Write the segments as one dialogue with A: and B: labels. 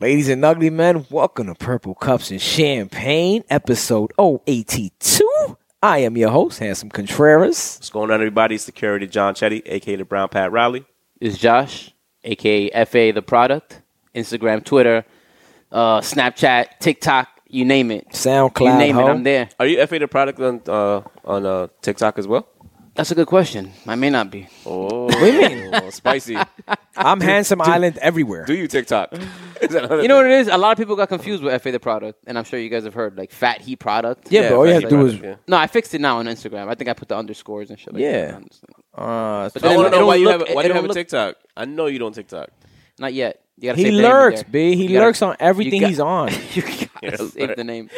A: Ladies and ugly men, welcome to Purple Cups and Champagne, episode 082. I am your host, Handsome Contreras.
B: What's going on, everybody? It's security John Chetty, aka the Brown Pat Riley.
C: is Josh, aka FA the product, Instagram, Twitter, uh, Snapchat, TikTok, you name it.
A: SoundCloud,
C: You name
A: ho.
C: it, I'm there.
B: Are you FA the product on uh, on uh, TikTok as well?
C: That's a good question. I may not be.
B: Oh,
A: do you mean?
B: spicy.
A: I'm Handsome Island everywhere.
B: Do you TikTok? Is that another
C: You know what it is? A lot of people got confused with FA the product, and I'm sure you guys have heard like Fat He product.
A: yeah, but all you have to do is.
B: Product, yeah.
C: No, I fixed it now on Instagram. I think I put the underscores and shit. Like
A: Yeah.
C: that.
A: Uh,
C: But
B: thing? I
C: then-
B: want to know
C: it don't
B: why you
C: look-
B: have
C: it
B: why you
C: don't
B: have a
C: look-
B: TikTok. I know you don't TikTok.
C: Not yet. You gotta
A: he
C: save the name in
A: lurks,
C: there.
A: B. He
C: You gotta-
A: lurks on everything
C: got-
A: he's on.
C: You gotta
B: Yes,
C: save
B: right.
C: the name.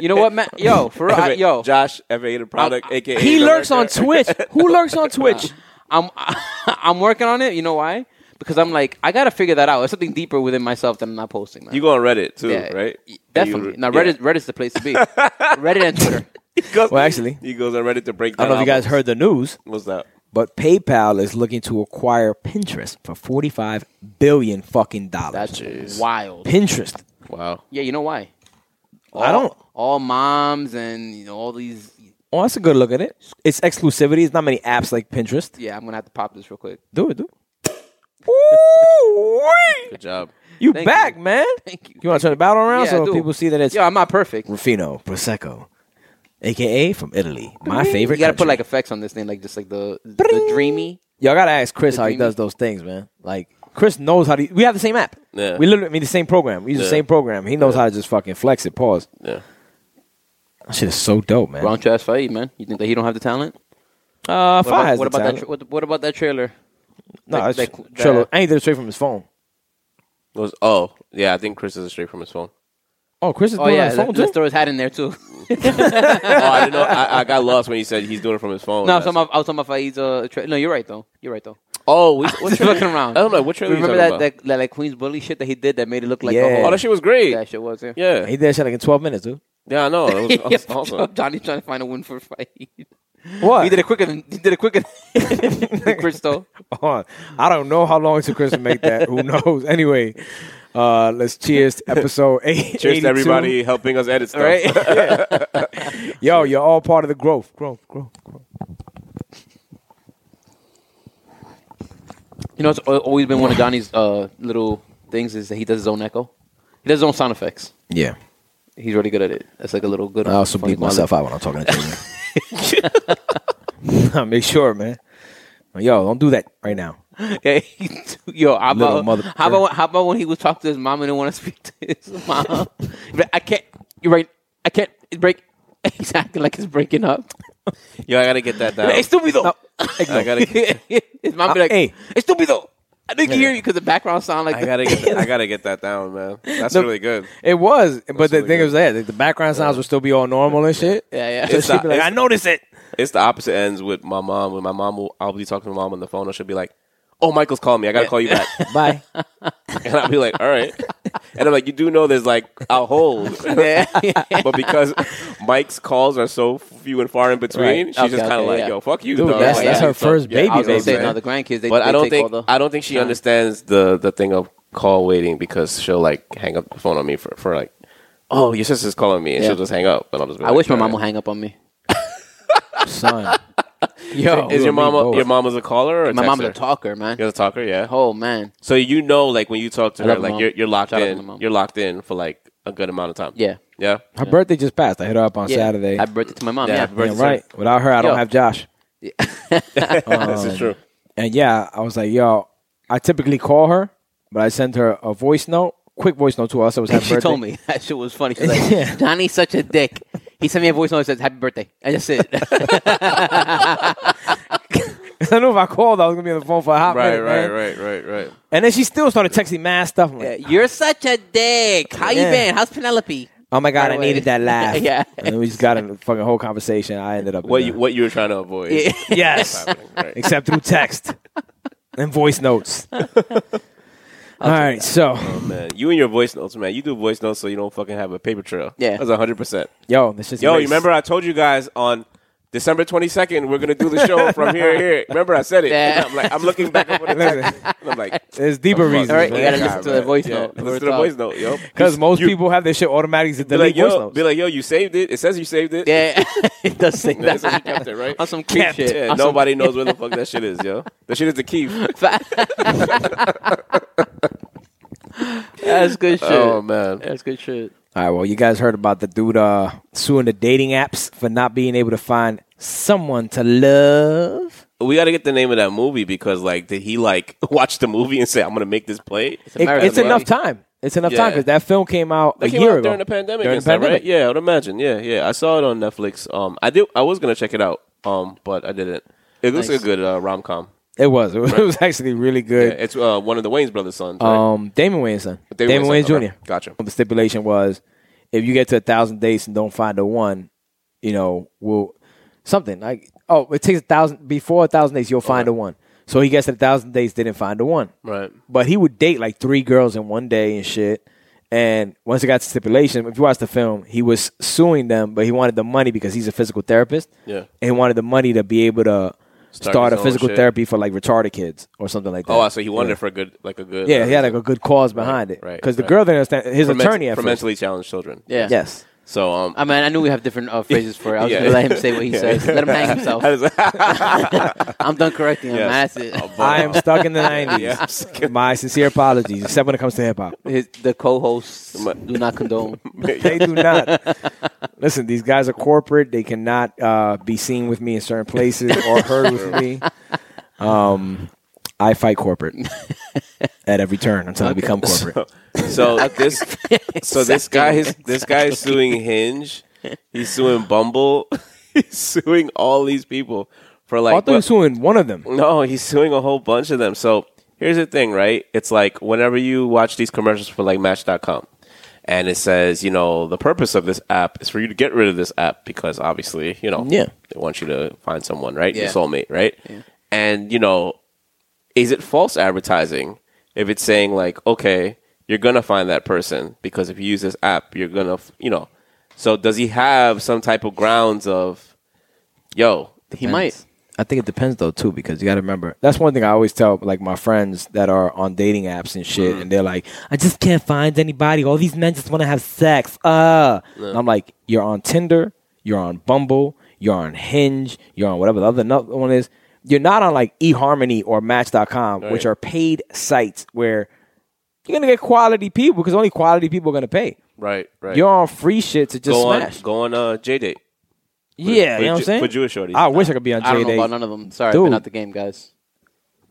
C: You know what, man? Yo, for real, I,
B: Wait,
C: yo,
B: Josh FA the product, aka
A: He
B: the
A: lurks on
B: director.
A: Twitch. Who lurks on Twitch?
C: I'm I'm working on it. You know why? Because I'm like, I gotta figure that out. It's something deeper within myself that I'm not posting. Man.
B: You go on Reddit too,
C: Yeah,
B: right?
C: y- Definitely.
B: You-
C: now Reddit Reddit's the place to be. Reddit and Twitter.
B: Yeah. He goes-
A: Well, actually-
B: he goes on Reddit to break.
A: I don't know if you guys heard the news,
B: What's that?
A: but PayPal is looking to acquire Pinterest for 45 billion fucking dollars.
C: That's wild.
A: Pinterest.
B: Wow.
C: Yeah, you know why?
A: I don't.
C: All moms and you know all these.
A: Oh, that's a good look at it. It's exclusivity. It's not many apps like Pinterest.
C: Yeah, I'm gonna have to pop this real quick.
A: Do it, do it. Ooh-wee.
B: Good job.
A: You
C: Thank
A: back,
C: you.
A: man.
C: Thank you.
A: You want to turn the battle around
C: Yeah, I
A: so
C: do.
A: people see that it's
C: Yo, I'm not perfect.
A: Ruffino Prosecco, aka from Italy, my favorite.
C: You gotta put
A: country.
C: like effects on this thing, like just like the the dreamy.
A: Y'all gotta ask Chris
C: The
A: how he
C: dreamy.
A: does those things, man. Like Chris knows how to. We have the same app.
B: Yeah.
A: We literally I mean the same program. We use the
B: Yeah.
A: same program. He knows how to just fucking flex it. Pause.
B: Yeah.
A: That shit is so dope, man.
C: Wrong trash fight, man. You think that he don't have the talent?
A: Uh,
C: What
A: Fa
C: about,
A: has
C: what
A: the
C: about that?
A: talent.
C: tra- What, what about that trailer?
A: no,
C: like-
A: it's
C: like
A: tr-
C: that-
A: Trello. I ain't did it straight from his phone.
B: Was, oh yeah, I think Chris is straight from his phone.
A: Oh, Chris is
C: Oh
A: doing it
C: yeah,
A: on his phone
C: let, us
A: too.
C: throw his hat in there too.
B: oh, I didn't know. I, I got lost when you said he's doing it from his phone.
C: no, I was
B: That's-
C: talking about, I was talking about Faid's, uh, tra- No, you're right though. You're right though.
B: Oh, we, what
C: Just
B: trailer-
C: looking around.
B: I don't know what trailer.
C: Remember
B: you talking
C: that,
B: about?
C: that that like Queen's bully shit that he did that made it look like
A: Yeah.
C: a whole
B: Oh, that shit was great.
C: that shit was yeah.
B: yeah,
A: he did that shit like in twelve minutes, dude.
B: yeah, I know. That was, that was awesome.
C: Johnny's trying to find a win for Faid.
A: What?
C: He did it quicker than he did it quicker than Crystal.
A: on. I don't know how long it took Chris to make that. Who knows? Anyway, uh, let's cheers to episode eight.
B: Cheers
A: 82.
B: to everybody helping us edit stuff.
C: Right?
A: Yo, you're all part of the growth, growth, growth, growth.
C: You know, it's al- always been one of Johnny's uh, little things is that he does his own echo. He does his own sound effects.
A: Yeah,
C: He's really good at it. That's like a little good.
A: I also
C: funny
A: bleep myself out when I'm talking to children. Make sure, man. Yo, don't do that right now.
C: Yeah, he- yo, how
A: Little
C: about,
A: mother-
C: how about how about when he was talking to his mom and didn't want to speak to his mom? He's like, I can't. You're right. I can't it break. He's acting like it's breaking up.
B: Yo, I gotta get that down.
C: Hey, stúpido.
B: I gotta, get,
C: his mom be
A: Uh,
C: like,
A: hey.
C: "Hey, estúpido." I didn't hear you because the background sound like
B: I gotta get, that, I gotta get that down, man. That's
A: No.
B: really good.
A: It was, but the
B: really
A: thing
B: good.
A: was that like, the background sounds would still be all normal and shit.
C: Yeah, yeah.
A: So
B: It's
A: she'd
B: not-
A: be like, I
B: it's-
A: noticed it.
B: It's the opposite ends with my mom. When my mom, will, I'll be talking to my mom on the phone, and she'll be like, "Oh, Michael's calling me. I gotta call you back."
A: Bye.
B: and I'll be like, "All right." And I'm like, "You do know there's like a hold,
C: yeah.
B: but because Mike's calls are so few and far in between,
C: Right.
B: she's
C: Okay,
B: just kind of
C: okay,
B: like,
C: yeah.
B: "Yo, fuck you."
A: Dude,
B: dog."
A: that's-
B: Like,
A: that's her
B: fuck-
A: first
B: yeah, I
A: baby,
B: was
C: I
B: gonna
C: was
B: say,
C: saying, no, the grandkids. They,
B: but
C: they
B: I don't
C: take
B: think
C: all the,
B: I don't think she understands the the thing of call waiting because she'll like hang up the phone on me for, for like, oh your sister's calling me and
C: Yeah.
B: she'll just hang up and I'll just. Be
C: I
B: like,
C: wish my
B: "All
C: mom
B: right."
C: would hang up on me.
A: Son. Yo,
B: Is your
A: me
B: mama
A: both.
B: your mama's a caller or a
C: My mom's a
B: texter?
C: talker, man.
B: You're a talker, yeah.
C: Oh man,
B: So you know, like when you talk to
C: I
B: her,
C: love my
B: like
C: mom.
B: you're you're locked
C: Shout out to my
B: in,
C: mom.
B: you're locked in for like a good amount of time.
C: yeah.
B: yeah.
A: Her birthday just passed. I hit her up on
C: Yeah.
A: Saturday.
C: Happy birthday to my mom.
B: Yeah,
C: Yeah,
B: happy birthday.
A: Damn right. Without her, I don't
C: Yo.
A: have Josh.
B: this is true.
A: And yeah, I was like, yo, I typically call her, but I sent her a voice note, quick voice note to us. It was happy
C: she
A: birthday.
C: told me that shit was funny. She's like, Johnny's such a dick. He sent me a voice note that says, "Happy birthday." I just said,
A: I knew if I called, I was gonna be on the phone for a hot
B: Right,
A: minute,
B: right,
A: man.
B: right, right, right.
A: And then she still started texting mad stuff. I'm like,
C: "You're such a dick. How
A: Yeah.
C: you been? How's Penelope?"
A: oh my god,
C: By
A: I
C: the way.
A: needed that laugh.
C: Yeah.
A: And then we just got in the fucking whole conversation. I ended up in
B: What
A: the-
B: you what you were trying to avoid?
C: Yeah.
A: yes,
B: Right.
A: except through text and voice notes. All right, so
B: Oh, Man, you and your voice notes, man. You do voice notes so you don't fucking have a paper trail.
C: Yeah.
B: that's hundred percent.
A: yo, this is
B: Yo, you remember I told you guys on December 22nd, we're going to do the show from here to here. Remember, I said it.
C: Yeah.
B: And I'm like, I'm looking back over the text. and I'm like,
A: There's deeper reasons.
C: All right, you
A: man.
C: gotta listen to the voice
B: yeah,
C: note.
B: listen to the voice note, yo.
A: Because most
B: You-
A: people have their shit automatically to
B: Be
A: delete
B: like,
A: voice
B: yo,
A: notes.
B: be like, yo, you saved it. It says you saved it.
C: Yeah, it does say
B: That's how you
C: that.
B: kept it, right?
C: On some creep shit.
B: Yeah,
C: On some-
B: nobody knows where the fuck that shit is, yo. That shit is the key.
C: That's good shit.
B: Oh man,
C: That's good shit.
A: All right, well, you guys heard about the dude uh, suing the dating apps for not being able to find someone to love.
B: we got to get the name of that movie because, like, did he like watch the movie and say, "I'm gonna make this play"?
C: a
A: It-
C: marathon
A: it's enough
C: movie.
A: time. It's enough
B: Yeah.
A: time because that film came out
B: That
A: a
B: came
A: year
B: out
A: ago
B: during the pandemic,
A: During
B: and
A: the
B: stuff,
A: pandemic.
B: right? Yeah, I would imagine. Yeah, yeah. I saw it on Netflix. Um, I did. I was gonna check it out. Um, but I didn't. It looks
C: Nice.
B: like a good uh, rom com.
A: It was. It was, it was actually really
B: Yeah,
A: good.
B: it's uh, one of the Wayne's brothers' sons. Right?
A: Um, Damon Wayne's son.
B: Damon
A: Damon,
B: Wayans'
A: Wayans
B: son,
A: Jr.
B: okay. Gotcha.
A: The stipulation was, if you get to a thousand dates and don't find a one, you know, we'll something like oh, it takes a thousand before a thousand dates, you'll
B: Uh-huh.
A: find a one. So he gets to a thousand dates, didn't find a one.
B: Right.
A: But he would date like three girls in one day and shit. And once it got to stipulation, if you watch the film, he was suing them, but he wanted the money because he's a physical therapist.
B: Yeah.
A: And he wanted the money to be able to start,
B: Start
A: a
B: his own
A: physical
B: shit.
A: therapy for like retarded kids or something like that.
B: Oh, so he wanted
A: Yeah.
B: for a good, like a good.
A: Yeah, he had like a good cause behind it.
B: right,
A: Because the
B: right.
A: girl didn't understand his
B: for men-
A: attorney at
B: for
A: first.
B: mentally challenged children.
C: Yeah.
A: Yes.
B: So um,
C: I mean, I knew we have different uh, phrases for it. I was
B: Yeah.
C: gonna let him say what he says. Let him hang himself.
B: How does that-
C: I'm done correcting him.
B: Yes.
C: That's it.
B: Oh, boy.
A: I am stuck in the 90s.
B: Yeah, I'm stuck in-
A: My sincere apologies, except when it comes to hip hop.
C: His, the co-hosts
B: My-
C: do not condone.
A: They do not. Listen, these guys are corporate. They cannot uh, be seen with me in certain places or heard with me. Um, I fight corporate at every turn until I become corporate.
B: so this, so this guy is this guy is suing Hinge. He's suing Bumble. He's suing all these people for
A: I
B: like.
A: thought you were suing one of them.
B: No, he's suing a whole bunch of them. So here's the thing, right? It's like whenever you watch these commercials for like Match.com, and it says, you know, the purpose of this app is for you to get rid of this app because obviously, you know,
A: Yeah.
B: they want you to find someone, right?
C: Yeah.
B: Your soulmate, right? And you know, is it false advertising if it's saying like, okay, you're gonna find that person because if you use this app, you're gonna, f- you know. So does he have some type of grounds of, yo?
C: He might.
A: I think it depends though too, because you got to remember that's one thing I always tell like my friends that are on dating apps and shit, and they're like, "I just can't find anybody. All these men just want to have sex." Uh, And I'm like, "You're on Tinder, you're on Bumble, you're on Hinge, you're on whatever the other no- one is. You're not on like eHarmony or Match.com, which
B: Right.
A: are paid sites where you're gonna get quality people because only quality people are gonna pay.
B: Right, right.
A: You're on free shit to just
B: go
A: smash.
B: on go on uh J date.
A: yeah,
B: for
A: you know what
B: Ju-
A: I'm saying.
B: for Jewish shorties.
A: I wish I could be on
C: I don't know about
A: J-Day.
C: none of them. Sorry, I've
A: Dude.
C: been out the game, guys.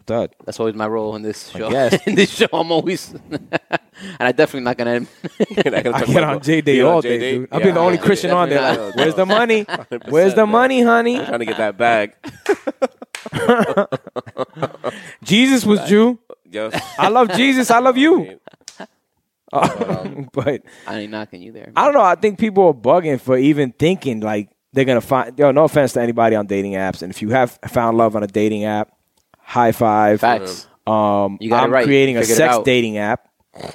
A: Dude.
C: That's always my role in this show.
A: guess.
C: in this show, I'm always, and I definitely not gonna.
A: I get on J Day all day, dude. I've been the only
C: yeah,
A: Christian on there.
C: definitely
A: Like,
B: not.
A: Where's the money? Where's the
B: bro.
A: money, honey?
B: Trying to get that bag.
A: Jesus was Jew.
B: Yo,
A: I love Jesus. I love you. but
C: I ain't knocking you there.
A: I don't know. I think people are bugging for even thinking like they're gonna find. Yo, no offense to anybody on dating apps, and if you have found love on a dating app, high five.
C: Facts.
A: Um,
C: You got it
A: I'm
C: right.
A: creating a
C: Figured it
A: sex
C: out.
A: dating app.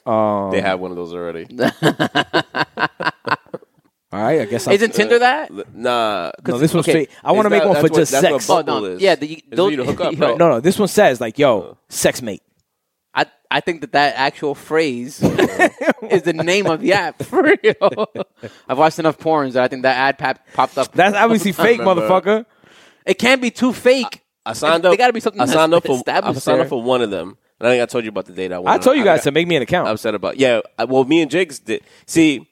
A: Um,
B: they have one of those already.
A: All right, I guess. I'm,
C: Isn't Tinder that?
B: Nah,
A: No, this one's
C: okay.
A: straight. I want to
B: It's
A: make one for
B: not- that's what-
A: just
B: that's what
A: sex.
B: Bumble
C: Oh, no.
B: is.
C: Yeah, the-
B: It's for
C: those-
B: you to hook up,
C: yo.
B: right?
A: No, no, this one says like, yo, sex mate.
C: I I think that that actual phrase is the name of the app for real. I've watched enough porns that I think that ad pop, popped up.
A: That's obviously fake,
B: remember.
A: motherfucker.
C: it can't be too fake.
B: I signed
C: There
B: up.
C: gotta be something
B: I signed up
C: that's
B: for. I
C: established
B: signed
C: there.
B: up for one of them. And I think I told you about the date I went.
A: I
B: on.
A: told you guys
B: got
A: to make me an account.
B: upset about. Yeah, I, well, me and Jigs did. See,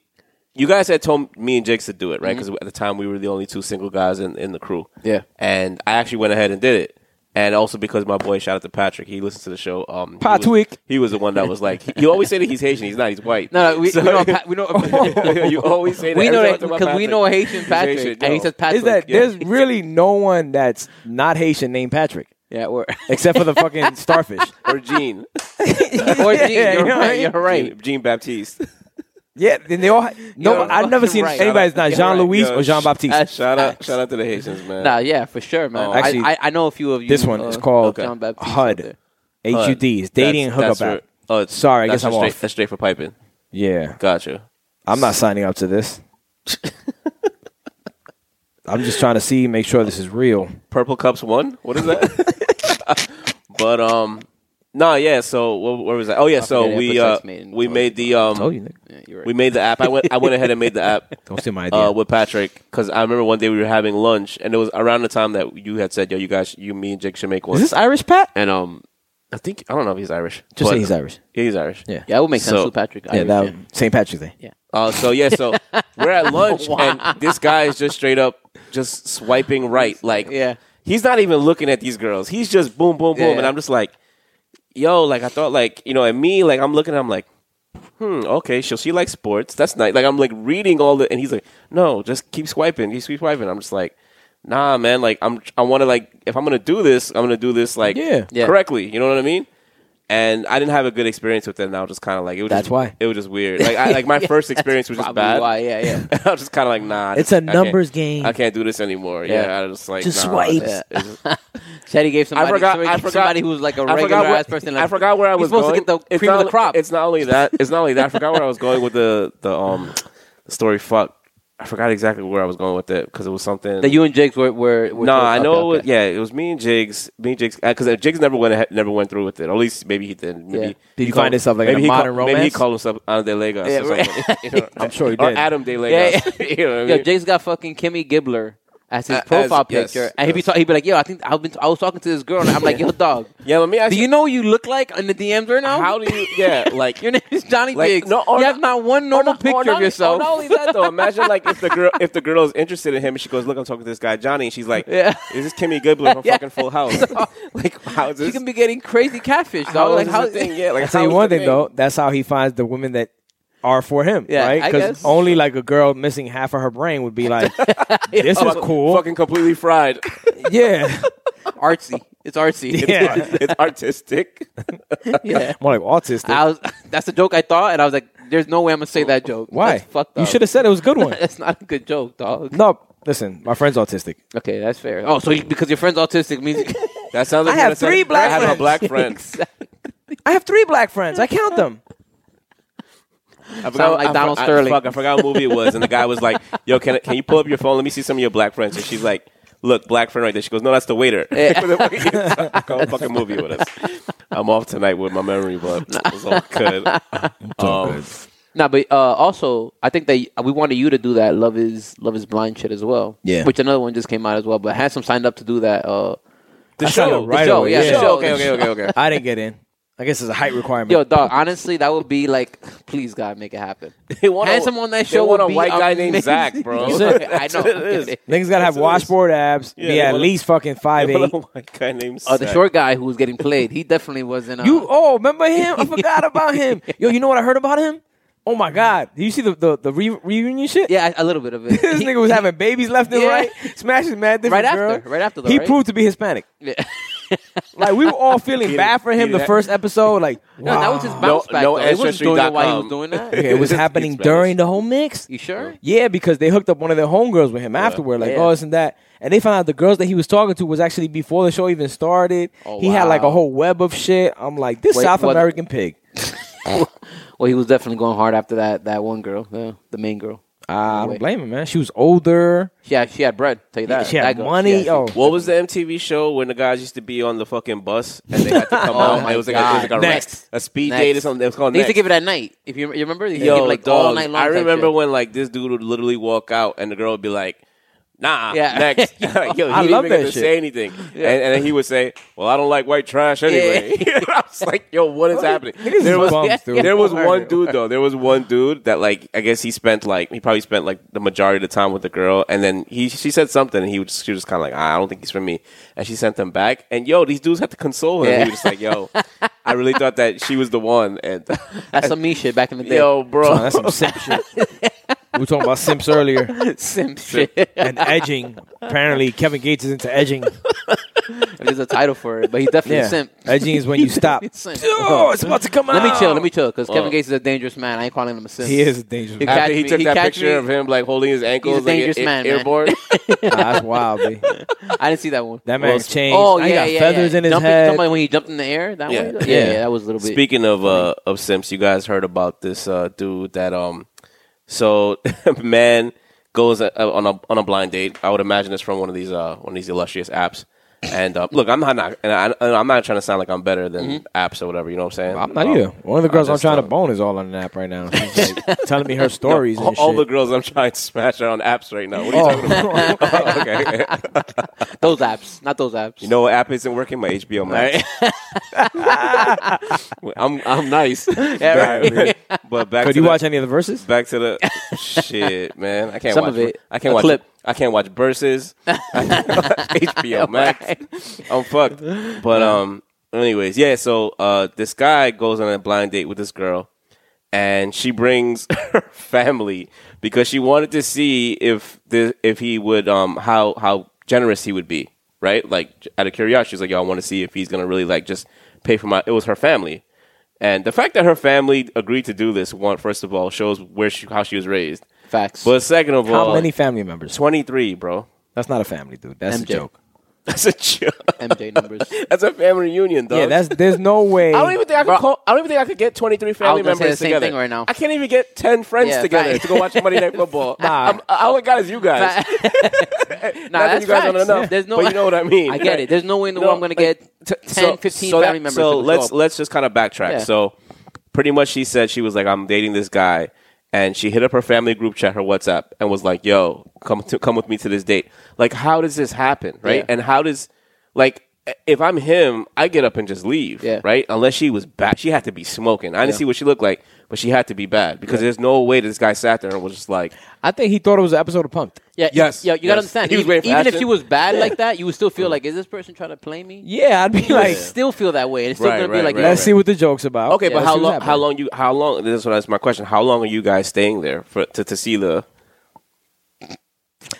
B: you guys had told me and Jigs to do it, right? Because at the time we were the only two single guys in, in the crew.
C: Mm-hmm. Yeah.
B: and I actually went ahead and did it. And also because my boy, shout out to Patrick, he listens to the show. Um, he was-
A: Patwick.
B: he was the one that was like, you always say that he's Haitian, he's not, he's white.
C: No, no, we,
B: So-
C: we know. Pa- We know.
B: you always say that.
C: we know
B: Every time I talk about
C: that because we
B: Patrick,
C: know Haitian Patrick,
B: Haitian,
C: and he
B: yo.
C: says Patrick.
A: is that
B: yeah.
A: there's really no one that's not Haitian named Patrick
C: yeah, or
A: except for the fucking starfish.
B: or Jean,
C: or Gene,
A: Yeah, you
C: you're
A: know what I
C: right.
A: mean?
C: You're right.
B: Jean, Jean Baptiste.
A: Yeah, then they all ha- no.
C: Yo,
A: I've never
C: fucking
A: seen
C: right.
A: anybody that's not
B: You're right.
A: Jean Louis
B: Yo,
A: or Jean Baptiste.
C: uh,
B: Shout out,
C: Facts.
B: shout out to the Haitians, man.
C: Nah, yeah, for sure, man.
B: Oh,
C: I-
A: actually,
C: I, I know a few of you.
A: this one
C: uh,
A: is called
C: John Baptiste out
A: HUD,
C: there.
A: H U D. It's dating and hookup app.
B: for- oh, it's-
A: Sorry, I
B: that's
A: guess I'm
B: just straight,
A: off.
B: That's straight for piping.
A: Yeah,
B: Gotcha.
A: I'm not signing up to this. I'm just trying to see, make sure this is real.
B: Purple Cups one. What is that? but um, no, yeah. So what, where was I? Oh yeah. So
C: forget it,
B: we
C: but
B: uh,
C: sex made in
B: we
C: the
B: made the um
A: Oh, you nigga.
C: Yeah, you're right.
B: we made the app. I went I went ahead and made the app
A: don't steal my idea.
B: uh, with Patrick because I remember one day we were having lunch and it was around the time that you had said, "Yo, you guys, you me and Jake should make one."
A: is this Irish, Pat?
B: and um, I think I don't know if he's Irish.
A: Just
B: but-
A: say he's Irish.
B: Yeah, he's Irish.
A: Yeah.
C: yeah, it would make sense
B: So-
C: with Patrick.
A: Yeah,
C: Irish,
A: that St. Patrick's Day.
B: Uh, so yeah, so we're at lunch and this guy is just straight up just swiping right. Like
C: Yeah.
B: he's not even looking at these girls. He's just boom, boom, boom,
C: Yeah, yeah.
B: and I'm just like, yo, like I thought, like you know, and me, like I'm looking, I'm like, hmm, okay, so she likes sports. That's nice. Like I'm like reading all the, and he's like, no, just keep swiping, just keep swiping. I'm just like. Nah, man. Like, I'm. I want to like. If I'm gonna do this, I'm gonna do this like
A: Yeah.
C: Yeah.
B: correctly. You know what I mean? And I didn't have a good experience with it, and I was just kind of like, it was
A: That's
B: just-
A: why.
B: it was just weird. Like, I, like my first experience was just
C: Probably
B: bad.
C: why, yeah, yeah.
B: I was just kind of like, nah. I
A: It's
B: just-
A: a
B: I can't-
A: numbers game.
B: I can't do this anymore. Yeah,
C: Yeah.
B: I was just like
A: Just
B: nah,
A: swipe.
B: it's- it's-
C: Shetty gave somebody,
B: I forgot.
C: somebody,
B: I forgot
C: somebody who was like a
B: I
C: regular
B: forgot where,
C: ass person. Like,
B: I forgot where I
C: he's
B: was
C: supposed
B: going.
C: to get the
B: it's
C: cream
B: not,
C: of the crop.
B: It's not only that. It's not only that. I forgot where I was going with the the um the story. Fuck, I forgot exactly where I was going with it because it was something
C: that you and Jake's were. were, were
B: No,
C: close.
B: I
C: Okay,
B: know. it was,
C: okay.
B: Yeah, it was me and Jigs. Me and Jigs, because Jigs never went ahead, never went through with it. At least maybe he didn't. Maybe
C: Yeah. Did
B: he
A: you
B: called-
A: find yourself, like, in a
B: maybe he
A: modern
B: called, Maybe he
A: romance?
B: called himself Ana de Lagos.
C: Yeah,
B: or something. You know,
A: I'm sure he
B: or
A: did.
B: Adam de
C: Yeah,
B: Lagos.
C: yeah.
B: you know what I
C: Yo,
B: mean?
C: Jake's got fucking Kimmy Gibbler as his
B: Uh,
C: profile
B: as- yes,
C: picture, and he'd be, ta- he'd be like, "Yo, I think I've been t- I was talking to this girl, and I'm like, yo, dog,
B: yeah, let me ask
C: do you know what you look like in the DMs right now?
B: How do you? Yeah, like
C: Your name is Johnny
B: Like,
C: Biggs.
B: no, or
C: you
B: not-
C: have not one normal
B: Or not- or
C: picture
B: not
C: of
B: only-
C: yourself.
B: Or not only that though, imagine like if the girl if the girl is interested in him and she goes, "Look, I'm talking to this guy Johnny," and she's like,
C: Yeah.
B: is this Kimmy Gibbler from
C: Yeah.
B: fucking Full House?" like, how is
C: you
B: this?
C: can be getting crazy catfish, dog.
B: how is
C: like
B: this
C: how
B: a thing? Yeah, like
A: I tell
B: how
A: you
B: is
A: one
B: the
A: thing though, that's how he finds the women that are for him,
C: Yeah,
A: right?
C: I
A: Because
C: guess.
A: only like a girl missing half of her brain would be like, "This is
B: Fuck-
A: cool."
B: Fucking completely fried.
A: Yeah,
C: artsy. It's artsy.
A: yeah.
B: it's artistic.
C: yeah.
A: More like autistic.
C: I was, that's the joke I thought, and I was like, "There's no way I'm gonna say that joke.
A: Why?
C: That's fucked up.
A: You should have said it was a good one.
C: that's not a good joke, dog.
A: no, listen, my friend's autistic.
C: Okay, that's fair. Oh, so you, because your friend's autistic means
B: That sounds like
A: I
B: you
A: have
B: gotta tell-
A: three black
B: I have
A: friends.
B: a black friend.
A: I have three black friends. I count them.
B: I
C: Sound like
B: I
C: Donald
B: I-
C: Sterling.
B: fuck, I forgot what movie it was, and the guy was like, "Yo, can I- can you pull up your phone? Let me see some of your black friends." And she's like, "Look, black friend right there." She goes, "No, that's the waiter." Go fucking movie with us. I'm off tonight with my memory, but it's all good. Um,
C: No, but uh, also I think that we wanted you to do that Love is Love is Blind shit as well.
A: Yeah.
C: Which another one just came out as well. But Handsome signed up to do that. Uh,
B: The
A: I signed
B: show,
A: up right
B: the show,
A: away,
B: yeah,
A: yeah.
B: the show.
C: The
B: Okay, okay,
C: show.
B: okay, okay.
A: I didn't get in. I guess it's a height requirement.
C: yo, dog. Honestly, that would be like, please God, make it happen.
B: They want
C: Handsome on that
B: they
C: show
B: want
C: would
B: a
C: be
B: white guy named
C: amazing.
B: Zach, bro.
C: I know.
B: That's what it is.
A: Niggas gotta have
B: That's what it is.
A: washboard abs.
B: Yeah,
A: be
B: they
A: at
B: wanna-
A: least fucking five
B: They
A: eight.
B: want a white guy named
C: Uh, the
B: Zach.
C: short guy who was getting played, he definitely wasn't. Uh,
A: You oh, remember him? I forgot about him. Yo, you know what I heard about him? Oh my god! Did you see the the, the re- reunion shit?
C: yeah, a a little bit of it.
A: this
C: He-
A: nigga was having babies left and
C: Yeah.
A: right, smashing mad different
C: Right after,
A: girls.
C: right after though,
A: he
C: right?
A: proved to be Hispanic.
C: Yeah.
A: Like we were all feeling
B: He
A: bad
B: did-
A: for
B: he
A: him
B: did
A: the
B: that.
A: first episode. Like
C: No, that was his
A: wow.
C: bounce
B: No-
C: back.
B: no
C: though. It wasn't doing it while he was
B: ancestry.com.
C: doing that.
A: Okay, it was
B: It's
A: happening
B: Spanish.
A: during the whole mix.
C: You sure?
A: Yeah, because they hooked up one of their homegirls with him afterward, like
C: Yeah.
A: oh, this and that. And they found out the girls that he was talking to was actually before the show even started.
C: Oh,
A: he had like a
C: wow.
A: whole web of shit. I'm like, this
C: Wait,
A: South
C: what-
A: American pig.
C: Well, he was definitely going hard after that that one girl, yeah, the main girl.
A: Ah, I don't
C: Wait.
A: blame him, man. She was older.
C: She had she had bread. Tell you that.
A: she had
C: That girl,
A: money.
C: she-
A: oh,
B: What was the MTV show when the guys used to be on the fucking bus and they had to come
C: Oh
B: out?
C: my
B: and It was like, a, it was like a, rec-
C: God.
A: Next.
B: a speed
C: Next.
B: date or something. It was called
C: They used to
B: Next.
C: give it at night. If you, you remember, they used to
B: Yo,
C: give it like all
B: dog,
C: night long.
B: I
C: type
B: remember
C: shit.
B: when like this dude would literally walk out and the girl would be like, "Nah,
C: Yeah.
B: next." Like, Yo, he
A: I
B: didn't
A: love
B: even get
A: that
B: to
A: shit.
B: say anything, and, and then he would say, "Well, I don't like white trash anyway." I was like, "Yo, what is happening?"
A: is
B: There was
A: bums, dude.
B: there was
C: Word.
B: one dude though. There was one dude that like I guess he spent like he probably spent like the majority of the time with the girl, and then he she said something, and he was she was just kind of like, ah, "I don't think he's for me," and she sent him back. And yo, these dudes had to console him.
C: Yeah.
B: He was just like, "Yo, I really thought that she was the one," and
C: that's some me shit back in the day.
B: yo, bro,
A: Oh, that's some simp shit. we were talking about simps earlier
C: Sim shit.
A: and edging. Apparently, Kevin Gates is into edging.
C: There's a title for it, but he's definitely
A: Yeah,
C: a simp.
A: edging is when you stop.
C: He's a simp.
A: Oh, it's about to come
C: Let
A: out.
C: me chill. Let me chill. Because
B: Oh.
C: Kevin Gates is a dangerous man. I ain't calling him a simp.
A: He is dangerous.
C: You
A: man.
B: After he
C: catch
B: took
C: me-
B: that
C: he catch
B: picture
C: me.
B: of him like holding his ankles,
C: He's a dangerous
B: like,
C: man, man.
B: airborne.
A: Nah, that's wild. B.
C: I didn't see that one.
A: That man's changed.
C: Oh
A: Now
C: yeah,
A: he got
C: yeah,
A: feathers
C: yeah.
A: in his
C: Jumping-
A: head.
C: somebody when he jumped in the air. That
B: Yeah.
C: one. Yeah,
A: Yeah.
C: yeah, that was a little bit.
B: Speaking of uh, of Sims, you guys heard about this uh, dude that um, so man goes uh, on a on a blind date. I would imagine it's from one of these uh, one of these illustrious apps. And uh, look, I'm not, not and I, and I'm not trying to sound like I'm better than apps or whatever. You know what I'm saying?
A: Mm-hmm. I'm not
B: Um,
A: either. One of the girls I'm
B: just,
A: trying to
B: uh,
A: bone is all on an app right now. She's like telling me her stories
B: All,
A: and
B: uh, all
A: shit.
B: the girls I'm trying to smash are on apps right now. What are you talking
A: oh.
B: about? okay.
C: Those apps, not those apps.
B: You know what app isn't working? My HBO Max. I'm I'm nice.
C: right.
B: But- But back
A: Could
B: to
A: you
B: the,
A: watch any of the verses?
B: back to the shit, man. I can't
C: Some
B: watch
C: of it.
B: I can't
C: A
B: watch
C: clip.
B: I can't watch verses. HBO Max. I'm fucked. But um anyways, yeah, so uh this guy goes on a blind date with this girl and she brings her family because she wanted to see if the if he would um how how generous he would be, right? Like j- out of curiosity, she's like, "Yo, I want to see if he's gonna really like just pay for my." It was her family, and the fact that her family agreed to do this, one first of all, shows where she how she was raised,
C: Facts.
B: but second of all,
A: How many family members?
B: Twenty three, bro.
A: That's not a family, dude. That's a
C: MJ.
A: joke.
B: That's a joke.
C: MJ numbers.
B: That's a family reunion, dog.
A: Yeah, that's there's no way.
B: I don't even think I could
C: Bro.
B: call. I don't even think I could get 23 family
C: was gonna say
B: members
C: the same
B: together
C: thing right now.
B: I can't even get 10 friends
C: Yeah,
B: together
C: fact.
B: to go watch Monday Night Football.
A: Nah.
B: I'm, all I got is you guys.
C: Fact.
B: Not
C: Nah,
B: that
C: that's
B: you guys
C: facts.
B: don't know.
C: There's no.
B: but you know what I mean.
C: I get it. There's no way in the
B: No,
C: world I'm gonna
B: like,
C: get 10, 15
B: so that-
C: family members. to
B: So
C: show
B: let's
C: up.
B: let's just kind of backtrack.
C: Yeah.
B: So pretty much, she said she was like, "I'm dating this guy," and she hit up her family group chat, her WhatsApp, and was like, "Yo, come to come with me to this date." Like, how does this happen, right?
C: Yeah.
B: And how does like if I'm him, I get up and just leave,
C: Yeah.
B: right? Unless she was bad, she had to be smoking. I didn't see what she looked like, but she had to be bad because there's no way this guy sat there and was just like,
A: I think he thought it was an episode of Punked.
C: Yeah,
B: Yes,
C: Yeah, you gotta
B: yes.
C: understand.
B: He was
C: even
B: waiting for
C: even if
B: action.
C: she was bad like that, you would still feel like, is this person trying to play me?
A: Yeah, I'd be
C: You
A: like,
C: would still feel that way, and it's still
B: Right,
C: gonna
B: right,
C: be like,
B: right,
C: yo,
A: let's see what the joke's about.
B: Okay,
A: Yeah,
B: but
A: let's
B: how
A: see what's
B: long? How
A: happening.
B: long you? How long? This one is my question. How long are you guys staying there for to, to see the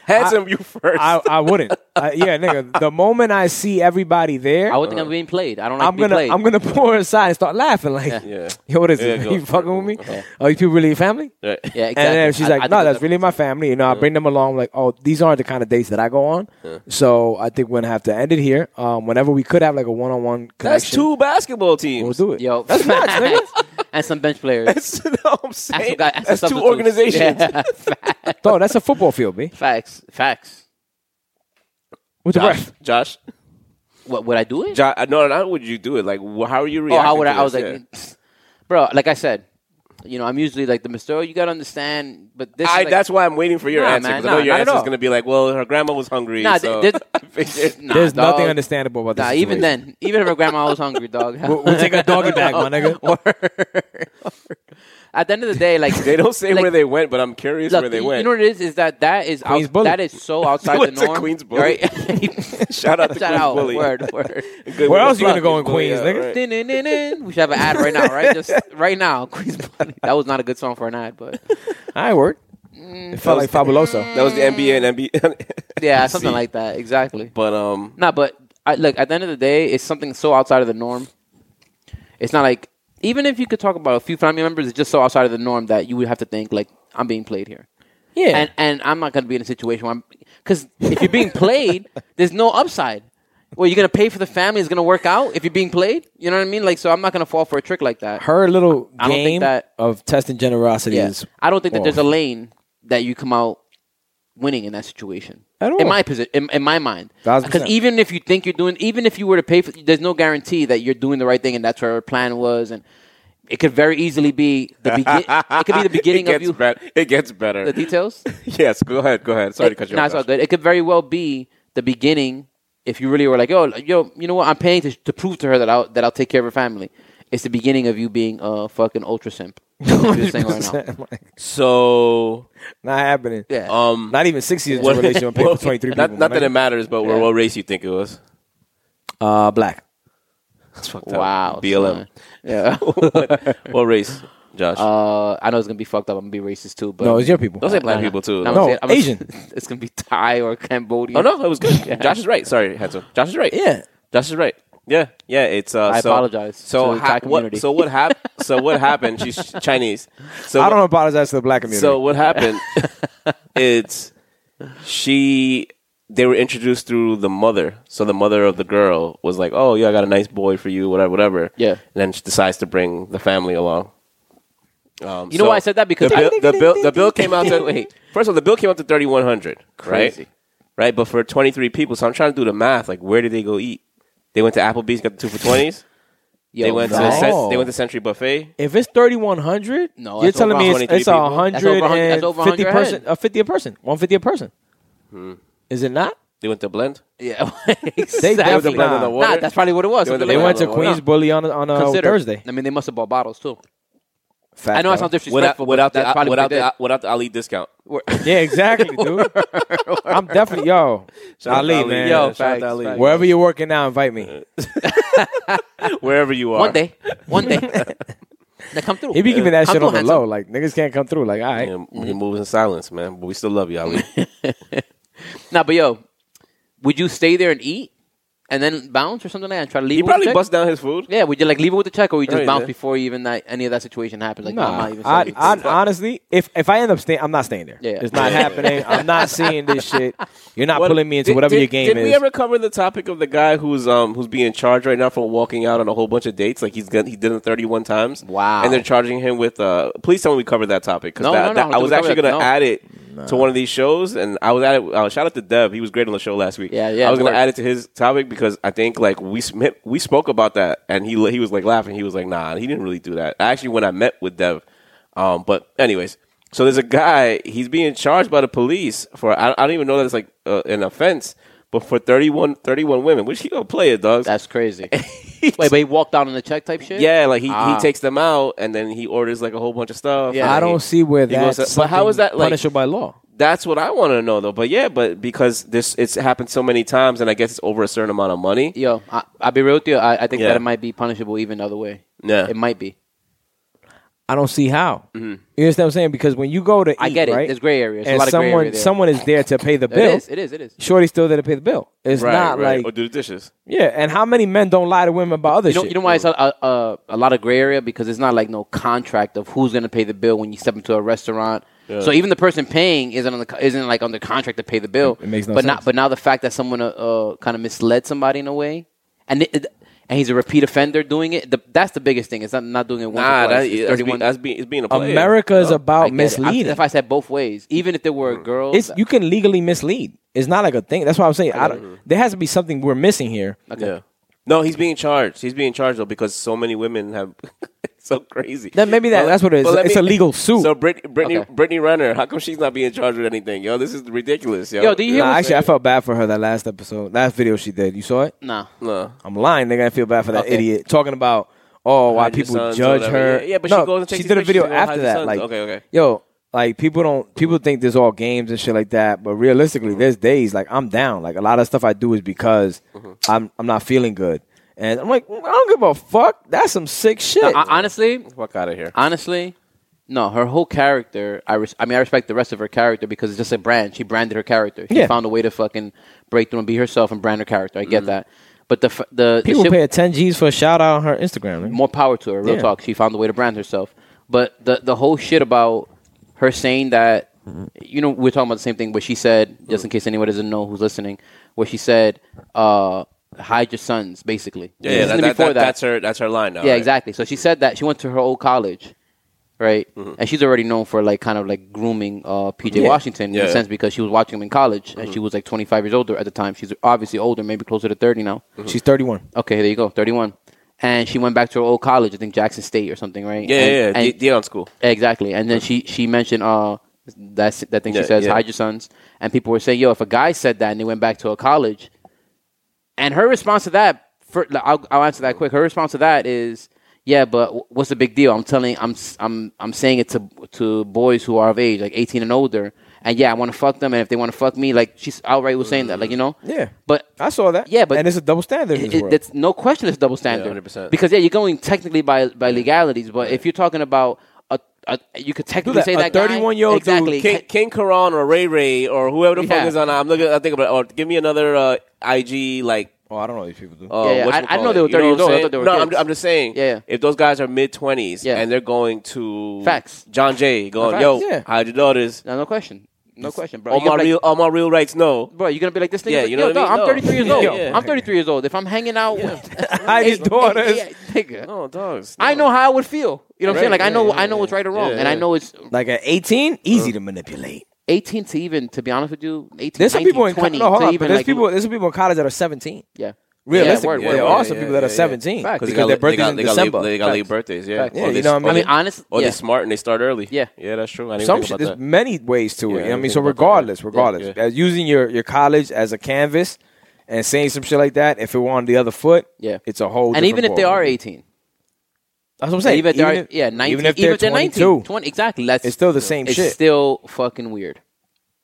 B: handsome? you first.
A: I, I wouldn't. Uh, yeah, nigga. The moment I see everybody there,
C: I would think I'm being played. I don't like
A: I'm
C: to be
A: gonna
C: played.
A: I'm gonna pour aside and start laughing. Like,
B: Yeah.
A: yo, what is
B: Yeah,
A: it?
B: go
A: you
B: for
A: fucking
B: it.
A: with me? Are you people really your family?
B: Right.
C: yeah, exactly.
A: And then she's
C: I-
A: like,
C: I think
A: no,
C: it's
A: that's
C: a-
A: really my family. You know, I bring them along. Like, oh, these aren't the kind of dates that I go on. So I think we're gonna have to end it here. Um, whenever we could have like a one on one
B: That's
A: connection,
B: two basketball
A: we'll
B: teams.
A: do it.
C: yo,
A: that's nuts, nigga.
C: and some bench players.
B: That's what I'm
C: And
B: saying.
C: some guy- and some
B: That's two
C: substitutes.
B: organizations.
C: Yeah,
A: Dog, that's a football field, b.
C: facts, facts.
A: With the
B: Josh,
A: ref.
B: Josh,
C: What would I do it?
B: Josh, no, no, how would you do it? Like, wh- how are you
C: Oh,
B: reacting?
C: how would I?
B: to
C: I was
B: this?
C: like, bro, like I said, you know, I'm usually like the Mysterio. You gotta understand, but this.
B: Yeah.
C: is
B: I,
C: like,
B: that's why I'm waiting for your
C: Nah,
B: answer.
C: man,
B: 'cause
C: nah,
B: I know your
C: not at
B: answer is
C: all.
B: going to be like, well, her grandma was hungry.
C: nah,
B: so
C: th-
B: I figured-
C: this, nah,
A: There's nothing
C: dog.
A: understandable about this.
C: Nah, even
A: situation.
C: then, even if her grandma was hungry, dog.
A: We'll, we'll take a doggy bag, my nigga.
C: At the end of the day, like
B: they don't say
C: like,
B: where they went, but I'm curious
C: look,
B: where they
C: you,
B: went.
C: You know what it is? Is that that is
A: Queens
C: out,
A: Bully.
C: that is so outside the
B: Went to
C: norm.
B: Queens Bully.
C: Right?
B: Shout out to
C: Shout
B: Queens
C: out.
B: Bully.
C: Word, word.
B: Good
A: Where
B: with
A: else
B: the
A: you gonna
B: plug,
A: go in
B: Queens
A: Queens,
B: Bully, yeah,
A: nigga?
B: right.
C: Din-din-din-din. We should have an ad right now, right? Just right now, Queens Bully. That was not a good song for an ad, but
A: I worked.
C: Mm,
A: It felt like fabuloso.
B: That was the NBA and NBA.
C: yeah, something
B: See.
C: like that. Exactly.
B: But um,
C: Nah, but I, look, at the end of the day, it's something so outside of the norm. It's not like even if you could talk about a few family members, it's just so outside of the norm that you would have to think like I'm being played here.
A: Yeah.
C: and and I'm not going to be in a situation where I'm because if you're being played, there's no upside. Well, you're going to pay for the family. It's going to work out if you're being played. You know what I mean? Like, so I'm not going to fall for a trick like that.
A: her little
C: I don't think
A: game
C: that-
A: of testing generosity
C: Yeah.
A: is.
C: I don't think that
A: off.
C: there's a lane that you come out winning in that situation.
A: At all.
C: In my position, in, in my mind,
A: Thousand percent.
C: because even if you think you're doing, even if you were to pay for, there's no guarantee that you're doing the right thing, and that's where her plan was, and it could very easily be the begin. it could be the beginning
B: it
C: of
B: gets
C: you.
B: bet- it gets better.
C: The details.
B: yes, go ahead, go ahead. Sorry to cut you
C: Nah,
B: off.
C: it's all
B: Josh.
C: good. It could very well be the beginning if you really were like, yo, yo, you know what? I'm paying to, to prove to her that I'll that I'll take care of her family. It's the beginning of you being a fucking ultra simp. Just saying right now.
B: So,
A: Not happening.
C: Yeah.
B: um,
A: Not even six years into a
B: what-
A: relationship. I'm paying for 23 people.
B: Not, not that it matters, but what-
C: Yeah.
B: what race you think it was?
A: Uh, black.
B: That's fucked up.
C: Wow.
B: BLM.
C: son. Yeah.
B: what, what race, Josh?
C: uh, I know it's gonna be fucked up. I'm gonna be racist too, but
A: No, it's your people.
B: Those ain't
C: Nah,
B: black
C: nah.
B: people too.
C: Nah, I'm
A: No,
C: gonna say- I'm gonna-
A: Asian.
C: it's gonna be Thai or Cambodian.
B: oh no, it was good. Josh is right. Sorry, Hansel. Josh is right.
A: Yeah.
B: Josh is right. Yeah, yeah. It's. Uh,
C: I
B: so,
C: apologize
B: So
C: to the Thai
B: what?
C: community.
B: So what happened? so what happened? She's Chinese. So
A: I
B: what-
A: don't apologize to the black community.
B: So what happened? it's she. They were introduced through the mother. So the mother of the girl was like, "Oh yeah, I got a nice boy for you, whatever, whatever."
C: Yeah.
B: And then she decides to bring the family along. Um,
C: You know why I said that? Because-
B: the bill, the bill, the bill came out. To,
C: Wait.
B: First of all, the bill came up to thirty one hundred.
C: Crazy.
B: Right? right? But for twenty three people, so I'm trying to do the math. Like, where did they go eat? They went to Applebee's, got the two for twenties.
C: Yo,
B: They went
A: no.
B: to Cen- they went to Century Buffet.
A: If it's thirty one hundred,
C: No,
A: you're
C: that's
A: telling
B: over
A: me it's, it's
B: 123
A: a
B: people.
A: hundred
C: That's over a hun-
A: and
C: that's over a
A: fifty
C: hundred Hmm.
A: person, a fifty a person, one fifty a person. Is it not?
B: They went to Blend.
C: Yeah,
A: They
C: exactly.
A: went to
B: Blend on the
C: Nah,
B: water.
C: that's probably what it was.
B: They went to
A: They
B: Yeah,
A: went to
B: well,
A: Queens
B: no.
A: Bully on on uh,
C: Consider-
A: Thursday.
C: I mean, they must have bought bottles too.
A: Fact,
C: I know I
A: though.
C: sound
B: Without
C: disrespectful,
B: without
C: but that's
B: the uh,
C: probably
B: without
C: what they
B: the, without the uh, Ali discount.
C: did.
A: Yeah, exactly, dude. I'm definitely yo.
B: out to
A: Ali,
B: Ali.
A: man.
B: Yo,
A: Yo,
B: shout out to Ali.
C: facts.
A: wherever you're working now, invite
B: Uh,
A: me.
B: Wherever you are.
C: one day, one day, now come through.
A: He be giving that
C: Come
A: shit
C: through,
A: on the
C: handsome.
A: low. Like niggas can't come through. Like all right,
B: Yeah, we move in silence, man. But we still love you, Ali.
C: Nah, but yo, would you stay there and eat and then bounce or something like that and try to leave?
B: he
C: it with a
B: probably
C: check?
B: bust down his food.
C: Yeah, would you like leave it with the check or would you just
B: Right,
C: bounce
B: yeah.
C: before even that any of that situation happens? Like, no, I'm
A: Nah,
C: not even
A: I,
C: saying
A: I
C: anything.
A: honestly, if if I end up staying, I'm not staying there.
C: Yeah.
A: It's not
B: Yeah.
A: happening. I'm not seeing this shit. You're not
B: What-
A: pulling me into
B: did-
A: whatever
B: did-
A: your game
B: Did
A: is.
B: we ever cover the topic of the guy who's um who's being charged right now for walking out on a whole bunch of dates? Like he's got, he did it 31 times.
C: Wow.
B: And they're charging him with. Uh, please tell me we covered that topic because
C: No, no, no, I don't
B: I
C: think
B: was
C: we
B: actually
C: covered
B: going
C: that.
B: to
C: No.
B: add it to one of these shows, and I was at it. Uh, shout out to Dev, he was great on the show last week.
C: Yeah, yeah,
B: I was going
C: word.
B: to add it to his topic because I think like we sm- we spoke about that, and he he was like laughing. He was like, "Nah, he didn't really do that." Actually, when I met with Dev, um, but anyways. So there's a guy. He's being charged by the police for I, I don't even know that it's like uh, an offense, but for 31, 31 women, which he gonna play it, dogs.
C: That's crazy. Wait, but he walked out on the check type shit?
B: yeah, like he,
C: Ah.
B: he takes them out and then he orders like a whole bunch of stuff.
C: Yeah.
B: and
A: I
B: he-
A: don't see where
B: he goes
A: that's
B: to- but how is
A: something
B: that, like-
A: punishable by law?
B: That's what I want to know though. But yeah, but because this it's happened so many times, and I guess it's over a certain amount of money.
C: Yo, I, I'll be real with you. I, I think
B: Yeah.
C: that it might be punishable even the other way.
B: Yeah.
C: It might be.
A: I don't see how.
B: Mm-hmm.
A: You understand what I'm saying? Because when you go to eat,
C: I get it.
A: right?
C: There's gray areas.
A: and
C: There's a lot of gray
A: someone
C: area there.
A: someone is there to pay the
C: it
A: bill.
C: is. It is. It is.
A: Shorty still there to pay the bill. It's
B: right,
A: not
B: right.
A: like
B: or do the dishes.
A: yeah. And how many men don't lie to women about other
C: You know,
A: shit?
C: you know why it's a, a, a, a lot of gray area because it's not like no contract of who's going to pay the bill when you step into a restaurant. So even the person paying isn't on the, co- isn't like under contract to pay the bill.
A: It makes no
C: but
A: sense.
C: Not, but now the fact that someone uh, uh, kind of misled somebody in a way, and it, it- and he's a repeat offender doing it. The, that's the biggest thing. It's not not doing it once.
B: Nah,
C: or
B: that,
C: twice. It's
B: that's, being, that's being it's being a player.
A: America is
B: No?
C: I
A: about
C: get it. I-
A: misleading. Mm.
C: If I said both ways, even if there were a girl,
A: it's you can legally mislead. It's not like a thing. That's why I'm saying I
B: Mm-hmm.
A: don't, there has to be something we're missing here.
B: Yeah. No, he's being charged. He's being charged though because so many women have. it's so crazy.
A: Then maybe that-
B: But-
A: that's what it is.
B: but let
A: It's a legal suit.
B: So Brit- Brittany
C: Okay.
B: Brittany Renner, how come she's not being charged with anything? Yo, this is ridiculous. Yo,
C: Yo, do you hear
A: Nah,
C: what's-
A: actually, I felt bad for her that last episode, last video she did. You saw it?
C: nah.
B: No.
A: I'm lying. They're gonna feel bad for that
C: Okay.
A: idiot talking about oh why
B: Hide your
A: people
B: sons or
A: judge
B: whatever.
A: her.
B: Yeah, yeah, but she
A: no,
B: goes and takes
A: she
B: these
A: did a video
B: pictures, she goes,
A: after
B: "Hide your
A: that.
B: sons."
A: Like
B: Okay, okay.
A: Yo, like people don't people think this all games and shit like that, but realistically,
B: Mm-hmm.
A: there's days like I'm down. Like a lot of stuff I do is because
B: Mm-hmm.
A: I'm I'm not feeling good, and I'm like I don't give a fuck. That's some sick shit.
C: I, honestly,
B: Fuck out of here.
C: Honestly, no. Her whole character, I, res- I mean, I respect the rest of her character because it's just a brand. She branded her character. She
A: Yeah.
C: found a way to fucking break through and be herself and brand her character. I
B: Mm-hmm.
C: get that. But the f- the, the
A: people
C: shit-
A: pay 10 G's for a shout out on her Instagram. man.
C: more power to her. Real
A: Yeah.
C: talk, she found a way to brand herself. But the the whole shit about her saying that,
A: Mm-hmm.
C: you know, we're talking about the same thing. Where she said, just in case anyone doesn't know who's listening, where she said, uh, "Hide your sons," basically.
B: Yeah, yeah
C: This
B: that, that-
C: isn't
B: that- that's her. That's her line now.
C: yeah,
B: right?
C: exactly. So she said that she went to her old college, right? And she's already known for like kind of like grooming uh, PJ
A: Yeah.
C: Washington in
B: Mm-hmm. Yeah. Mm-hmm.
C: a sense because she was watching him in college and she was like 25 years older at the time. She's obviously older, maybe closer to 30 now.
B: Mm.
A: She's 31.
C: Okay, there you go, 31. And she went back to her old college, I think Jackson State or something, right?
B: Yeah,
C: And-
B: yeah, yeah.
C: and-
B: D- Deion School.
C: Exactly. And then she she mentioned uh that that thing
B: Yeah,
C: she says
B: yeah.
C: hide your sons, and people were saying, "Yo, if a guy said that and they went back to a college," and her response to that, for, like, I'll, I'll answer that quick. Her response to that is, "Yeah, but wh- what's the big deal? I'm telling, I'm s- I'm I'm saying it to to boys who are of age, like 18 and older." And yeah, I want to fuck them, and if they want to fuck me, like she's outright was saying that, like you know,
A: Yeah.
C: But
A: I saw that.
C: Yeah, but-
A: and it's a double standard. in
C: it-
A: this
C: it-
A: world.
C: that's no question. It's double standard.
B: 100%.
C: Because yeah, you're going technically by by legalities, but if you're talking about a, a you could technically
A: that.
C: say
A: A
C: that
A: 31-year-old dude
C: exactly.
B: King, King Karan or Ray Ray or whoever the
C: Yeah.
B: fuck is on. I'm looking. I think about. Or give me another uh, IG like.
A: oh, I don't know what these people do.
B: Uh,
C: Yeah, yeah.
B: whatchamacallit.
C: I- I didn't know they were
B: You what I'm
C: 30 years old. I
B: saying?
C: thought they were
B: no, I'm,
C: kids.
B: I'm just saying.
C: Yeah, yeah.
B: If those guys are mid twenties
C: Yeah.
B: and they're going to
C: Facts.
B: John Jay going,
C: Facts.
B: yo,
A: Yeah.
B: hide your daughters.
C: no, no question, no question, bro.
B: all
C: You're gonna
B: my
C: be like,
B: real, all my real rights. No,
C: bro, you're gonna be like this nigga.
B: Yeah,
C: like,
B: you know
C: yo,
B: what I
C: dog,
B: mean?
C: I'm
B: No.
C: 33 years old.
B: Yeah.
C: I'm 33 years old. If I'm hanging out with
A: Hide his daughters.
C: yeah, nigga,
B: no, dogs.
C: I know how I would feel. You know what I'm
B: Right,
C: saying? Like I
B: yeah,
C: know,
B: yeah,
C: I know
B: yeah.
C: what's right or wrong,
B: Yeah,
C: and I
B: yeah.
C: know it's
A: Like at 18, easy to manipulate.
C: 18 to even, to be honest with you, 18,
A: There's some people in
C: 19, 20
A: no, hold
C: to
A: on, but
C: even
A: there's
C: like,
A: people there's some people in college that are 17.
C: yeah.
A: Realistically,
C: word,
A: there
C: word,
A: are
C: word.
A: also people that are 17
C: Fact.
A: because
B: They got
A: their
B: late- they
A: birthdays
B: got-
A: in
B: they got late-
A: December.
B: They got late
A: Facts.
B: birthdays, yeah.
C: Facts.
A: Yeah,
B: Or
A: you
B: they-
A: know what I
B: or
C: I
B: they-
C: mean, honest.
B: Or
C: yeah.
B: they're smart and they start early.
C: Yeah.
B: yeah, that's true. I didn't
A: Some
B: think
A: shit,
B: about
A: there's
B: that.
A: many ways to
B: Yeah,
A: it.
B: I
A: I
B: didn't
A: mean,
B: think
A: so
B: about that.
A: regardless,
B: Yeah,
A: regardless,
B: yeah.
A: as using your your college as a canvas and saying some shit like that, if it were on the other foot,
C: Yeah.
A: it's a whole.
C: And even
A: different
C: if they are
A: ballgame.
C: 18.
A: that's what I'm saying.
C: even if they are,
A: Even if-
C: yeah, 19.
A: even if they're, 22,
C: 19, 20, exactly. That's,
A: it's still the same
C: it's
A: shit.
C: still fucking weird.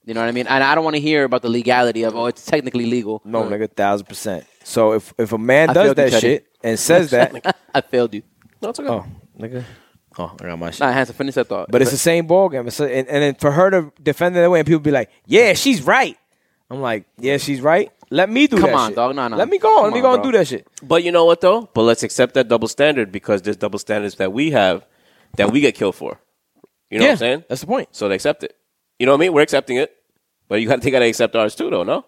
C: You know what I mean? And I don't want to hear about the legality of, oh, it's technically legal.
A: No, nigga, thousand percent. So if if a man
C: I
A: does
C: failed you,
A: that
C: Teddy.
A: shit and says that,
C: I failed you.
B: No, it's okay.
A: oh, nigga, oh, I got my shit.
C: Nah, Hanson, finish that thought.
A: But it's the same ball game. It's a, and, and then for her to defend it that way, and people be like, "Yeah, she's right." I'm like, "Yeah, she's right." Let me do
C: Come
A: that
C: on,
A: shit.
C: dog. No, no.
A: Let me go.
C: Come
A: Let me
C: on,
A: go and
C: bro.
A: do that shit.
B: But you know what though? But let's accept that double standard because there's double standards that we have that we get killed for. You know
A: yeah,
B: what I'm saying?
A: that's the point.
B: So they accept it. You know what I mean? We're accepting it, but you got to gotta accept ours too, though. No,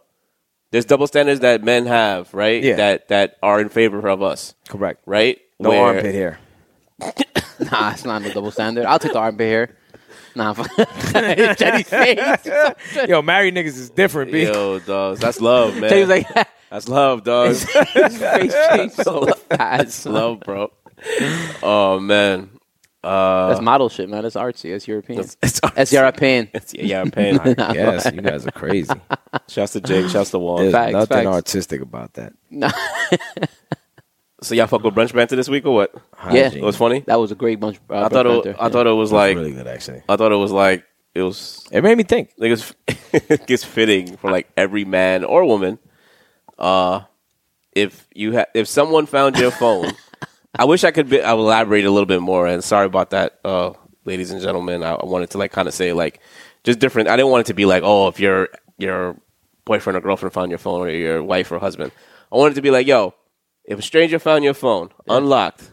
B: there's double standards that men have, right?
A: Yeah.
B: That that are in favor of us,
A: Correct.
B: right?
A: No
B: Where-
A: armpit hair.
C: nah, it's not no double standard. I'll take the armpit here. Nah, fuck. Jenny's face.
A: Yo, married niggas is different, B.
B: Yo, dogs, that's love, man.
C: Jenny was like,
B: that's love, dogs.
C: his face changed so
B: that's
A: Uh,
C: fast.
B: love, bro. Oh man, uh,
C: That's model shit, man. That's artsy. That's European. That's,
B: it's,
C: European.
B: it's- yeah, I'm paying.
A: Yes, you guys are crazy.
B: Shouts to Jake. Shouts to Wong.
A: There's
C: Facts,
A: nothing
C: facts.
A: artistic about that.
B: So y'all fuck with brunch banter this week or what? It
A: Hygiene.
B: was funny.
C: That was a great bunch. Uh,
B: I thought it, I thought it was
A: That's
B: like
A: really good actually.
B: I thought it was like it was
A: It made me think.
B: like it's, it's fitting for like every man or woman. Uh, if you ha- if someone found your phone, I wish I could be- I would elaborate a little bit more. And sorry about that, uh, ladies and gentlemen. I, I wanted to like kind of say like just different. I didn't want it to be like oh if your your boyfriend or girlfriend found your phone or your wife or husband. I wanted to be like yo, if a stranger found your phone unlocked,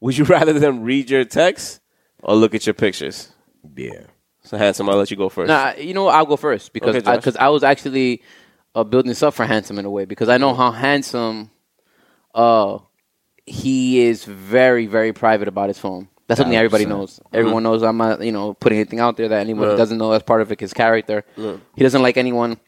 B: would you rather them read your text or look at your pictures?
A: Yeah.
B: So handsome, I'll let you go first.
C: Nah, you know what? I'll go first because
B: Okay,
C: I,
B: Josh.
C: cause I was actually uh, building this up for handsome in a way because I know how handsome uh, he is. Very very private about his phone. That's something everybody
A: 100%.
C: knows. Everyone knows I'm not you know putting anything out there that anyone
B: Mm-hmm. Yeah.
C: doesn't know. That's part of like, his character. He doesn't like anyone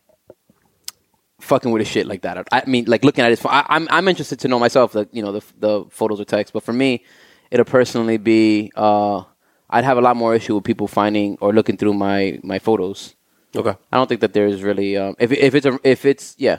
C: fucking with his shit like that. I mean, like looking at his phone. I, I'm I'm interested to know myself that you know the the photos or text, but for me, it'll personally be uh, I'd have a lot more issue with people finding or looking through my my photos.
B: Okay.
C: I don't think that there's really um, if if it's a, if it's yeah,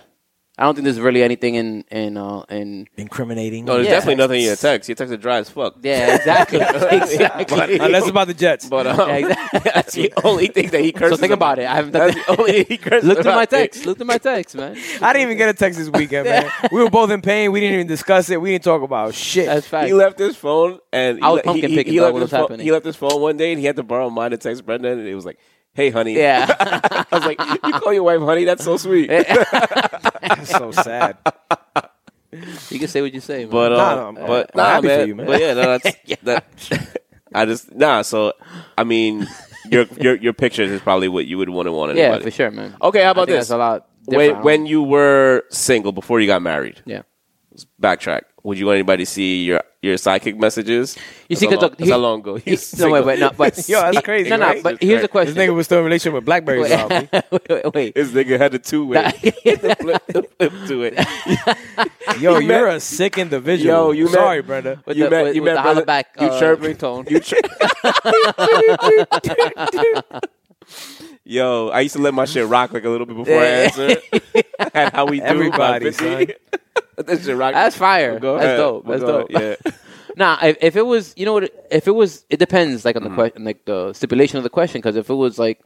C: I don't think there's really anything in in uh, in
A: Incriminating.
B: No, Oh, there's
C: Yeah.
B: definitely nothing in your text. Your text is dry as fuck.
C: yeah exactly exactly.
A: Unless it's about the Jets.
B: But um,
C: Yeah, exactly.
B: that's the only thing that he curses.
C: so think about it. I haven't done
B: That's
C: that.
B: the only he curses.
C: Look through
B: about.
C: my text. Look through my text, man.
A: I didn't even get a text this weekend, man. We were both in pain. We didn't even discuss it. We didn't talk about shit.
C: That's fact.
B: He left his phone and he
C: I was
B: le- he-
C: pumpkin
B: he,
C: picking,
B: He
C: dog,
B: left,
C: what
B: his
C: was
B: phone,
C: happening.
B: he left his phone one day and he had to borrow mine to text Brenda and it was like, "Hey, honey."
C: Yeah.
B: I was like, "You call your wife, honey? That's so sweet."
A: That's so sad.
C: you can say what you say, man.
B: But
A: Nah,
B: uh,
A: nah, I'm-
B: but
A: I'm
B: nah,
A: happy for
B: man,
A: you, man.
B: But yeah, no, that's, that. I just nah. So I mean, your your your pictures is probably what you would want to want
C: yeah,
B: anybody.
C: for sure, man.
B: Okay, Oh, how
C: I
B: about
C: think
B: this?
C: That's a lot.
B: when
C: different.
B: when you were single before you got married,
C: yeah.
B: backtrack. Would you want anybody to see your your sidekick messages?
C: You
B: That's
C: see,
B: how
C: 'cause
B: long-
C: look,
B: that's
C: he-
B: how long ago.
C: He- no, wait, wait, no, but
A: Yo, that's crazy,
C: No, no,
A: right?
C: but here's the
A: This
C: question.
A: nigga was still in a relationship with Blackberries.
C: Wait.
A: Wait.
C: wait, wait.
B: This nigga had a two way
C: That-
B: flip, flip to it.
A: Yo,
B: You
A: you're
B: met-
A: a sick individual.
B: Yo, you met-
A: sorry, Brenda.
C: with
B: you
C: the,
B: met-
C: with,
B: you met
C: with the holla
B: brother-
C: back,
B: you
C: uh,
B: chirp-
C: ringtone.
B: You tri- Yo, I used to let my shit rock like a little bit before I answer. and how we do by
A: Everybody,
B: 50. That shit rock.
C: That's fire.
B: Go
C: That's
B: ahead.
C: dope.
B: Go
C: That's
B: ahead.
C: dope. Nah, if, if it was, you know what? If it was, it depends, like on the
B: Mm-hmm.
C: question, like the stipulation of the question. Because if it was like,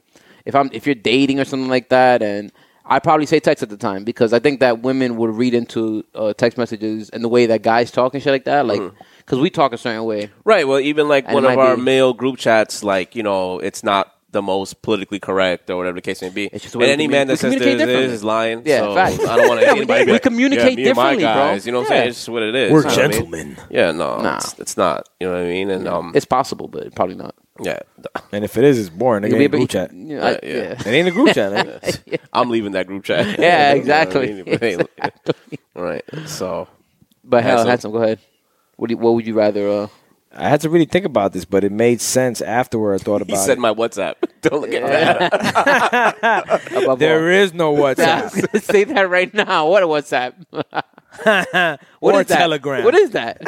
C: if I'm, if you're dating or something like that, and I probably say text at the time because I think that women would read into uh, text messages and the way that guys talk and shit like that,
B: Mm.
C: like because we talk a certain way.
B: Right. Well, even like
C: And
B: one
C: it
B: of
C: might
B: our
C: be-
B: male group chats, like you know, it's not the most politically correct or whatever the case may be.
C: It's just the
B: and
C: way we
B: any
C: commu-
B: man
C: we
B: that says
C: communicate
B: this is
C: differently.
B: is lying.
C: Yeah,
B: so
C: facts.
B: I don't want to
C: Yeah,
B: anybody.
C: we-
B: to be
C: we
B: like,
C: communicate
B: yeah, me and my
C: differently, bro.
B: guys, You know what I'm saying?
C: Yeah.
B: It's just what it is.
A: We're
B: you know what I mean?
A: gentlemen.
B: Yeah, no,
C: Nah.
B: it's, it's not. You know what I mean? And um,
C: It's possible, but probably not.
B: yeah,
A: And if it is, it's boring. Nigga,
C: You'll
A: ain't a
C: be able-
A: group chat.
C: you know, I-
B: Yeah, yeah.
A: It ain't a group chat. nigga.
B: I'm leaving that group chat.
C: Yeah,
B: You know what I
C: exactly.
B: mean? But hey, Right. So
C: But hell,
B: Handsome.
C: handsome, go ahead. What do you, what would you rather? Uh,
A: I had to really think about this, but it made sense afterward. I thought
B: He
A: about
B: said
A: it.
B: my WhatsApp. Don't look at that.
C: Above
A: there is no WhatsApp
C: all. Say that right now. What a WhatsApp. What
A: or
C: is that?
A: Telegram.
C: What is that?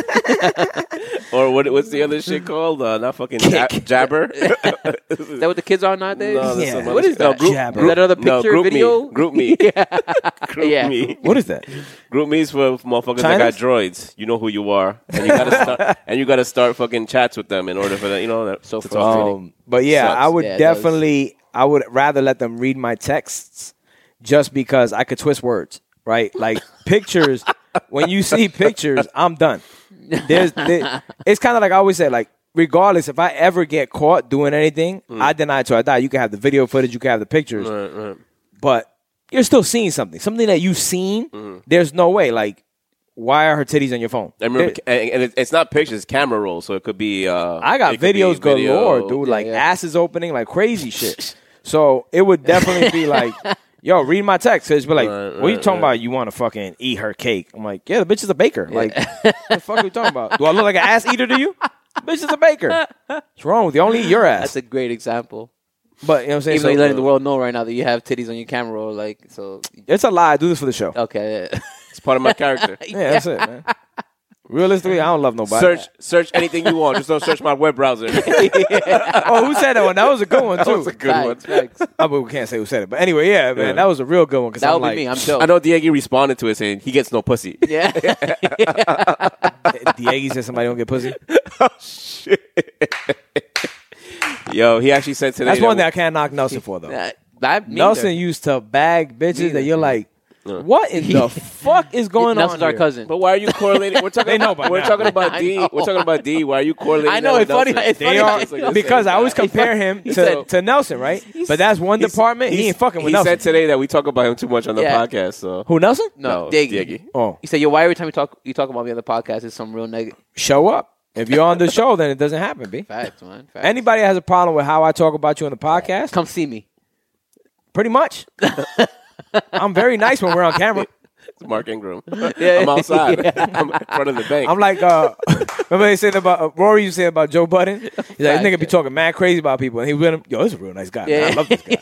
B: or what, what's the other shit called? Uh, not fucking jab- jabber.
C: Is that what the kids are nowadays?
B: No, that's
A: Yeah.
B: some other
A: What
C: is
B: shit.
C: that?
B: No, group,
A: Jabber.
B: group-
C: Is that another
B: no,
C: picture,
B: group
C: video?
B: Me. Group me. group
C: Yeah.
B: me.
A: what is that?
B: Group me's for motherfuckers that got
A: China's?
B: droids. You know who you are, and you gotta start, and you gotta start fucking chats with them in order for that. You know, that,
C: So
B: to
C: frustrating.
B: talk to them.
A: Um, but yeah,
B: Sucks.
A: I would
C: Yeah, it does.
A: definitely, I would rather let them read my texts just because I could twist words, right? Like pictures, when you see pictures, I'm done. There's, there, it's kind of like I always say, like, regardless, if I ever get caught doing anything,
B: Mm.
A: I deny it till I die. You can have the video footage, you can have the pictures, but you're still seeing something, something that you've seen. There's no way, like, why are her titties on your phone?
B: Mm. I remember,
A: There-
B: and, and it- it's not pictures, camera rolls, so it could be. Uh,
A: I got
B: it could be
A: videos galore,
B: video.
A: dude. Like
C: yeah.
A: asses opening, like crazy shit. So it would definitely be like, yo, read my text. Cause be like,
B: Right,
A: what are you
B: right,
A: talking about? You want to fucking eat her cake? I'm like, yeah, the bitch is a baker. Like, what the fuck are you talking about? Do I look like an ass eater to you? bitch is a baker. What's wrong with you? Only eat your ass.
C: That's a great example.
A: but you know what I'm saying?
C: Even though
A: So,
C: you're letting the world know right now that you have titties on your camera roll, like so.
A: it's a lie. I do this for the show.
C: Okay.
B: It's part of my character.
A: Yeah, that's it, man. Realistically, I don't love nobody.
B: search, search anything you want. Just don't search my web browser.
A: Oh, who said that one? That was a good one too.
B: that was a good one.
C: Facts, facts.
A: Oh, but we can't say who said it. But anyway, yeah, man, that was a real good one. Cause
C: That
A: I'm
C: would
A: like,
C: be me. I'm chill.
B: I know Diego responded to it saying he gets no pussy.
C: Yeah.
A: Diego said somebody don't get pussy.
B: Yo, he actually said today.
A: That's one thing I
B: that
A: can't knock Nelson for though.
C: that me
A: Nelson
C: either.
A: used to bag bitches that you're like, what in the fuck is going on?
C: Nelson's our
A: here?
C: cousin.
B: But why are you correlating? We're talking.
A: They know by
B: about, we're
A: now.
B: talking about
C: I
B: D.
C: know.
B: We're talking about D. Why are you correlating?
C: I know,
B: that
C: it's
B: with
C: funny-
B: Nelson?
C: it's funny
A: They
C: how
A: are
C: it's like
B: the
A: because
B: same
A: I always
B: guy.
A: compare him to,
C: said-
A: to Nelson, right? But that's one
B: He's-
A: department he
B: he's-
A: ain't fucking with
B: He
A: Nelson.
B: said today that we talk about him too much on the
C: Yeah.
B: podcast. So
A: Who Nelson?
C: no,
B: No,
C: Diggy.
B: Diggy.
A: Oh,
C: You say, yo, why every time you talk you talk about me on the podcast it's some real negative
A: show up. If you're on the show, then it doesn't happen, b.
C: facts, man. Facts.
A: Anybody has a problem with how I talk about you on the podcast?
C: come see me.
A: Pretty much. I'm very nice when we're on camera.
B: It's Mark Ingram. I'm outside. I'm in front of the bank.
A: I'm like, uh, remember they said about uh, Rory? You said about Joe Budden. He's like, this
C: Facts,
A: nigga
C: yeah.
A: be talking mad crazy about people, and he with him. Yo, this is a real nice guy. man. I
C: Yeah.
A: love this guy.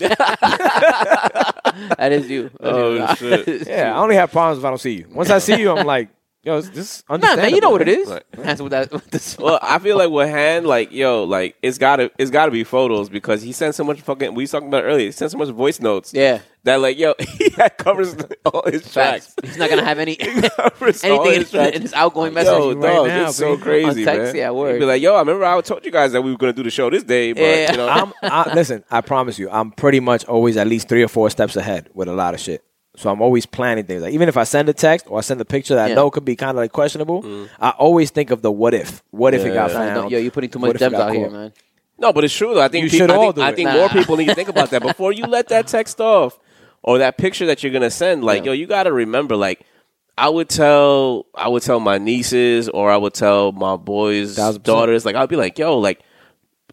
C: That is you. That
B: Oh,
C: is you.
B: shit.
C: It's
A: Yeah,
C: you.
A: I only have problems if I don't see you. Once I see you, I'm like, yo, this is
C: Nah, man, you know what it is.
B: Right.
C: That's what that. What this
B: well, I feel like with Han, like yo, like it's gotta, it's gotta be photos because he sent so much fucking. We was talking about it earlier. He sent so much voice notes.
C: Yeah.
B: That like yo, he had covers all his tracks.
C: facts. He's not gonna have any
B: Covers all
C: anything
B: his tracks.
C: in, in his outgoing message.
B: Yo,
A: right
B: dog,
A: now,
B: it's so
A: baby.
B: crazy,
C: On text,
B: man.
C: yeah, word.
B: He'd be like, yo, I remember I told you guys that we were gonna do the show this day, but
C: Yeah.
B: you know,
A: I'm, I, listen, I promise you, I'm pretty much always at least three or four steps ahead with a lot of shit. So I'm always planning things. Like even if I send a text or I send a picture that
C: Yeah.
A: I know could be kind of like questionable, I always think of the what if. What if it got
C: Nah,
A: found?
C: don't- yo, you're putting too
A: What
C: much
A: if it
C: gems
A: got
C: out here,
A: caught?
C: man.
B: No, but it's true though. I think
A: You
B: people,
A: should
B: I think,
A: all do
B: I
A: it.
B: think
C: Nah.
B: more people need to think about that before you let that text off or that picture that you're gonna send. Like,
C: Yeah.
B: yo, you gotta remember. Like, I would tell, I would tell my nieces or I would tell my boys'
A: Thousand percent.
B: daughters. Like, I'd be like, yo, like,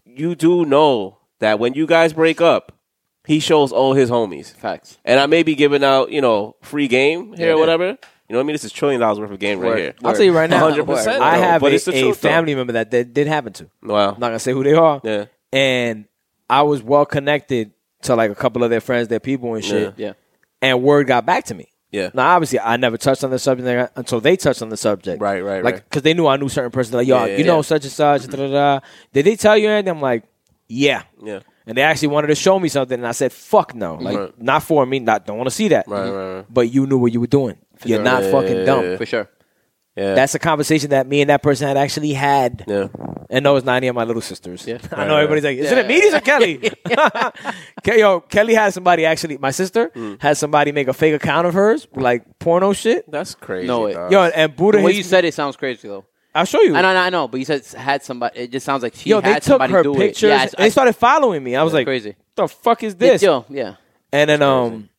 B: you do know that when you guys break up, he shows all his homies,
C: Facts.
B: and I may be giving out, you know, free game here
C: Yeah.
B: or whatever. You know what I mean? This is trillion dollars worth of game right
C: Word.
B: here.
A: I'll tell you right now,
B: 100%,
A: I
B: though,
A: have
B: but
A: a,
B: it's the
A: a
B: truth, though.
A: family member that that did happen to.
B: Wow.
A: I'm not gonna say who they are.
B: Yeah.
A: And I was well connected to like a couple of their friends, their people and shit.
C: Yeah.
A: And word got back to me.
B: Yeah.
A: Now, obviously, I never touched on the subject until they touched on the subject.
B: Right, right,
A: Like,
B: right.
A: because they knew I knew certain person. Like, yo,
B: Yeah,
A: you know
B: yeah.
A: such and such. da, da, da. Did they tell you anything? I'm like, yeah.
B: Yeah.
A: And they actually wanted to show me something, and I said, fuck no. Like,
B: Right.
A: not for me. Not don't want to see that.
C: Mm-hmm.
B: Right, right, right.
A: But you knew what you were doing. You're not
B: Yeah,
A: fucking
B: yeah,
A: dumb.
B: yeah.
C: For sure.
B: Yeah.
A: That's a conversation that me and that person had actually had.
B: yeah.
A: And no, it's not any of my little sisters.
C: Yeah.
A: I know everybody's like, is it
C: Yeah.
A: a meeting or Kelly? Ke- Yo, Kelly had somebody actually, my sister
C: Mm.
A: had somebody make a fake account of hers, like porno shit.
B: That's crazy.
C: No way.
B: dog.
A: Yo, and Buddha,
C: The way
A: his-
C: you said it sounds crazy though.
A: I'll show you.
C: I know, I know, but you said s- had somebody. It just sounds like she
A: Yo, they
C: had
A: took
C: somebody
A: her
C: do
A: pictures.
C: it. Yeah, I-
A: and they started following me. I was like,
C: crazy.
A: The fuck is
C: I-
A: this?
C: Yo, yeah,
A: and then um,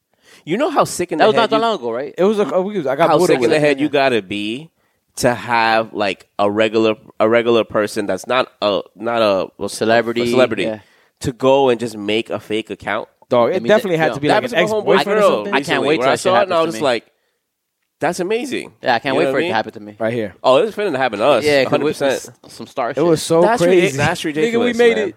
B: You know how sick in the
C: that was
B: head
C: not that
B: you-
C: long ago, right?
A: it was a, oh, we was- I got
B: how
A: Buddha
B: sick in
A: with
B: the
A: it.
B: head you gotta be to have like a regular a regular person that's not a not a well,
C: Celebrity,
B: a celebrity
C: yeah.
B: to go and just make a fake account.
A: Dog, it
C: mean,
A: definitely
C: that-
A: had
C: yo,
A: to be
B: that
A: like
B: was
A: an
B: my
A: ex
B: homeboy
A: boyfriend or
B: girl.
A: something.
C: I can't
B: recently
C: wait
B: where
C: till
B: I
C: that shit
B: saw it. And I
C: happens to
B: was just
C: me.
B: like, That's amazing.
C: Yeah, I can't
B: You
C: wait
B: know
C: for
B: what I
C: it
B: mean?
C: to happen to me.
A: right here.
B: Oh, this is finna happen to us.
C: Yeah,
B: Yeah,
C: 'cause we-
B: 100%.
C: some star shit.
A: It was so
B: That's
A: crazy.
B: ridic- that's
A: Nigga,
B: ridiculous,
A: we made
B: man.
A: it.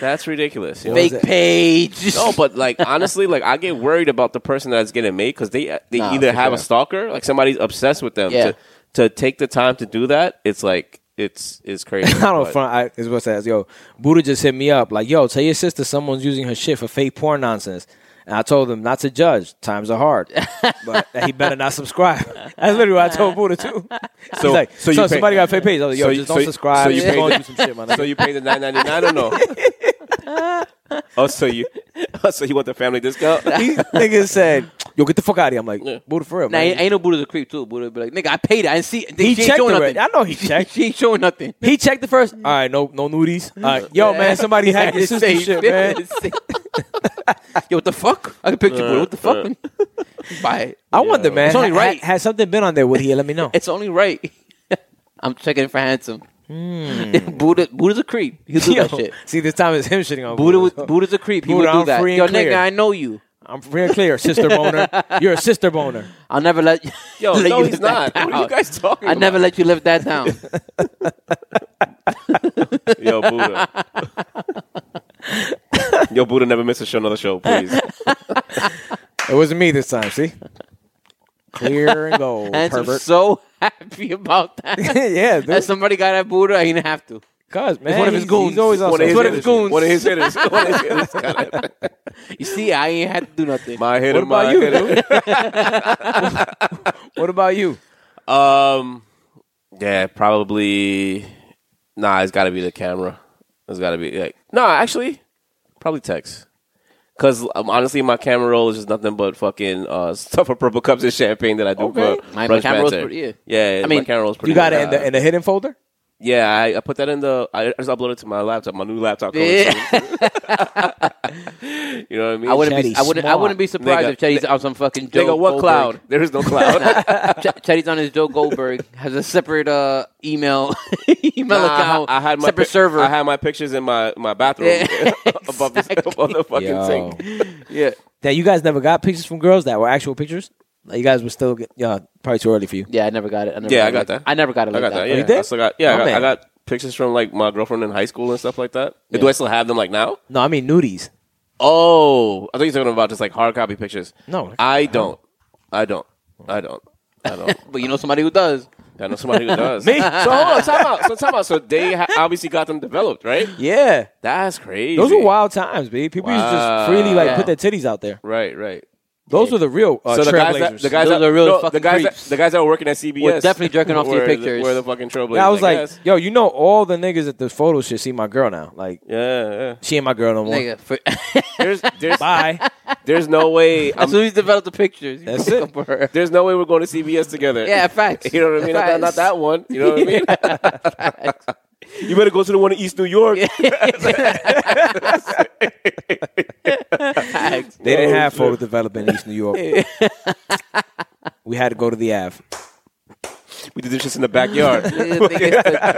B: That's ridiculous. you know?
C: fake
A: it?
C: page.
B: No, but like honestly, like I get worried about the person that's getting made because they they
C: Nah,
B: either
C: for
B: have a
C: sure.
B: stalker, like somebody's obsessed with them.
C: Yeah.
B: To, to take the time to do that, it's like it's it's crazy.
A: I don't
B: But
A: front. I is what says. Yo, Buddha just hit me up like, yo, tell your sister someone's using her shit for fake porn nonsense. And I told him not to judge. Times are hard, but that he better not subscribe. That's literally what I told Buddha too. So,
B: So-
A: He's like,
B: so
A: so,
B: you pay-
A: somebody got a fake page. I was like, yo,
B: so you-
A: just
B: so
A: don't
B: you-
A: subscribe.
B: so you
A: Just
B: pay
A: go
B: the-
A: and do some shit, my nigga.
B: So you pay the nine ninety nine or no? oh, so you oh, so you want the family discount?
A: He- nigga said, yo, get the fuck out of here. I'm like, Buddha for real,
C: Now,
A: man.
C: ain't no Buddha's a creep too. Buddha be like, nigga, I paid it. I didn't see.
A: He
C: she ain't
A: checked
C: showing
A: already.
C: nothing.
A: I know he checked.
C: she ain't showing nothing.
A: He checked the first. All right, no, no nudies. All right, yo,
C: Yeah.
A: man, somebody hacked your
C: It's
A: sister
C: safe.
A: shit, man.
C: It's safe. Yo, what the fuck? I can picture Buddha. What the fuck? Buy it.
A: I wonder, man.
C: It's only
A: ha-
C: right.
A: ha- Has something been on there? Would he let me know?
C: It's only right. I'm checking for handsome.
B: Hmm.
C: Buddha, Buddha's a creep. He'll do that
A: Yo,
C: shit.
A: See, this time it's him shitting on
C: Buddha,
A: Buddha.
C: was, Buddha's a creep. He
A: Buddha,
C: would do
A: I'm
C: that.
A: free and
C: Yo,
A: clear.
C: nigga, I know you.
A: I'm real clear, sister boner. You're a sister boner.
C: I'll never let.
B: Yo,
C: let
B: no,
C: you
B: he's
C: live
B: not.
C: that
B: What are
C: down.
B: you guys talking
C: I
B: about?
C: never let you live that down.
B: Yo, Buddha. Yo, Buddha, never miss a show, another show, please.
A: It wasn't me this time. See, clear and gold,
C: and I'm
A: pervert.
C: so happy about that.
A: yeah,
C: that
A: dude.
C: somebody got that Buddha, I didn't have to.
A: Cause man,
C: one of his
A: he's,
C: goons.
A: he's always on
B: One of his
A: some-
C: It's one of his
B: hitters.
C: goons.
B: One of his hitters. One of his hitters. Got it.
C: You see, I ain't had to do nothing.
B: My hitter,
A: What about
B: my
A: you?
B: hitter.
A: dude? what about you?
B: Um, yeah, probably. Nah, it's got to be the camera. It's got to be like. Nah, actually, probably text. Cause um, honestly, my camera roll is just nothing but fucking uh, stuff for purple cups and champagne that I do
A: Okay.
B: for
C: My- my
B: brunch
C: camera roll's
B: banter.
C: pretty- yeah.
B: yeah. I
C: mean,
B: mean, my camera roll's pretty.
A: You got
B: good.
A: it in the in the hidden folder.
B: yeah, I, I put that in the. I just uploaded it to my laptop, my new laptop.
C: Yeah.
B: you know what I mean?
C: I wouldn't be.
A: Chetty's
C: I wouldn't. I
A: smart.
C: wouldn't be surprised
B: Nigga,
C: if Chetty's on some fucking Joe.
B: Nigga, what cloud?
C: Goldberg.
B: There is no cloud.
C: Ch- Chetty's on his Joe Goldberg has a separate uh, email email
B: Nah, I ha-
C: account.
B: I, had my
C: separate
B: pic-
C: server.
B: I had my pictures in my my bathroom
C: Yeah,
B: above, the, above the fucking
A: Yo.
B: sink.
C: yeah,
A: That you guys never got pictures from girls that were actual pictures. Like you guys were still, get- yeah, probably too early for you.
C: yeah. I never got it. I never
B: Yeah,
C: got
B: I got
C: it.
B: that.
C: I never got it.
B: I
C: Like
B: got that. Yeah,
A: You did?
B: I still got. Yeah, I
A: Oh,
B: got, I
A: man.
B: got pictures from like my girlfriend in high school and stuff like that. Do I still have them like now?
A: No, I mean nudies.
B: Oh, I thought you were talking about just like hard copy pictures.
A: No.
B: I don't. I don't. I don't. I don't.
C: But you know somebody who does.
B: I know somebody who does.
A: Me?
B: So hold on, time out. So time out. So they ha- obviously got them developed, right?
A: Yeah,
B: That's crazy.
A: those were wild times, baby. People used to just freely like
C: Wow.
A: put their titties out there.
B: Right, right.
A: Those were the real uh,
B: so the guys, that,
A: trailblazers.
B: the guys
C: Those
B: that
C: are really
B: no,
C: fucking
B: the guys, that,
C: creeps.
B: the guys that were working at CBS,
C: Were definitely jerking off to your
B: were the-
C: pictures.
B: Were the fucking trailblazers?
A: I was like,
B: guess.
A: yo, you know, all the niggas at the photo shit see my girl now. Like,
B: yeah, yeah.
A: she ain't my girl no more.
C: Nigga, for,
B: There's, there's,
A: Bye.
B: there's no way.
C: as
B: I'm,
C: soon as you develop the pictures, you
A: That's
C: pick
A: it.
C: up for her.
B: there's no way we're going to CBS together.
C: Yeah, facts.
B: You know what I mean? Not, not that one. You know what I mean? you better go to the one in East New York.
C: Facts.
A: They didn't
B: Oh,
A: have photo development in East New York. we had to go to the Ave.
B: We did this just in the backyard.
C: Nigga, it's the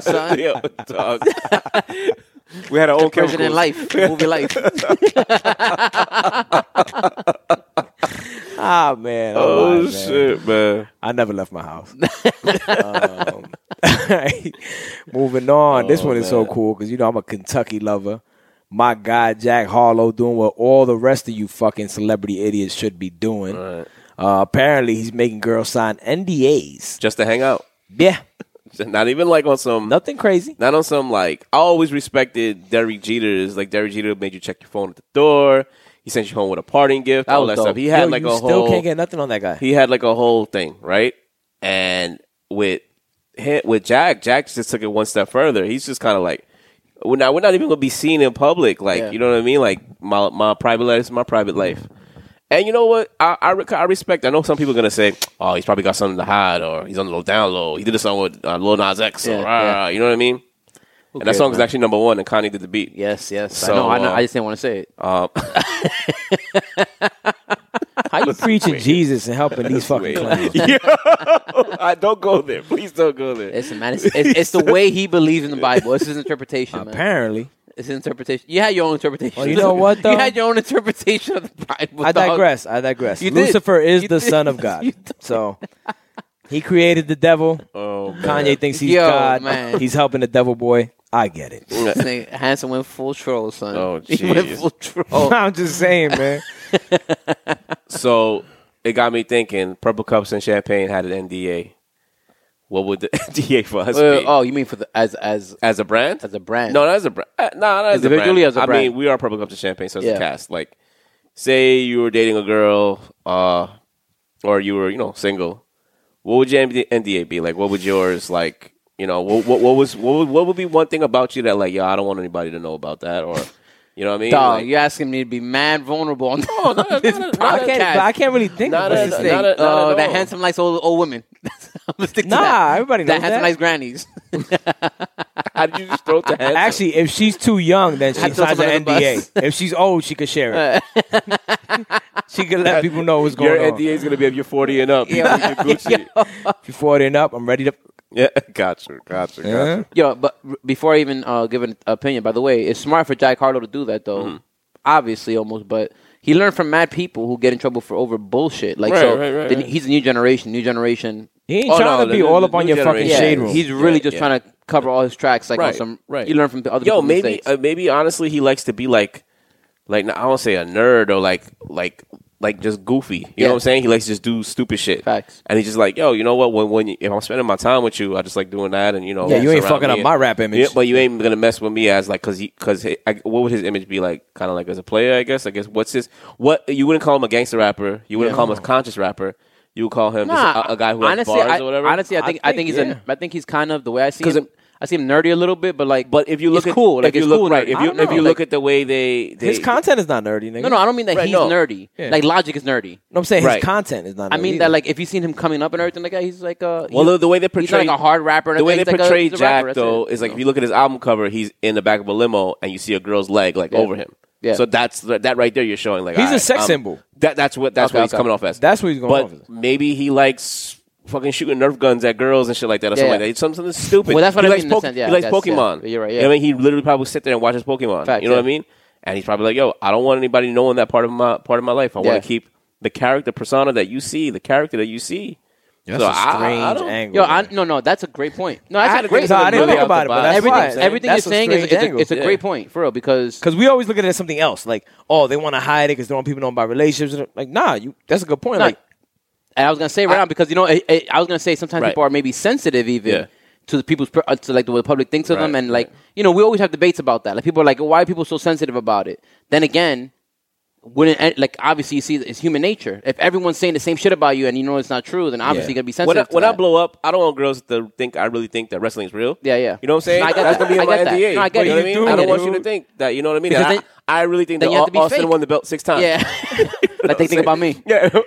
C: son.
B: Yeah, dog. we had our own
C: Prison in
B: chemicals.
C: life, movie life.
A: Ah, man.
B: Oh
A: Oh, shit.
B: shit, man.
A: I never left my house. um, alright. Moving on. this
B: Oh,
A: one is so
B: man.
A: cool because, you know, I'm a Kentucky lover. My guy, Jack Harlow, doing what all the rest of you fucking celebrity idiots should be doing.
B: Right.
A: Uh, apparently, he's making girls sign NDAs.
B: Just to hang out.
A: Yeah.
B: Not even like on some.
A: Nothing crazy.
B: Not on some like I always respected Derek Jeter's. Like Derek Jeter made you check your phone at the door. He sent you home with a parting gift. all
C: was
B: that stuff.
C: dope.
B: He had
A: Yo,
B: like
A: you
B: a
A: still
B: whole.
A: can't get nothing on that guy.
B: he had like a whole thing, right? And with hit with Jack, Jack just took it one step further. He's just kind of like, we're not we're not even gonna be seen in public. Like
C: Yeah.
B: you know what I mean? Like my my private life is my private life. And you know what? I, I rec- I respect. I know some people are gonna say, "Oh, he's probably got something to hide," or "He's on the low down low." He did a song with uh, Lil Nas X,
C: Yeah,
B: or rah,
C: yeah.
B: rah, you know what I mean? and that
C: cares,
B: song is
C: man?
B: actually number one, and Kanye did the beat. Um,
C: Yes, yes.
B: So,
C: I know. I, know
B: uh,
C: I just didn't want to say it.
A: How you preaching Jesus and helping these fucking
B: Wait.
A: clowns?
B: Yo, I don't go there. Please don't go there.
C: Listen, man, it's, it's, it's the way he believes in the Bible. It's his interpretation, man.
A: Apparently,
C: It's an interpretation. You had your own interpretation.
A: Well, you know what, though?
C: You had your own interpretation of the Bible.
A: I
C: dog.
A: digress. I digress.
C: You did.
A: Lucifer is
C: You
A: the
C: did.
A: son of God.
C: You
A: So he created the devil.
B: Oh, man.
A: Kanye thinks he's
C: Yo,
A: God.
C: man.
A: He's helping the devil boy. I get it.
C: This nigga Hanson went full troll, son.
B: Oh,
C: he went
B: jeez.
C: full troll.
A: I'm just saying, man.
B: So it got me thinking. Purple cups and champagne had an NDA. What would the NDA for us
C: Well,
B: be?
C: oh, you mean for the as as
B: as a brand?
C: as a brand?
B: No, not as a brand. Uh, No, not as
C: Individually
B: a brand.
C: as a
B: I
C: brand.
B: mean, we are Purple Cups and Champagne, so it's
C: Yeah.
B: a cast. Like, say you were dating a girl, uh, or you were, you know, single. What would your MD- NDA be like? What would yours like? You know, what what, what was what would, what would be one thing about you that like, yo, I don't want anybody to know about that, or you know what I mean?
C: dog.
B: Like,
C: you're asking me to be mad vulnerable on, on
B: no, no,
C: this
B: no, no,
C: podcast.
A: I
B: no,
A: can't. I can't really think
B: Not
A: of
B: a-
A: this
C: This
A: thing.
B: not a-
C: thing.
B: not
C: Uh,
B: at
C: that
B: all.
C: handsome likes old, old women. I'm gonna stick to
A: Nah,
C: that.
A: everybody
C: that
A: knows
C: handsome
A: that.
C: likes grannies.
B: How did you just throw the hands?
A: Actually, if she's too young, then she
C: I'd throw
A: signs
C: someone
A: an
C: under the
A: NDA. If she's old, she could share it. she could let people know what's
B: your
A: going on.
B: NDA is gonna be if you're 40 and up. Yeah, Gucci.
A: If you're 40 and up, I'm ready to.
B: yeah, gotcha, gotcha,
A: Yeah.
B: gotcha.
C: Yo, but r- before I even uh, give an opinion, by the way, it's smart for Jack Harlow to do that, though.
B: Mm-hmm.
C: Obviously, almost, but he learned from mad people who get in trouble for over bullshit. Like,
B: Right,
C: so
B: right, right,
C: the-
B: right.
C: he's a new generation. New generation.
A: He ain't
B: Oh,
A: trying
B: no,
A: to
B: the
A: be
B: new-
A: all
B: the
A: up on
B: new
A: your fucking
B: generation.
A: shade room.
C: he's really
B: Yeah,
C: just
B: yeah.
C: trying to cover all his tracks. Like, on
B: Right,
C: some
B: right.
C: he learned from the other.
B: Yo,
C: people's
B: maybe
C: mistakes.
B: uh, maybe honestly, he likes to be like, like I don't say a nerd or like like like just goofy. You
C: Yeah.
B: know what I'm saying? He likes to just do stupid shit.
C: Facts.
B: And he's just like, yo, you know what? When when you, if I'm spending my time with you, I just like doing that, and you know,
A: Yeah, you ain't
B: surround
A: fucking
B: me
A: up
B: and-
A: my rap image.
B: Yeah, but you ain't gonna mess with me as like, cause he, cause he, I, what would his image be like? Kind of like as a player, I guess. I guess what's his? What you wouldn't call him a gangster rapper. You wouldn't
C: Yeah.
B: call him a conscious rapper. You would call him
C: Nah,
B: just a, a guy who has
C: honestly,
B: bars
C: I,
B: or whatever.
C: Honestly, I
A: I
C: think I think,
A: think,
C: he's
A: yeah.
C: a, I think he's kind of the way I see
B: 'Cause
C: him. I see him nerdy a little bit, but like,
B: but if you look
C: it's
B: at
C: cool, like
B: if you
C: it's
B: look
C: cool,
B: right,
C: like,
B: if
C: I
B: you
C: don't
B: if you
C: know,
B: look
C: like-
B: at the way they, they
A: His content is not nerdy, nigga.
C: no, no, I don't mean that
B: Right,
C: he's
B: no.
C: nerdy.
A: Yeah.
C: Like Logic is nerdy.
A: No, I'm saying
B: Right.
A: his content is not.
C: I
A: nerdy
C: mean
A: either.
C: that like if you seen him coming up and everything like that, he's like a
B: Well, the, the way they
C: he's not
B: portray
C: like a hard rapper.
B: the way they
C: he's like a-
B: portray
C: he's a
B: Jack
C: rapper, that's
B: though
C: it,
B: is like
C: you
B: if
C: know.
B: you look at his album cover, he's in the back of a limo and you see a girl's leg like over him.
C: Yeah.
B: So that's the- that right there. You're showing like
A: He's a
B: alright,
A: sex
B: I'm-
A: symbol.
B: That that's what that's
C: Okay,
B: what he's
C: okay.
B: coming off as.
A: That's what he's going off as.
B: but maybe he likes fucking shooting Nerf guns at girls and shit like that or
C: Yeah,
B: something
C: yeah.
B: like that. Something, something stupid.
C: Well, that's what
B: he
C: I
B: likes
C: mean in a sense, yeah,
B: he likes
C: I guess, yeah.
B: Pokemon.
C: You're right,
B: You know
C: yeah.
B: what I mean, he literally probably sit there and watches Pokemon.
C: Facts,
B: you know what I
C: yeah.
B: mean? And he's probably like, "Yo, I don't want anybody knowing that part of my part of my life. I
C: Yeah.
B: want to keep the character persona that you see, the character that you see."
A: that's
B: So
A: a
B: I- I
A: strange
B: don't-
A: angle.
C: Yo, I, no, no, that's a great point. No, that's
A: I
C: a
A: had to
C: great.
A: think so. I didn't
B: movie
A: think
B: out
A: about
B: the
A: it, but
B: box.
A: that's
C: everything,
A: why.
B: Everything's-
C: everything
A: That's
C: you're saying
A: a
C: is
A: strange
C: it's a,
A: angle.
C: it's a
B: Yeah.
C: great point for real because
A: Because we always look at it as something else, like oh, they want to hide it because they don't want people to know about relationships. Like, nah, you. That's a good point.
C: No,
A: Like,
C: and I was gonna say right now because you know it, it, I was gonna say sometimes
B: Right.
C: people are maybe sensitive even
B: Yeah.
C: to the people's per- uh, to like the way the public thinks of them
B: Right,
C: and like you know we always have debates about that like people are like why are people so sensitive about it then again wouldn't eh, like obviously you see that it's human nature if everyone's saying the same shit about you and you know it's not true then obviously
B: Yeah.
C: you're gonna be
B: When I,
C: sensitive to
B: when I
C: that.
B: blow up, I don't want girls to think I really think that wrestling is real.
C: Yeah, yeah.
B: You know what I'm saying?
C: No, I get
B: That's
C: that.
B: gonna be
C: I
B: in my
C: get that.
B: NDA.
C: No, I get
B: you
A: it.
B: know what I mean?
A: You do
B: I don't
A: it,
B: want
A: dude.
B: you to think that. You know what I mean?
C: Because
B: I,
C: then-
B: I really think
C: then
B: that
C: you have
B: Au-
C: to be
B: Austin
C: fake.
B: won the belt six times.
C: yeah like they think
B: saying?
C: about me
B: Yeah.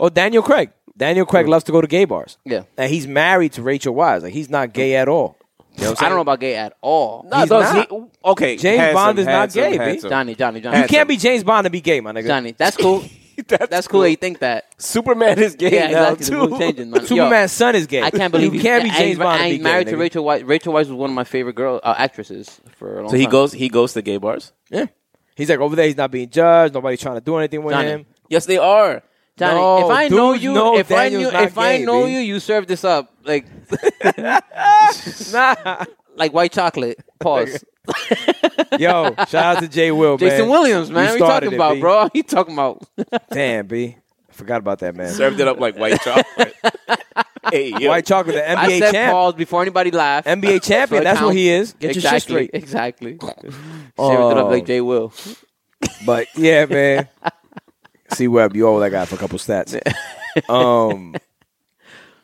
A: oh, Daniel Craig. Daniel Craig loves to go to gay bars.
C: Mm. Yeah.
A: and he's married to Rachel Wise. Like, he's not gay at all. You know what I'm saying?
C: I don't know about gay at all
B: No,
A: He's
B: so
A: not.
B: he- okay.
A: James
B: handsome,
A: Bond is not
B: handsome,
A: gay, B.
B: handsome.
C: Johnny Johnny Johnny
A: You can't be James Bond and be gay, my nigga.
C: Johnny that's cool
B: That's,
C: that's cool that you think that
B: Superman is gay
C: yeah
B: now
C: exactly The
B: too.
C: world's changing, man. Yo.
A: Superman's son is gay.
C: I can't believe
A: you can't be
C: I-
A: James
C: I,
A: Bond
C: I
A: and be
C: ain't married
A: gay,
C: to
A: nigga.
C: Rachel Weisz. Rachel Weisz was one of my favorite girl uh, actresses for a long
B: So he
C: time.
B: goes. He goes to gay bars.
A: Yeah. He's like over there. He's not being judged. Nobody trying to do anything with
C: Johnny.
A: him.
B: Yes, they are.
C: Johnny,
A: No,
C: if I
A: dude,
C: know you,
A: no,
C: if I
A: Daniel's
C: knew,
A: not
C: if I
A: gay,
C: know
A: B.
C: you, you serve this up like
A: Nah.
C: like white chocolate. Pause.
A: Yo, shout out to Jay Will, man.
C: Jason Williams, man,
A: You
C: what you
A: started
C: talking
A: it,
C: about,
A: B.
C: bro? You talking about?
A: Damn, B. I forgot about that, man.
B: Served it up like white chocolate. hey, yo.
A: White chocolate, the NBA
C: I said
A: champ.
C: pause before anybody laughed.
A: NBA champion.
C: it
A: That's what
C: counts.
A: he is. Get your shit
C: exactly,
A: straight. Oh.
C: exactly. Served it up like Jay Will.
A: But yeah, man. C Web, you owe that guy for a couple stats. Um,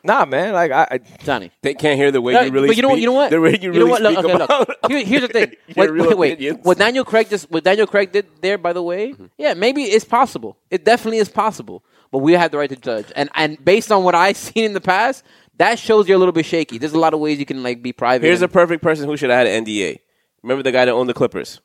A: nah, man. Like I, I
C: Johnny.
B: They can't hear the way you really.
C: but you know what?
B: speak-
C: You know what?
B: The way you really
C: know what? Look,
B: speak
C: okay,
B: about.
C: look. Here- here's the thing.
B: your
C: Wait,
B: real
C: wait, wait.
B: opinions.
C: What Daniel Craig just what Daniel Craig did there, by the way.
B: Mm-hmm.
C: Yeah, maybe it's possible. It definitely is possible. But we have the right to judge, and and based on what I've seen in the past, that shows you're a little bit shaky. There's a lot of ways you can like be private.
B: Here's a
C: and-
B: perfect person who should have had an NDA. Remember the guy that owned the Clippers?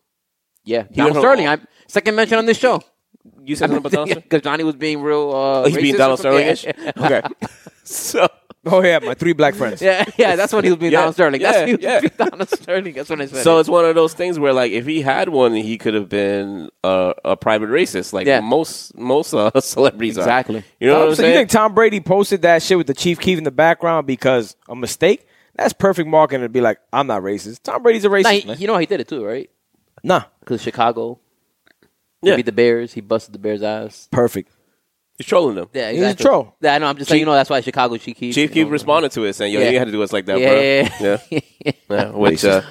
C: yeah.
B: he
C: Donald
B: went-
C: Sterling, I second mention on this show
B: You said something about Donald Sterling? Oh,
C: because Johnny was being real. Uh,
B: He's being
C: racist
B: Donald
C: or something.
B: Sterling-ish?
C: Yeah.
B: Okay. so
A: Oh yeah, my three black friends.
C: Yeah, yeah, that's what he was being
B: Yeah,
C: down Sterling. That's
B: yeah,
C: what he was
B: yeah.
C: being down on Sterling. That's what I said.
B: So it's one of those things where, like, if he had one, he could have been a, a private racist, like
C: Yeah.
B: most most uh, celebrities are.
C: Exactly.
B: You know what I'm
A: so
B: saying?
A: you think Tom Brady posted that shit with the Chief Keef in the background because a mistake? That's perfect marketing to be like, I'm not racist. Tom Brady's a
C: Nah,
A: racist.
C: he-
A: man.
C: you know how he did it too, right?
A: nah,
C: Because Chicago,
B: Yeah.
C: he beat the Bears. He busted the Bears' ass.
A: perfect.
B: He's trolling them.
C: Yeah,
A: He's a
C: exactly.
A: troll.
C: Yeah, I know. I'm just saying, you know, that's why Chicago Chief Keef.
B: Chief
C: you
B: Keef
C: know,
B: responded to it saying, "Yo,
C: Yeah.
B: you had to do us like that,
C: Yeah,
B: bro."
C: yeah, yeah.
B: Yeah, which uh,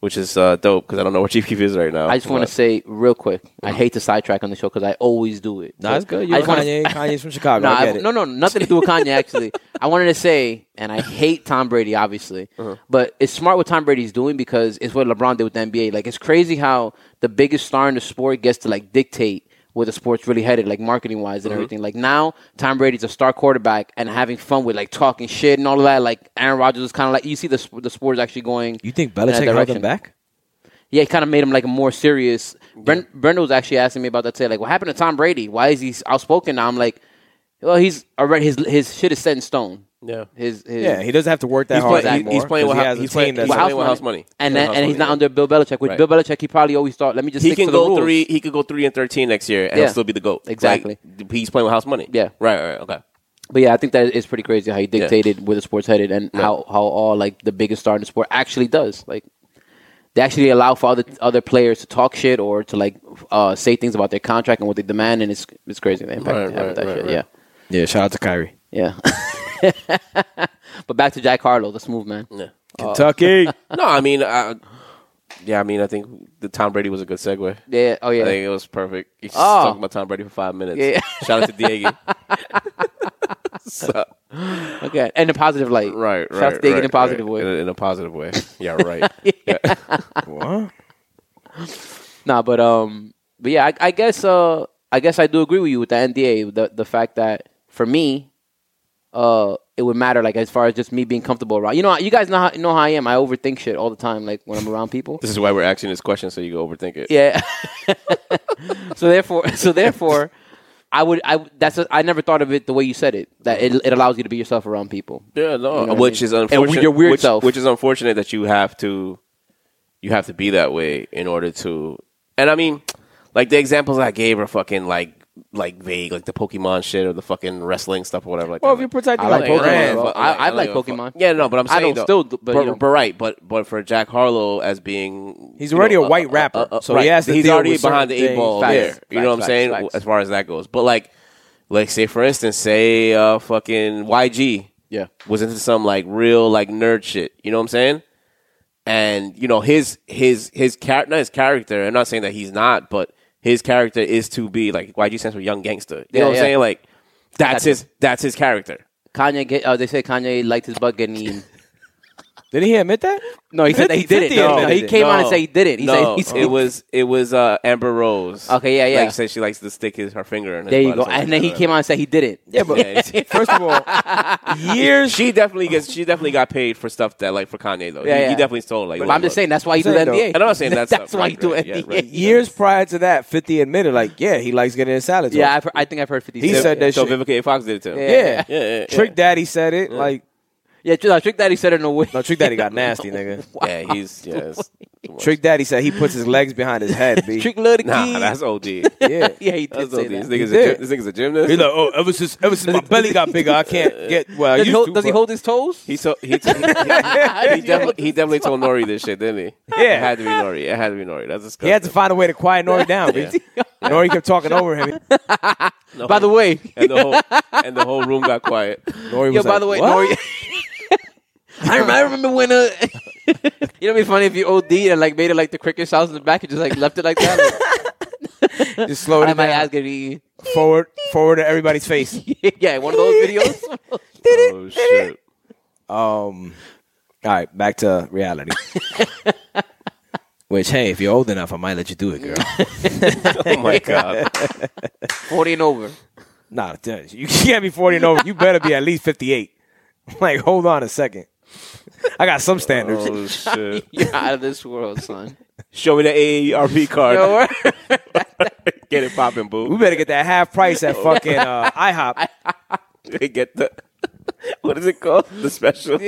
B: which is uh, dope because I don't know where Chief Keef is right now.
C: I just want
B: But-
C: to say real quick. I hate to sidetrack on the show because I always do it.
A: Nah, it's good.
C: I
A: You're
C: just wanna-
A: Kanye. Kanye's from Chicago.
C: No,
A: I
C: I
A: get it.
C: no, no, nothing to do with Kanye. Actually, I wanted to say, and I hate Tom Brady, obviously,
A: Uh-huh.
C: but it's smart what Tom Brady's doing because it's what LeBron did with the NBA. Like, it's crazy how the biggest star in the sport gets to like dictate where the sport's really headed, like marketing wise
A: Uh-huh.
C: and everything. Like now, Tom Brady's a star quarterback and having fun with like talking shit and all of that. Like Aaron Rodgers is kind of like you see the sp- the sport is actually going.
A: You think
C: in that
A: Belichick held
C: direction.
A: him back?
C: Yeah, it kind of made him like a more serious. Bren- Brenda was actually asking me about that today. Like, what happened to Tom Brady? Why is he outspoken now? I'm like, well, he's already his his shit is set in stone.
B: Yeah.
C: His, his
A: Yeah, he doesn't have to work that
B: He's
A: hard.
B: playing-
A: anymore
B: he's playing
A: 'cause
B: with
A: he
B: hou-
A: has a
B: he's
A: team
B: playing-
A: that's
B: with
A: well,
B: house money.
C: and
B: Yeah,
C: then,
B: house
C: and he's
B: money,
C: not
B: yeah.
C: under Bill Belichick. Which
B: Right.
C: Bill Belichick, he probably always thought, let me just
B: he
C: stick
B: can
C: to the
B: go
C: rules.
B: three. He could go three and thirteen next year, and
C: Yeah.
B: he'll still be the goat.
C: Exactly.
B: Like, he's playing with house money.
C: Yeah.
B: Right. Right. Okay.
C: But yeah, I think that is pretty crazy how he dictated where the sport's headed and how, how all like the biggest star in the sport actually does. Like they actually allow for other other players to talk shit or to like uh, say things about their contract and what they demand, and it's it's crazy the impact
B: Right,
C: they have with
B: right,
C: that
B: right,
C: shit.
B: right.
C: Yeah.
A: Yeah, shout out to Kyrie.
C: Yeah. but back to Jack Harlow. Let's move, man.
B: Yeah.
A: Kentucky.
B: No, I mean, I, yeah, I mean, I think the Tom Brady was a good segue.
C: Yeah. Oh
B: I
C: yeah.
B: think it was perfect. He's
C: Oh.
B: talking about Tom Brady for five minutes.
C: Yeah.
B: Shout out to Diego. So-
C: Okay. And the positive light.
B: right, right.
C: Shout out to Diego
B: right,
C: in a positive
B: right.
C: way.
B: In a, in a positive way. Yeah, right. Yeah.
A: what?
C: Nah, but um, but yeah, I, I guess uh, I guess I do agree with you with the NDA. The the fact that for me, uh, it would matter like as far as just me being comfortable around. You know, you guys know how, know how I am. I overthink shit all the time. Like when I'm around people.
B: This is why we're asking this question so you can overthink it.
C: Yeah. so therefore, so therefore, I would I that's a, I never thought of it the way you said it. That it, it allows you to be yourself around people.
B: Yeah, no,
C: You know what
B: which
C: I mean?
B: is
C: And
B: unfortunate.
C: your weird
B: which,
C: self.
B: which is unfortunate that you have to, you have to be that way in order to. And I mean, like the examples I gave are fucking like like vague, like the Pokemon shit or the fucking wrestling stuff or whatever. Like
A: Well, if
B: that.
A: you're protecting
C: I
A: like
C: like
A: Pokemon,
C: Pokemon,
A: brand,
C: bro.
B: but,
C: I- I
B: don't
C: like
B: give a fuck.
C: Pokemon.
B: Yeah, no, but I'm
C: I
B: saying
C: don't
B: though,
C: still do- but, you know.
B: right, but but for Jack Harlow as being,
A: He's
B: you
A: already
B: know, uh,
A: a white rapper, so he
B: right,
A: has to
B: he's
A: deal
B: already
A: with
B: behind the
A: certain
B: eight ball
A: things.
B: there.
C: Facts,
B: you know what I'm
C: facts,
B: saying?
C: facts, facts.
B: As far as that goes, but like, like say for instance, say uh, fucking YG,
C: Yeah.
B: was into some like real like nerd shit. You know what I'm saying? And you know his his his character, not his character. I'm not saying that he's not, but his character is to be like YG stands for young gangster. You
C: Yeah,
B: know what
C: yeah.
B: I'm saying? Like that's
C: Gotcha.
B: his that's his character.
C: Kanye, get, uh, they say Kanye liked his butt getting eaten.
A: Did he admit that?
C: No, he said that he did it.
A: 50
C: No,
A: admitted
C: he
A: it.
C: came on and
B: No.
C: said he did it. He
B: no,
C: said, he said
B: it was it was uh, Amber Rose.
C: Okay, yeah, yeah.
B: Like said she likes to stick his her finger in. His
C: There you
B: butt
C: go.
B: or something
C: And then he
B: like
C: came on and said he did it.
A: Yeah, but
B: that. Yeah,
A: first of all, years.
B: she definitely gets. She definitely got paid for stuff that like for Kanye though.
C: Yeah,
B: he, he
C: yeah.
B: definitely stole like.
C: But I'm just saying that's why you do the
A: Saying, though.
C: NDA.
B: And I'm not saying that's
C: that's
B: not-
C: why
B: right,
C: you do
B: right,
C: it.
B: yeah,
C: NDA.
B: right.
A: Years prior to that, 50 admitted, like, yeah, he likes getting his salad.
C: Yeah,
A: off.
C: I've heard, I think I've heard 50.
A: He
C: Cent.
A: said that
B: so
A: shit.
B: Vivica A. Fox did it to him.
A: yeah.
C: Yeah.
B: Yeah, yeah, yeah.
A: Trick Daddy said it. Like,
C: yeah, Tr- no, Trick Daddy said it in a way.
A: no, Trick Daddy got nasty, nigga.
B: Yeah, he's yeah. it's-
A: Trick Daddy said he puts his legs behind his head, B.
C: Trick Little
B: Nah, that's OD.
A: yeah.
C: Yeah, he did
B: That's
C: say
B: OD. This
C: that.
B: nigga's,
A: He
B: a,
A: did.
B: gy- this nigga's a gymnast.
A: He's like, oh, ever since ever since my belly got bigger, I can't get well. I
C: Does he
A: used
C: hold,
A: to,
C: does he
A: but-
C: hold his toes?
B: he told he, told- he, definitely, he definitely told Nori this shit, didn't he?
A: Yeah.
B: it had to be Nori. It had to be Nori. That's disgusting.
A: He had to find a way to quiet Nori down, B. Nori kept talking over him.
B: No.
C: By the way,
B: and the whole and the whole room got quiet.
A: Nori was
C: Yo, by
A: like,
C: the way,
A: what?
C: Nori. I remember, I remember when uh, you know, it'd be funny if you OD and like made it like the cricket sounds in the back and just like left it like that. Like,
A: just slowed
C: I
A: him
C: might
A: down.
C: ask it. eaten.
A: forward, forward to everybody's face.
C: yeah, one of those videos.
B: Oh shit!
A: Um, all right, back to reality. Which, hey, if you're old enough, I might let you do it, girl.
B: Oh my god!
C: Forty and over.
A: nah, dude, you can't be 40 and over. You better be at least 58. Like, hold on a second. I got some standards.
B: Oh shit!
C: You're out of this world, son.
B: Show me the AARP card.
C: Yo, word.
B: Get it popping,
A: We
B: boo.
A: better get that half price at fucking uh, IHOP.
B: Get the what is it called? The special.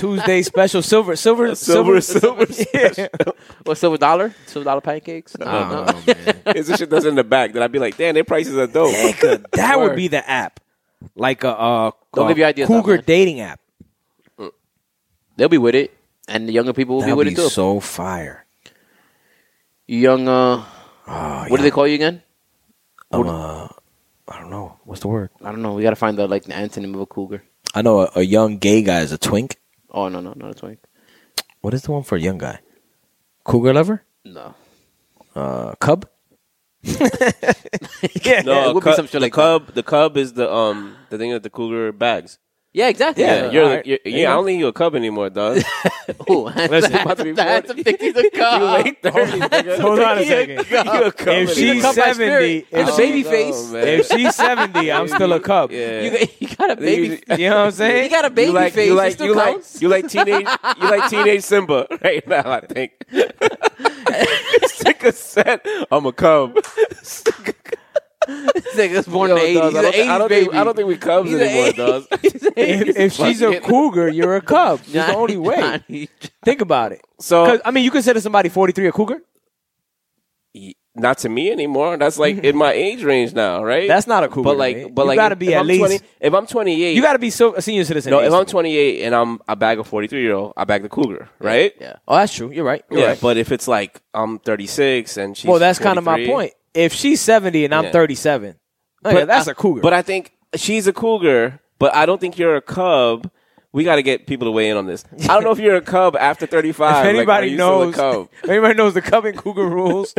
A: Tuesday special silver silver
B: Silver, silver, special.
C: What silver dollar? Silver dollar pancakes?
A: I
C: Um,
A: don't know, man.
B: Is this shit that's in the back? Then I'd be like, damn, their prices are dope.
A: Nigga, that
C: Word.
A: would be the app, like a uh,
C: Don't
A: uh,
C: give your ideas out,
A: cougar
C: man.
A: dating app.
C: They'll be with it, and the younger people will
A: That
C: be with
A: would
C: it
A: be
C: too.
A: so fire.
C: Young, uh, what do they call you again?
A: Um, uh, I don't know what's the word.
C: I don't know. We gotta find the like the antonym of a cougar.
A: I know a, a young gay guy is a twink.
C: Oh no, no, not a twink.
A: What is the one for a young guy? Cougar lover?
C: No,
A: Uh, cub? yeah.
B: No,
C: it would be
B: cub,
C: some shit
B: the
C: like that.
B: cub. The cub is the um the thing with the cougar bags.
C: yeah, exactly.
B: Yeah,
A: Yeah,
B: you're,
A: alright.
B: you're,
A: There
B: yeah.
A: you go.
B: I don't think you're a cub anymore, dog.
C: Ooh, I
B: Listen,
C: had
B: about to
C: to
B: be
C: I had to think he's a cub.
B: you late thirties, nigga.
A: Hold on a
B: You
A: second.
B: a cub.
A: If
B: You're a
A: she's
B: cub by
A: seventy,
C: spirit.
A: if
C: Oh,
A: she,
C: no, face.
B: man.
A: if she's seventy, I'm still a cub.
B: yeah.
C: You, got- you got a
B: They
C: baby.
B: usually-
A: You know what I'm saying?
C: You got a baby
B: you like
C: face.
B: you
C: it
B: like
C: still
B: you like
C: counts.
B: you like teenage you like teenage Simba right now. I think. Stick a set. I'm a cub.
C: This nigga's born in
B: Yo,
C: the
B: dog,
C: eighties.
B: I don't think- I
C: eighties
B: don't
C: baby.
B: think- I don't think we cubs
C: He's an
B: anymore, dog.
A: if, if she's a
B: Fucking-
A: cougar, you're a cub. It's the only way.
C: Johnny,
A: Think about it.
B: So
A: 'Cause, I mean, you consider somebody 43 a cougar?
B: not to me anymore. That's like in my age range now, right?
A: That's not a cougar.
B: but like
A: man.
B: but
A: you
B: like
A: gotta
B: if-
A: be
B: if
A: at
B: I'm
A: least
B: 20 if I'm 28.
A: you gotta be so a senior citizen.
B: no.
A: age
B: If I'm
A: to me.
B: 28 and I'm I bag a 43 year old, I bag the cougar, right?
C: Yeah.
A: oh, that's true. You're right. You're
B: Yeah,
A: right.
B: but if it's like I'm 36 and she's
A: well, that's kind of my
B: 43,
A: point. If she's 70 and I'm
B: Yeah.
A: 37, okay, that's a cougar.
B: But I think she's a cougar, but I don't think you're a cub. We got to get people to weigh in on this. I don't know if you're a cub after 35.
A: if
B: like, are
A: anybody
B: you still a
A: knows,
B: cub?
A: if anybody knows the Cub and Cougar rules,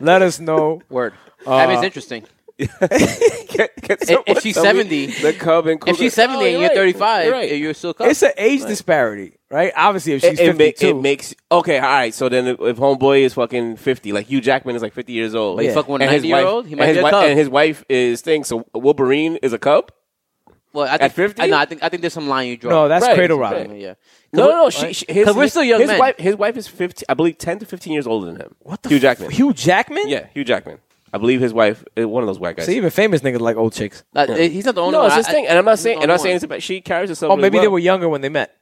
A: let us know.
C: Word.
B: Uh,
C: that is interesting.
B: Get- get someone
C: if she's
B: to tell me
C: 70
B: the cub and cougar.
C: If she's seventy
B: Oh,
C: and you're
B: right.
C: thirty-five,
B: You're
C: you're,
B: right.
C: still a cub.
A: It's an age disparity, right? Obviously, if she's
B: It, it, ma-
A: 52,
B: it makes okay. All right. So then, if, if homeboy is fucking fifty, like Hugh Jackman is like fifty years old,
C: But you
A: Yeah.
C: fuck with a
B: and his wife,
C: ninety-year-old, he might
B: and,
C: be
B: his
C: a
B: wi-
C: cub.
B: and his wife is thing. So Wolverine is a cub.
C: well, I think,
B: at 50?
C: I, no, I think I think there's some line you draw.
A: no, that's
B: Right.
A: cradle
B: Right.
A: robbing.
C: yeah. yeah.
B: No, no, no.
C: Right?
B: She, she, his,
C: 'Cause we're still young
B: his
C: men.
B: Wife, his wife is fifteen. I believe ten to fifteen years older than him.
A: What the
B: Hugh
A: f-
B: Jackman?
A: Hugh Jackman?
B: yeah, Hugh Jackman. I believe his wife. eh, One of those white guys.
A: See, even famous niggas like old chicks.
C: Like, He's not the only
B: no,
C: one.
B: it's his
C: I-
B: thing, and I'm not saying.
C: the
B: And I'm not
C: only
B: saying
C: one.
B: it's about. She carries herself.
A: Oh,
B: really
A: maybe they
B: well.
A: were younger when they met.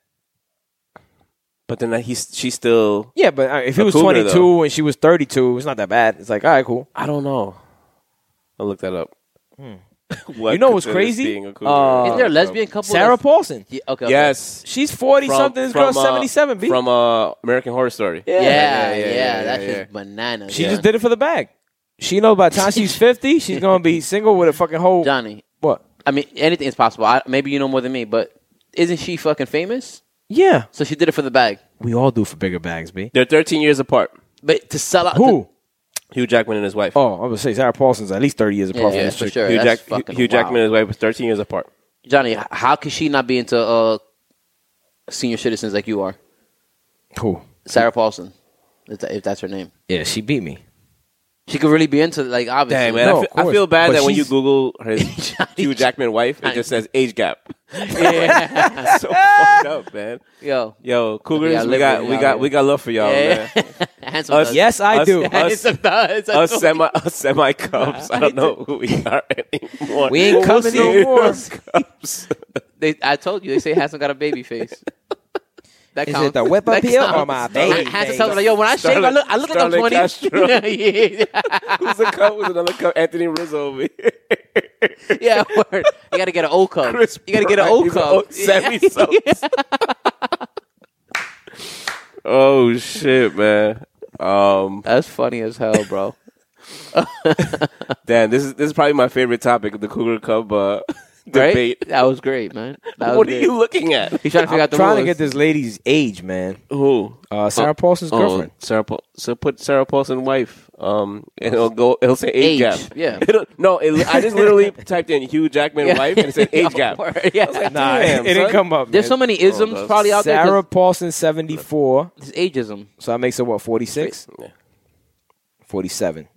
B: But then that he's she's still.
A: Yeah, but uh, if he
B: A
A: was
B: cougar,
A: 22 and she was 32, it's not that bad. It's like, all right, cool.
B: I don't know. I'll look that up. Hmm. What
A: You know what's
B: considers
A: crazy?
B: being a cougar?
A: Uh,
C: Is there a
B: Oh,
C: lesbian couple?
A: Sarah
C: that's-
A: Paulson.
C: Yeah, okay, okay.
B: Yes.
A: She's 40 something. This girl's
B: uh,
A: 77, B.
B: From uh, American Horror Story.
A: Yeah.
C: Yeah, yeah,
B: yeah, yeah,
C: that's
B: yeah.
C: just bananas.
A: she
C: yeah.
A: just did it for the bag. She knows by the time she's 50, she's going to be single with a fucking whole.
C: Johnny.
A: What?
C: I mean, anything is possible. I, maybe you know more than me, but isn't she fucking famous?
A: Yeah.
C: So she did it for the bag,
A: We all do for bigger bags, B.
B: They're 13 years apart.
C: but to sell out.
A: Who?
B: Hugh Jackman and his wife.
A: Oh, I was going to say Sarah Paulson's at least 30 years apart
C: Yeah,
A: from
C: yeah,
A: this
C: for
A: chick.
C: sure.
B: Hugh,
C: that's
B: Jack-
C: fucking
B: Hugh Jackman
C: wild.
B: and his wife was 13 years apart.
C: Johnny, h- how could she not be into uh, senior citizens like you are?
A: Who?
C: Sarah Paulson, if, that, if that's her name,
A: Yeah, she beat me.
C: she could really be into like obviously.
B: Damn, man.
A: No,
B: I,
A: of
B: feel, I
A: course.
B: feel bad
A: But
B: that when you
A: she's-
B: Google his
C: Johnny-
B: Hugh Jackman wife, it just says age gap.
C: yeah.
B: so fucked up, man.
C: Yo,
B: Yo,
C: We got
B: Cougars, we
C: love
B: got
C: for
B: we
C: y'all,
B: got
C: man.
B: we got love for y'all,
C: yeah.
B: Oh, man.
C: handsome.
B: Us-
C: does.
A: Yes, I
B: Us-
A: do.
B: us-
C: handsome. does.
B: Us semi us semi cubs. I don't know who we are anymore.
C: We ain't
A: Well, we'll
C: coming no
A: see.
C: more.
B: Cubs.
C: They, I told you, they say Hassan got a baby face. That
A: Is
C: counts.
A: it the whip
C: That
A: up here or
C: counts.
A: my
C: I
A: baby?
C: had to
A: face?
C: tell them, like, yo, when I shave, I
B: Starlet-
C: look, I look like I'm
B: Starlet
C: 20.
B: Castro.
C: yeah,
B: Who's the cub? Who's another cub? Anthony Rizzo over here.
C: yeah, word. You got to get an old cup.
B: Chris
C: you got to get an
B: Pratt.
C: old
B: He's a
C: cup.
B: Sammy Sosa. oh shit, man. Um,
C: That's funny as hell, bro.
B: damn, this is this is probably my favorite topic: the Cougar Cub uh,
C: right?
B: debate.
C: That was great, man. That was
B: What are
C: great.
B: you looking at?
C: He's trying to figure
A: I'm
C: out the
A: trying to
C: rules.
A: get this lady's age, man.
B: Who?
A: Uh, Sarah
B: oh.
A: Paulson's girlfriend.
B: Sarah Paul. So put Sarah Paulson wife. Um, and it'll go. It'll say age,
C: Age,
B: gap.
C: yeah.
B: It'll, no, it, I just literally typed in Hugh Jackman
C: Yeah.
B: wife and it said age
C: Yo,
B: gap.
C: word, yeah.
A: Nah,
B: Damn,
A: it, it didn't
B: son.
A: come up.
C: There's so
A: man.
C: many isms
B: Oh,
C: probably out there.
A: Sarah
C: 'cause
A: Paulson, 74.
C: It's ageism.
A: So that makes her what, 46? 47.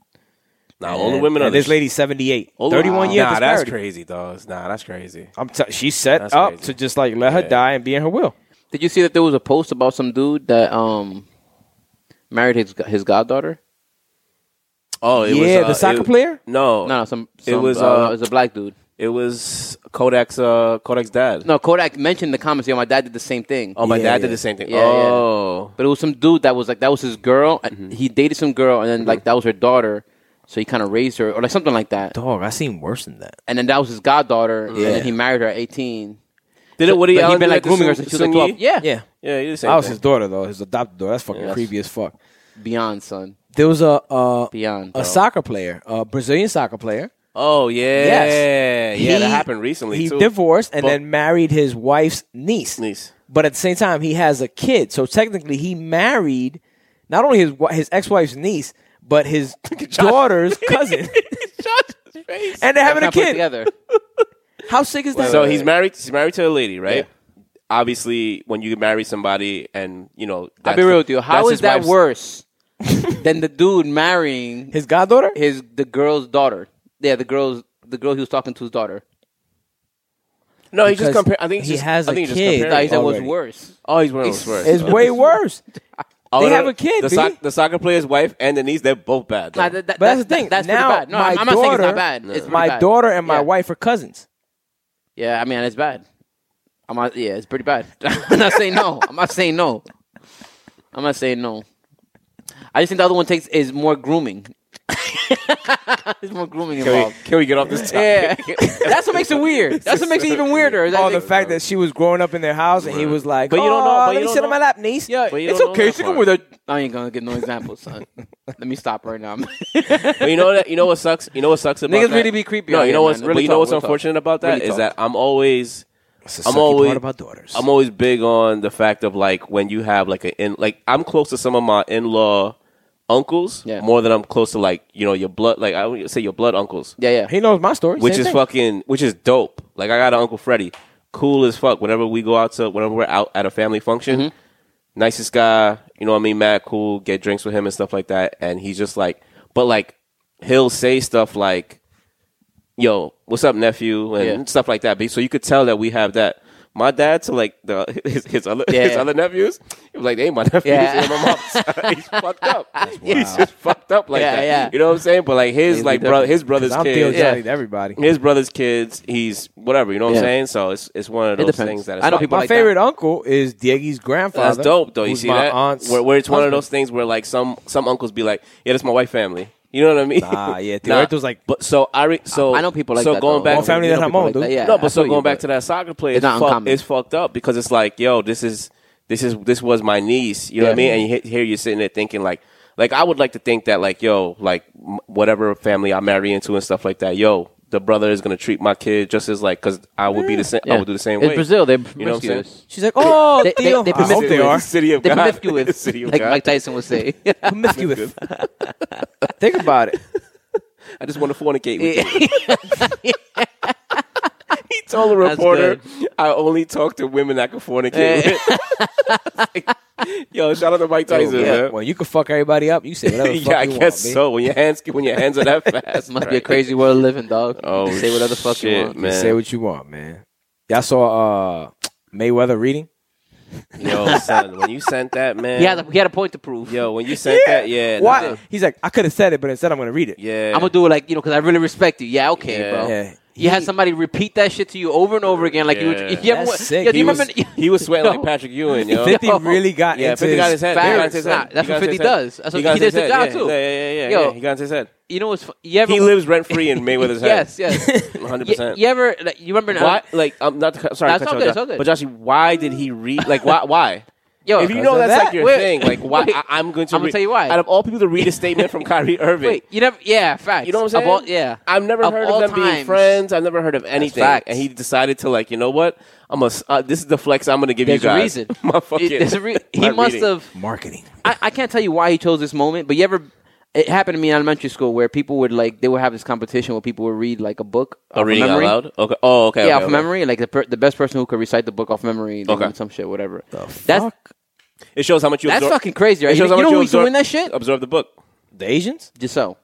B: Nah, all the women
A: and
B: are
A: this lady's 78.
B: All the-
A: 31 years.
B: Nah, that's
A: disparity.
B: crazy, dogs. Nah, that's crazy.
A: I'm t- she's set
B: That's
A: up
B: crazy.
A: to just like let her
B: Yeah.
A: die and be in her will.
C: Did you see that there was a post about some dude that um married his his goddaughter?
B: Oh, it was,
A: yeah,
B: uh,
A: the soccer
B: it-
A: player?
B: No,
C: No, no, some,
B: Oh. It
C: some,
B: was,
C: uh,
B: uh,
C: it was a black dude.
B: It was Kodak's uh, Kodak's dad.
C: No, Kodak mentioned in the comments. Yo, my dad did the same thing.
B: Oh, my
A: Yeah,
B: dad
A: yeah.
B: did the same thing.
C: Yeah, yeah.
B: oh,
C: But it was some dude that was like that was his girl. and
B: Mm-hmm.
C: He dated some girl, and then like that was her daughter. So he kind of raised her, or like something like that.
A: Dog, I seen worse than that.
C: And then that was his goddaughter.
A: Yeah.
C: And then he married her at eighteen.
B: did it? Woody
C: But
B: Allen
C: he'd been
B: do
C: like
B: that to
C: grooming her
B: Sun-
C: since she was like
B: Sun Yi?
C: twelve. Yeah.
A: Oh, Yeah.
B: yeah, he did the same
A: I was
B: thing.
A: his daughter though, his adopted daughter. That's fucking
B: Yes.
A: creepy as fuck.
C: Beyond, son.
A: There was a uh,
C: Beyond.
A: a
C: bro.
A: soccer player, a Brazilian soccer player.
B: Oh yeah,
A: Yes.
B: yeah, that
A: He-
B: happened recently
A: He
B: too.
A: divorced and
B: But-
A: then married his wife's niece.
B: Niece.
A: But at the same time, he has a kid. So technically, he married not only his wi- his ex wife's niece, but his daughter's cousin, and they're having a
C: Kinda put
A: kid.
C: together.
A: How sick is that?
B: So he's married. He's married to a lady, right? Obviously, when you marry somebody, and you know,
C: I'll
B: that's-
C: be real with you. How
B: that's
C: is
B: his
C: that
B: wife's-
C: worse than the dude marrying his,
A: his goddaughter.
C: the girl's daughter? Yeah, the girl's the girl he was talking to his daughter.
B: No, he just
A: Because
B: compared. I think he's
A: he
B: just,
A: has
B: I
A: a
B: think he's
A: kid.
B: Just
C: That
B: comparing.
C: he said was
A: Already.
C: worse.
B: Oh, he's one of those words.
A: It's way worse.
B: Oh,
A: they
B: no,
A: have
B: no.
A: a kid,
B: The,
A: B.
B: soc- the soccer player's wife and the niece, they're both bad. though.
C: Nah, that- that-
A: But that's the
C: that-
A: thing.
C: That's pretty
A: now
C: bad. No,
A: my
C: I'm, I'm not
A: daughter,
C: saying it's not bad. It's pretty
A: my
C: bad.
A: daughter and my
C: Yeah.
A: wife are cousins.
C: Yeah, I mean it's bad. I'm not, yeah, it's pretty bad. I'm not saying no. I'm not saying no. I'm not saying no. I just think the other one takes is more grooming. There's more grooming
B: can,
C: involved.
B: we, can we get off this
C: Yeah,
B: topic?
C: that's what makes it weird. That's what makes it even weirder. is that
A: Oh,
C: they-
A: the fact that she was growing up in their house and he was like,
B: But you don't know-
A: "Oh,
B: but
A: let
B: you
A: me
B: don't
A: sit on
B: know-
A: my lap, niece."
B: Yeah, but you
C: it's
B: don't know
C: okay.
B: that
C: She can
B: part.
C: wear that. I ain't gonna give no examples, son. Let me stop right now.
B: But you know that you know what sucks. You know what sucks about
C: Niggas
B: that?
C: really be creepy
B: No,
C: out
B: you
C: here,
B: know what's
C: man. Really
B: but you know
C: talk,
B: what's
C: real talk.
B: unfortunate about that is
C: Really talk.
B: that I'm always
A: It's
B: I'm always-
A: part about daughters.
B: I'm always big on the fact of like when you have like a in like I'm close to some of my in law uncles
C: Yeah.
B: more than I'm close to like you know your blood like I would say your blood uncles
C: yeah, yeah.
A: he knows my story,
B: which
A: same
B: is
A: thing.
B: fucking which is dope. Like I got an Uncle Freddie, cool as fuck. Whenever we go out to whenever we're out at a family function,
C: Mm-hmm.
B: nicest guy, you know what I mean, mad cool, get drinks with him and stuff like that. And he's just like but like he'll say stuff like, Yo, what's up, nephew? and
C: Yeah.
B: stuff like that. But- So you could tell that we have that. My dad to like the his, his other
C: Yeah.
B: his other nephews, he was like, they ain't my nephews.
C: Yeah.
B: They're my mom's. he's fucked up. He's just fucked up like
C: Yeah,
B: that.
C: yeah.
B: You know what I'm saying? But like his
A: It'd be
B: like bro,
A: different.
B: his brother's
A: 'Cause I'm
B: kid.
A: Theo
B: Yeah
A: Johnny to everybody.
B: his brother's kids. He's whatever, you know what
C: Yeah.
B: I'm saying. So it's it's one of
C: It
B: those
C: depends.
B: things that
C: I know
B: like,
C: people
A: my
C: like that.
A: favorite uncle is Diego's grandfather.
B: that's dope though. You
A: who's
B: see
A: my
B: that?
A: Aunt's
B: where, where it's one of
A: husband.
B: those things where like some some uncles be like, yeah, that's my white family. You know what I mean?
A: Nah, yeah, Teodore's like-
B: but so I re- so
C: I know people like
B: so
C: that.
B: going
C: though.
B: back
A: One family
B: you know
A: that I'm
B: people
A: on,
B: like
A: dude.
B: that.
C: Yeah,
B: no, but
C: I
B: so
C: feel you,
B: going back
C: but-
B: to that soccer player,
C: It's
B: it's,
C: not
B: fuck,
C: uncommon.
B: it's fucked up because it's like, yo, this is this is this was my niece. You know what I
C: Yeah.
B: mean? And you he- here you're sitting there thinking like. Like I would like to think that like yo like m- whatever family I marry into and stuff like that yo the brother is gonna treat my kid just as like because I would be the same I would do the same
C: It's
B: way
C: Brazil. They're
B: You know what I'm saying?
C: promiscuous.
A: She's like, "Oh,
C: They- they-
A: Theo,
C: they
A: I hope they
C: promiscuous.
A: are
B: City of
C: They're
B: God.
C: promiscuous,
B: City of
C: like
B: God.
C: Mike Tyson would say.
A: promiscuous." Think about it.
B: I just want to fornicate with you. he told a reporter, I only talk to women I can fornicate with. Yo, shout out to Mike Tyson,
A: Oh, Yeah,
B: man.
A: well, you can fuck everybody up. You say whatever the fuck
B: yeah, I
A: you want,
B: guess
A: B.
B: so. When your hands when your hands are that fast,
C: This must
B: right?
C: be a crazy world of living, dog.
B: Oh,
C: say whatever the fuck
B: shit,
C: you want.
A: You
B: man.
A: Say what you want, man. Y'all saw uh, Mayweather reading.
B: Yo, son, when you sent that, man.
C: He had, a, he had a point to prove.
B: yo, when you sent that, yeah,
A: Why?
B: nah.
A: He's like, I could have said it, but instead I'm going to read it.
B: yeah.
C: I'm gonna do it like you know because I really respect you. Yeah, okay,
B: Yeah.
C: bro.
A: Yeah.
C: You had somebody repeat that shit to you over and over again, like you.
B: Yeah.
C: Would, if you ever,
A: That's
C: went-
A: sick.
C: Yeah, do
B: he,
C: you
B: was,
C: remember?
B: he was sweating like Patrick Ewing, yo.
A: Fifty
C: Yo.
A: really got
B: yeah,
A: into
B: 50 got
A: his-
B: his head.
C: Facts.
B: He got into his
C: Nah,
B: head.
C: that's
B: He
C: what
B: got into
C: 50
B: his head.
C: does. That's what-
B: got
C: he
B: into his
C: does the
B: head.
C: job, too.
B: Yeah, yeah, yeah, yeah.
C: Yo.
B: yeah. He got into his head.
C: You know what's? fu- You ever?
B: He lives rent free in Mayweather's head.
C: yes, yes.
B: one hundred
C: you,
B: percent.
C: you ever? Like, you remember?
B: Why? Like, I'm not to cut- sorry.
C: Nah,
B: to
C: it's
B: cut
C: all
B: you
C: good,
B: off,
C: it's all good.
B: But Joshie, why did he read? Like, why? Why?
C: Yo,
B: if you
A: because
B: know
A: of
B: that's
A: that.
B: like your
C: Wait.
B: thing, like, why?
C: Wait.
B: I, am going to.
C: I'ma
B: read-
C: tell you why.
B: Out of all people to read a statement from Kyrie Irving,
C: Wait, you never? Yeah, facts.
B: you know what I'm
C: Of
B: saying?
C: all- yeah,
B: I've never
C: Of
B: heard of
C: all
B: them being
C: times.
B: friends. I've never heard of anything.
C: facts.
B: And he decided to like, you know what? I'm a. Uh, this is the flex I'm going to give
C: There's
B: you
C: a
B: guys.
C: reason.
B: My fucking.
C: It- there's a re-
B: my
C: he must
B: reading.
C: have.
A: marketing.
C: I, I can't tell you why he chose this moment, but you ever? It happened to me in elementary school where people would like they would have this competition where people would read like a book.
B: Oh,
C: off
B: reading out
C: memory.
B: loud. Okay. Oh, okay.
C: yeah,
B: okay,
C: off
B: okay.
C: memory, like the per- the best person who could recite the book off memory, they
B: Okay.
C: win some shit, whatever. that's
A: That's
B: It shows how much you.
C: that's
B: absorb-
C: fucking crazy,
B: It
C: right? You,
B: shows
C: you
B: how
C: know
B: much
C: who
B: you Oh.
C: used to
B: absorb-
C: win that shit?
B: Absorb the book.
A: the Asians.
C: Giselle.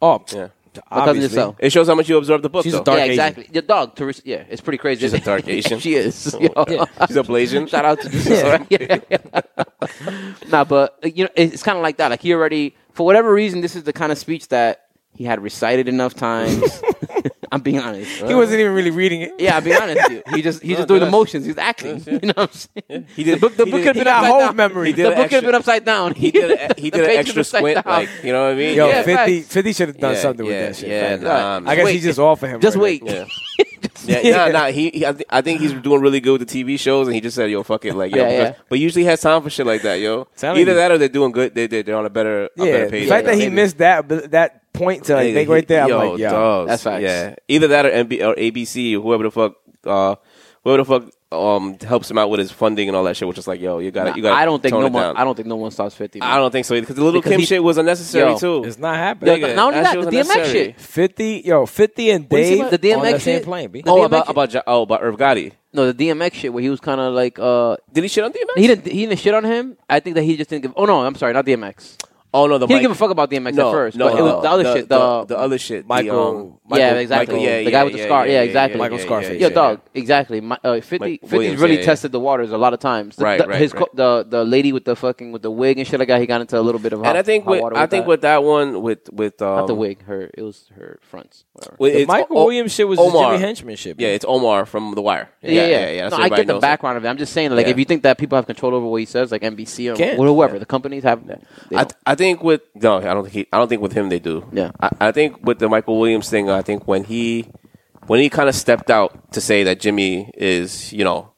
A: Oh,
B: Yeah.
A: obviously.
C: Giselle.
B: It shows how much you absorb the book.
A: She's a
B: though.
A: dark
C: yeah,
A: Asian.
C: exactly. Your dog, Teresa. Yeah, it's pretty crazy.
B: She's a dark Asian.
C: she is. you know?
B: She's a Blasian.
C: Shout out to Giselle. right? Yeah, yeah. nah, but uh, you know, it's kind of like that. Like he already, for whatever reason, this is the kind of speech that he had recited enough times. I'm being honest.
A: He wasn't even really reading it.
C: Yeah, I'll be honest with you. He just he
B: No,
C: just doing the
B: that's-
C: motions. He's acting.
B: that's it.
C: You know what I'm saying?
B: He did.
C: The book, the
B: he
C: book
B: did- he
C: could have been
A: got
C: upside
A: whole
C: down.
A: memory. He
C: The
B: did an
C: book could have
B: extra-
C: been upside down.
B: He did. A, he did
C: The
B: an
C: page
B: extra
C: was "Oh." upside
B: squint.
C: down.
B: Like you know what I mean?
A: Yo,
C: Yeah,
A: 50,
C: facts.
A: 50 should have done
B: Yeah,
A: something
B: yeah,
A: with that shit.
B: yeah,
A: facts.
B: nah,
A: I guess
C: wait.
A: he just off of him.
C: Just
A: right
C: wait.
A: now.
B: Yeah. Yeah, nah, nah. He, he I, thi- I think he's doing really good with the TV shows, and he just said, "Yo, fuck it," like, yo,
C: Yeah,
B: because-
C: yeah.
B: But usually has time for shit like that, yo.
A: Telling
B: Either
A: you.
B: that or they're doing good. They, they they're on a better, a
A: Yeah,
B: better
A: the
B: page.
A: fact
B: right
A: that
B: now.
A: he missed that but that point to like
B: Nigga,
A: make
B: he-
A: right there, I'm
B: yo,
A: like, yo,
B: dogs.
C: That's facts.
B: Yeah, either that or, MB, or ABC or whoever the fuck, uh, whoever the fuck um helps him out with his funding and all that shit, which is like, yo, you got to you got.
C: I don't think
B: tone
C: no
B: it
C: one.
B: down.
C: I don't think no one starts fifty. man.
B: I don't think so because the little
C: Because
B: Kim
C: he-
B: shit was unnecessary
C: Yo,
B: too.
A: it's not happening.
B: Nigga,
C: not only that,
B: shit
C: the
B: was
C: DMX
B: unnecessary.
C: shit.
A: Fifty, yo, fifty and
C: What do you see
A: Dave
C: about the
A: on the
C: DMX
A: same
C: shit?
A: plane. B.
C: The
B: Oh,
C: DMX
B: about
C: shit.
B: about Ja- oh about Irv Gotti.
C: No, the DMX shit where he was kind of like uh,
B: Did he shit on DMX?
C: he didn't he didn't shit on him. I think that he just didn't give. Oh no, I'm sorry, not DMX.
B: Oh no, the
C: He didn't
B: Mike-
C: give a fuck about DMX
B: no,
C: at first.
B: No,
C: but it was
B: no,
C: the other
B: the,
C: shit.
B: the,
C: The,
B: the other shit. the,
A: Michael-
B: um,
C: yeah,
B: Michael-
C: exactly.
B: Michael- yeah,
C: the
B: yeah,
C: guy with the
B: yeah,
C: scar. Yeah,
B: yeah,
C: exactly.
A: Michael
B: yeah,
A: Scarface.
C: Yeah,
B: Yeah,
C: dog. Exactly. My, uh, 50,
B: Mike
C: 50 's
B: Williams,
C: really
B: yeah, yeah.
C: tested the waters a lot of times. The,
B: Right,
C: the,
B: right,
C: his
B: right.
C: co- the the lady with the fucking with the wig and shit like that. He got into a little bit of hot,
B: And I think
C: hot
B: with,
C: water
B: I think
C: that.
B: with that one with with um,
C: not the wig. Her it was her fronts. Whatever.
B: with-
A: The
B: it's
A: Michael
B: O-
A: Williams shit was
B: Omar.
A: the Jimmy Henchman shit. B.
B: Yeah, it's Omar from The Wire.
C: Yeah, yeah,
B: yeah. That's
C: no,
B: what
C: I
B: everybody
C: get the
B: knows.
C: background of it. I'm just saying, like,
B: Yeah.
C: if you think that people have control over what he says, like NBC or
A: Can't.
C: whoever, the companies have. they
B: I,
C: don't.
B: I think with no, I don't think he, I don't think with him they do.
C: Yeah.
B: I, I think with the Michael Williams thing, I think when he when he kind of stepped out to say that Jimmy is you know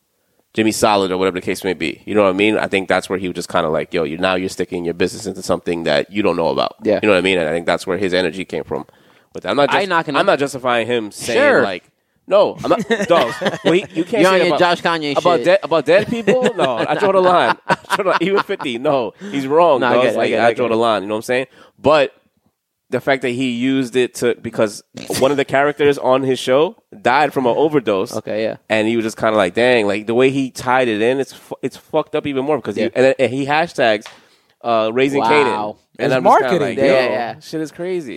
B: Jimmy solid or whatever the case may be, you know what I mean? I think that's where he was just kind of like, yo, you now you're sticking your business into something that you don't know about.
C: Yeah.
B: you know what I mean? And I think that's where his energy came from. But I'm not
C: I
B: just,
C: not gonna-
B: I'm not justifying him saying
C: Sure.
B: like. No, I'm not. dogs. Well, he, you can't
C: You're on
B: say
C: your
B: about,
C: Josh Kanye
B: about
C: shit.
B: dead about dead people. No, I draw the line. I draw the, even fifty. No, he's wrong.
C: No, I
B: dog.
C: get it, I
B: like
C: get it, I
B: I
C: get
B: draw the
C: it.
B: line. You know what I'm saying? But the fact that he used it to because one of the characters on his show died from an overdose.
C: Okay, yeah.
B: And he was just kind of like, dang, like the way he tied it in, it's fu- it's fucked up even more because
C: Yeah.
B: he and, then- and he hashtags uh, raising
C: Wow.
B: Canaan. And
A: It's
B: I'm just kinda
A: marketing,
B: Like,
C: yeah,
B: yo,
C: yeah.
B: Shit is crazy.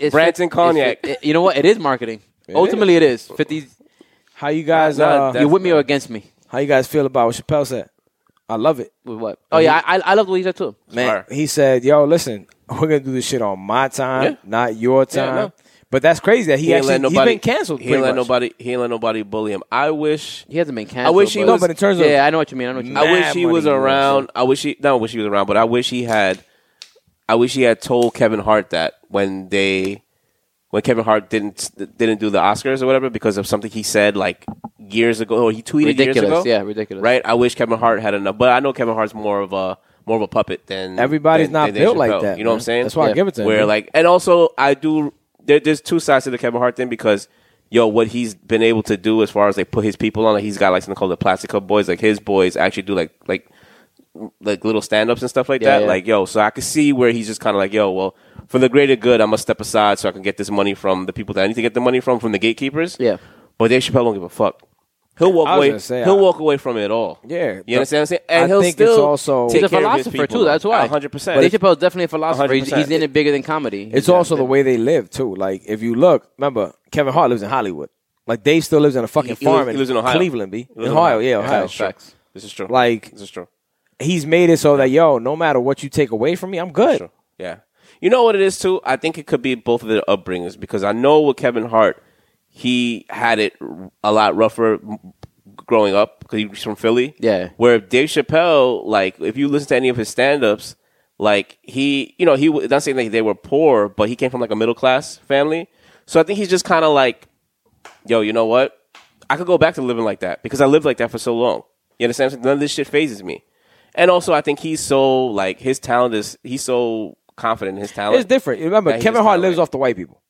C: It's
B: Branson
C: fif-
B: Cognac.
C: it's fif- you know what? It is marketing. Ultimately, it is. 50,
A: How you guys?
B: Nah,
A: uh,
B: that's-
C: you're with me or against me.
A: how you guys feel about what Chappelle said? I love it.
C: With what? Oh, yeah. I, I love what he said, too.
A: Man,
B: Fire.
A: he said, "Yo, listen, we're gonna do this shit on my time,
B: Yeah.
A: not your time."
B: no.
A: But that's crazy that he,
B: ain't
A: actually
B: let
A: he's been canceled.
B: He ain't
A: pretty
B: let
A: much.
B: nobody. He ain't let nobody bully him. I wish.
C: He hasn't been canceled.
B: wish he
C: but,
B: was- No, but
A: in terms of-
C: Yeah, I know what you mean. I know what you mean.
B: I wish
A: mad
B: he was
A: money he was
B: around. I wish he. No, I wish he was around. But I wish he had. I wish he had told Kevin Hart that when they, when Kevin Hart didn't didn't do the Oscars or whatever because of something he said like years ago or he tweeted years ago.
C: ridiculous. Yeah, ridiculous.
B: Right. I wish Kevin Hart had enough. But I know Kevin Hart's more of a more of a puppet than
A: Everybody's
B: than-
A: not
B: than Dave
A: built like
B: Chappelle.
A: that,
B: You know what I'm
A: man.
B: saying?
A: That's why I
C: Yeah.
A: give it to him.
B: where
A: man.
B: like and also I do there, there's two sides to the Kevin Hart thing because yo what he's been able to do as far as like put his people on like he's got like something called the Plastic Cup Boys like his boys actually do like like like little stand ups and stuff like
C: Yeah,
B: that
C: yeah.
B: like yo so I could see where he's just kind of like yo well for the greater good I'm gonna step aside so I can get this money from the people that I need to get the money from from the gatekeepers
C: Yeah.
B: but Dave Chappelle don't give a fuck. He'll walk
A: I was
B: away.
A: gonna say,
B: he'll
A: I-
B: walk away from it all.
A: Yeah,
B: you understand what I'm saying?
A: I
B: And he'll
A: think it's
B: still
A: also-
B: take
C: He's a
B: care of his
C: philosopher,
B: people.
C: too. That's why.
B: 100.
C: Dave
B: percent
C: Chappelle's definitely a philosopher. He's,
B: 100%.
C: he's in it bigger than comedy.
A: It's also the way they live too. Like if you look, remember Kevin Hart lives in Hollywood. Like Dave still lives in a fucking
B: He- he lives-
A: farm
B: he lives in Ohio.
A: Cleveland, b
B: lives
A: in
B: in
A: Ohio,
B: Ohio.
A: yeah, Ohio.
B: Yeah, sure.
C: facts.
B: This is true.
A: Like-
B: this is true.
A: He's made it so that yo, no matter what you take away from me, I'm good.
B: True. Yeah. You know what it is too? I think it could be both of the upbringings because I know with Kevin Hart, he had it r- a lot rougher m- growing up because he was from Philly.
C: Yeah.
B: Where Dave Chappelle, like, if you listen to any of his stand-ups, like he, you know, he w- not saying that they were poor, but he came from like a middle class family. So I think he's just kind of like yo, you know what? I could go back to living like that because I lived like that for so long. You understand? what I'm saying? None of this shit phases me. And also, I think he's so like his talent is he's so confident in his talent.
A: It's different. Remember,
B: Yeah, he
A: Kevin
B: just
A: Hart
B: kinda
A: lives
B: like-
A: off the white people.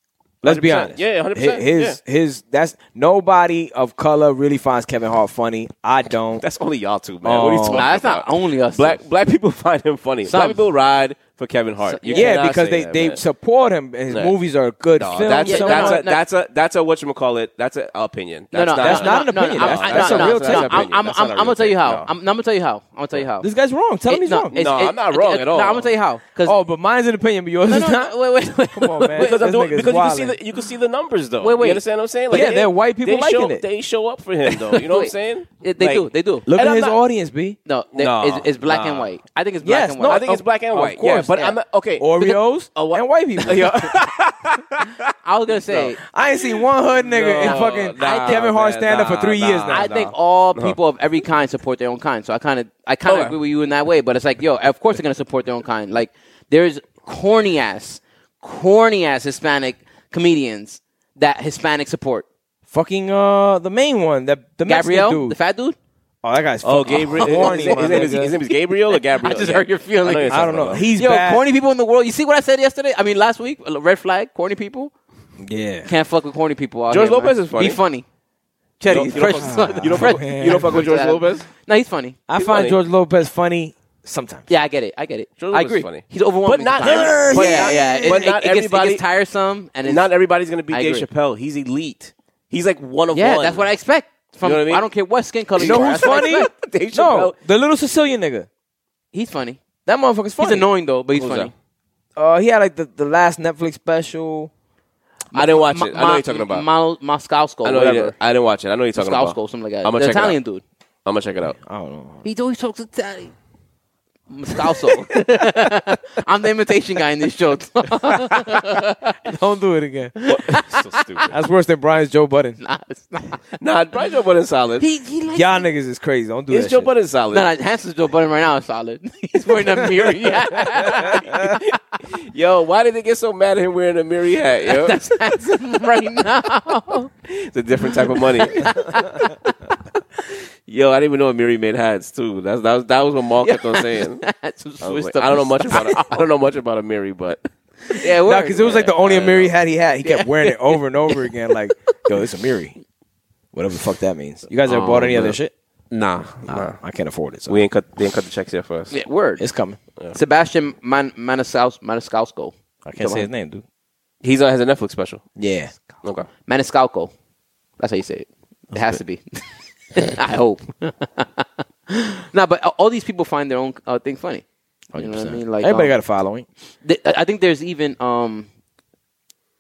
A: Let's be
B: 100%.
A: honest.
B: Yeah, 100%,
A: Hi- His his that's nobody of color really finds Kevin Hart funny. I don't.
B: That's only y'all two, man. what are you
A: Oh.
B: talking
C: Nah, that's
B: about?
C: not only us.
B: black black people find him funny.
C: Some.
B: Black people ride for Kevin Hart. You
A: yeah,
B: cannot
A: because
B: say
A: they
B: that,
A: they
B: man.
A: support him. and His
B: Yeah.
A: movies are good
B: No,
A: films.
B: that's, a,
A: so
B: that's,
A: on.
B: a, that's a that's a what you call it. That's an opinion.
C: No,
B: That's
C: no,
B: not,
A: that's
C: no,
A: not
C: no,
A: an
C: no,
A: opinion.
C: no,
A: That's-
C: I-
A: that's
C: no,
A: a
C: no,
A: real
C: no,
A: take.
C: I'm- I'm, I'm,
B: That's not a real
C: gonna tell you
B: take,
C: how.
B: no.
C: I'm, I'm gonna tell you how. I'm gonna tell you how.
A: this guy's wrong. Tell him he's
C: no,
A: wrong.
C: it's-
B: No,
C: it's-
B: I'm not wrong at all.
C: No, I'm gonna tell you how. 'Cause-
A: oh, but mine's an opinion, but yours
C: no,
A: is not.
C: no, wait, wait, wait.
A: Come on, man.
B: because I'm
A: This
B: doing,
A: nigga's
B: because you can see
A: wildin'.
B: the you can see the numbers though.
C: Wait, wait.
B: You understand what I'm saying? Like
A: yeah,
B: they-
A: they're white people
B: they
A: liking
B: show,
A: it.
B: They show up for him though. You know what I'm
C: Wait.
B: saying?
C: It- they
B: Like,
C: do. They do.
A: Look
B: And
A: at
B: I'm
A: his
B: not-
A: audience, b.
C: No, they,
B: No,
C: it's, it's black
B: nah.
C: and white. I think it's black
A: Yes,
C: and
A: no,
C: white.
B: I think it's
A: Of-
B: black and
A: of
B: white.
A: course,
B: yeah,
C: much.
B: But
C: yeah.
B: I'm okay.
A: Oreos
B: Oh, what-
A: and white people.
C: I was gonna say.
A: I ain't seen one hood nigga
B: No,
A: in fucking
B: nah,
A: Kevin Hart
B: man,
A: stand up
B: nah,
A: for three
B: nah.
A: years now.
C: I think all people of every kind support their own kind. So I kind of, I kind of
B: Okay.
C: agree with you in that way. But it's like, yo, of course they're gonna support their own kind. Like there's corny ass, corny ass Hispanic comedians that Hispanic support.
A: fucking uh the main one that the Mexican
C: Gabriel,
A: dude.
C: the fat dude.
A: oh, that guy's
B: Oh,
A: fucking
B: Gabriel.
A: horny.
B: his, name-
A: my
B: his name is,
A: nigga.
B: his name is Gabriel or Gabriel?
C: I just hurt your feelings.
B: know you're
A: I don't know.
B: about.
A: He's
C: Yo,
A: bad.
C: corny people in the world. You see what I said yesterday? I mean, last week, red flag. Corny people
A: Yeah.
C: can't fuck with corny people. Out
B: George
C: here,
B: Lopez
C: man.
B: is funny.
C: Be funny.
B: You
C: Chetty,
B: don't- you don't fuck- you don't fuck- you don't fuck with George Lopez.
C: No, he's funny.
A: I
B: He's
A: find
B: funny.
A: George Lopez funny sometimes.
C: Yeah, I get it. I get it.
B: George
C: I
B: Lopez is
C: agree.
B: funny.
C: He's overwhelming.
B: But not
C: sometimes.
B: every-
C: But yeah, yeah. It,
B: but
C: it-
B: not
C: it gets, it
B: everybody-
C: gets tiresome, and it's,
B: Not everybody's gonna be
C: I
B: Dave
C: agree.
B: Chappelle. He's elite. He's like one of
C: yeah.
B: one.
C: That's what I expect.
B: You
C: From
B: know what I mean?
C: don't care what skin color
B: You
C: you,
B: know
C: are.
B: who's
C: That's what I
B: funny?
C: expect.
B: Dave Chappelle.
A: No, the little Sicilian nigga.
C: He's funny.
A: That motherfucker's funny.
C: He's annoying though, but he's
B: Who's
C: funny.
B: that?
A: Uh, he had like the, the last Netflix special.
B: I didn't watch
C: Ma-
B: it. I know what you're talking about.
C: Ma- Ma- Moscowsko,
B: I know. you
C: whatever.
B: didn't- I didn't watch it. I know what you're talking about.
C: Moscowsko, something like that.
B: I'm gonna
C: the
B: check it
C: Italian
B: out.
C: dude.
B: I'm gonna check it out.
A: I don't know.
C: He always talks Italian. Moscowsko. I'm the imitation guy in this show.
A: Don't do it again.
B: so stupid.
A: That's worse than Brian's Joe Budden.
C: Nah, it's not.
B: Nah, Brian Joe Budden's solid.
C: He, he likes
A: Y'all niggas is crazy. Don't do
B: Is
A: that.
B: Joe
A: shit.
B: Budden solid?
C: No, no, Hanson's Joe Budden right now is solid. He's wearing a mirror. Yeah.
B: Yo, why did they get so mad at him wearing a Miri hat? Yo,
C: That's Hanson right now.
B: it's a different type of money. yo, I didn't even know Miri made hats too. That's that was that was what Maul kept on saying.
C: Hanson's
B: I, was
C: switched
B: like,
C: up
B: I don't know
C: his
B: much
C: style.
B: about a, I don't know much about a Miri, but
C: Yeah,
A: No, because it was like the only
B: Yeah, I
A: Amiri hat he had. He kept wearing it over and over again. Like, yo, it's Amiri. Whatever the fuck that means. You guys ever
B: Oh,
A: bought any
B: man.
A: other shit?
B: nah,
A: Nah, I can't afford it. So
B: we ain't cut they ain't cut the checks yet for us.
C: yeah, word.
A: it's coming.
C: Sebastian Man- Maniscalco. Maniscalco.
A: I can't say his name, dude.
B: He's on has a Netflix special.
A: Yeah.
B: Okay,
C: Maniscalco. That's how you say it. It has to be. I hope. nah, but all these people find their own uh, thing funny. You know what I
A: 100%.
C: mean? Like
A: Everybody
C: um,
A: got a following.
C: Th- I I think there's even um,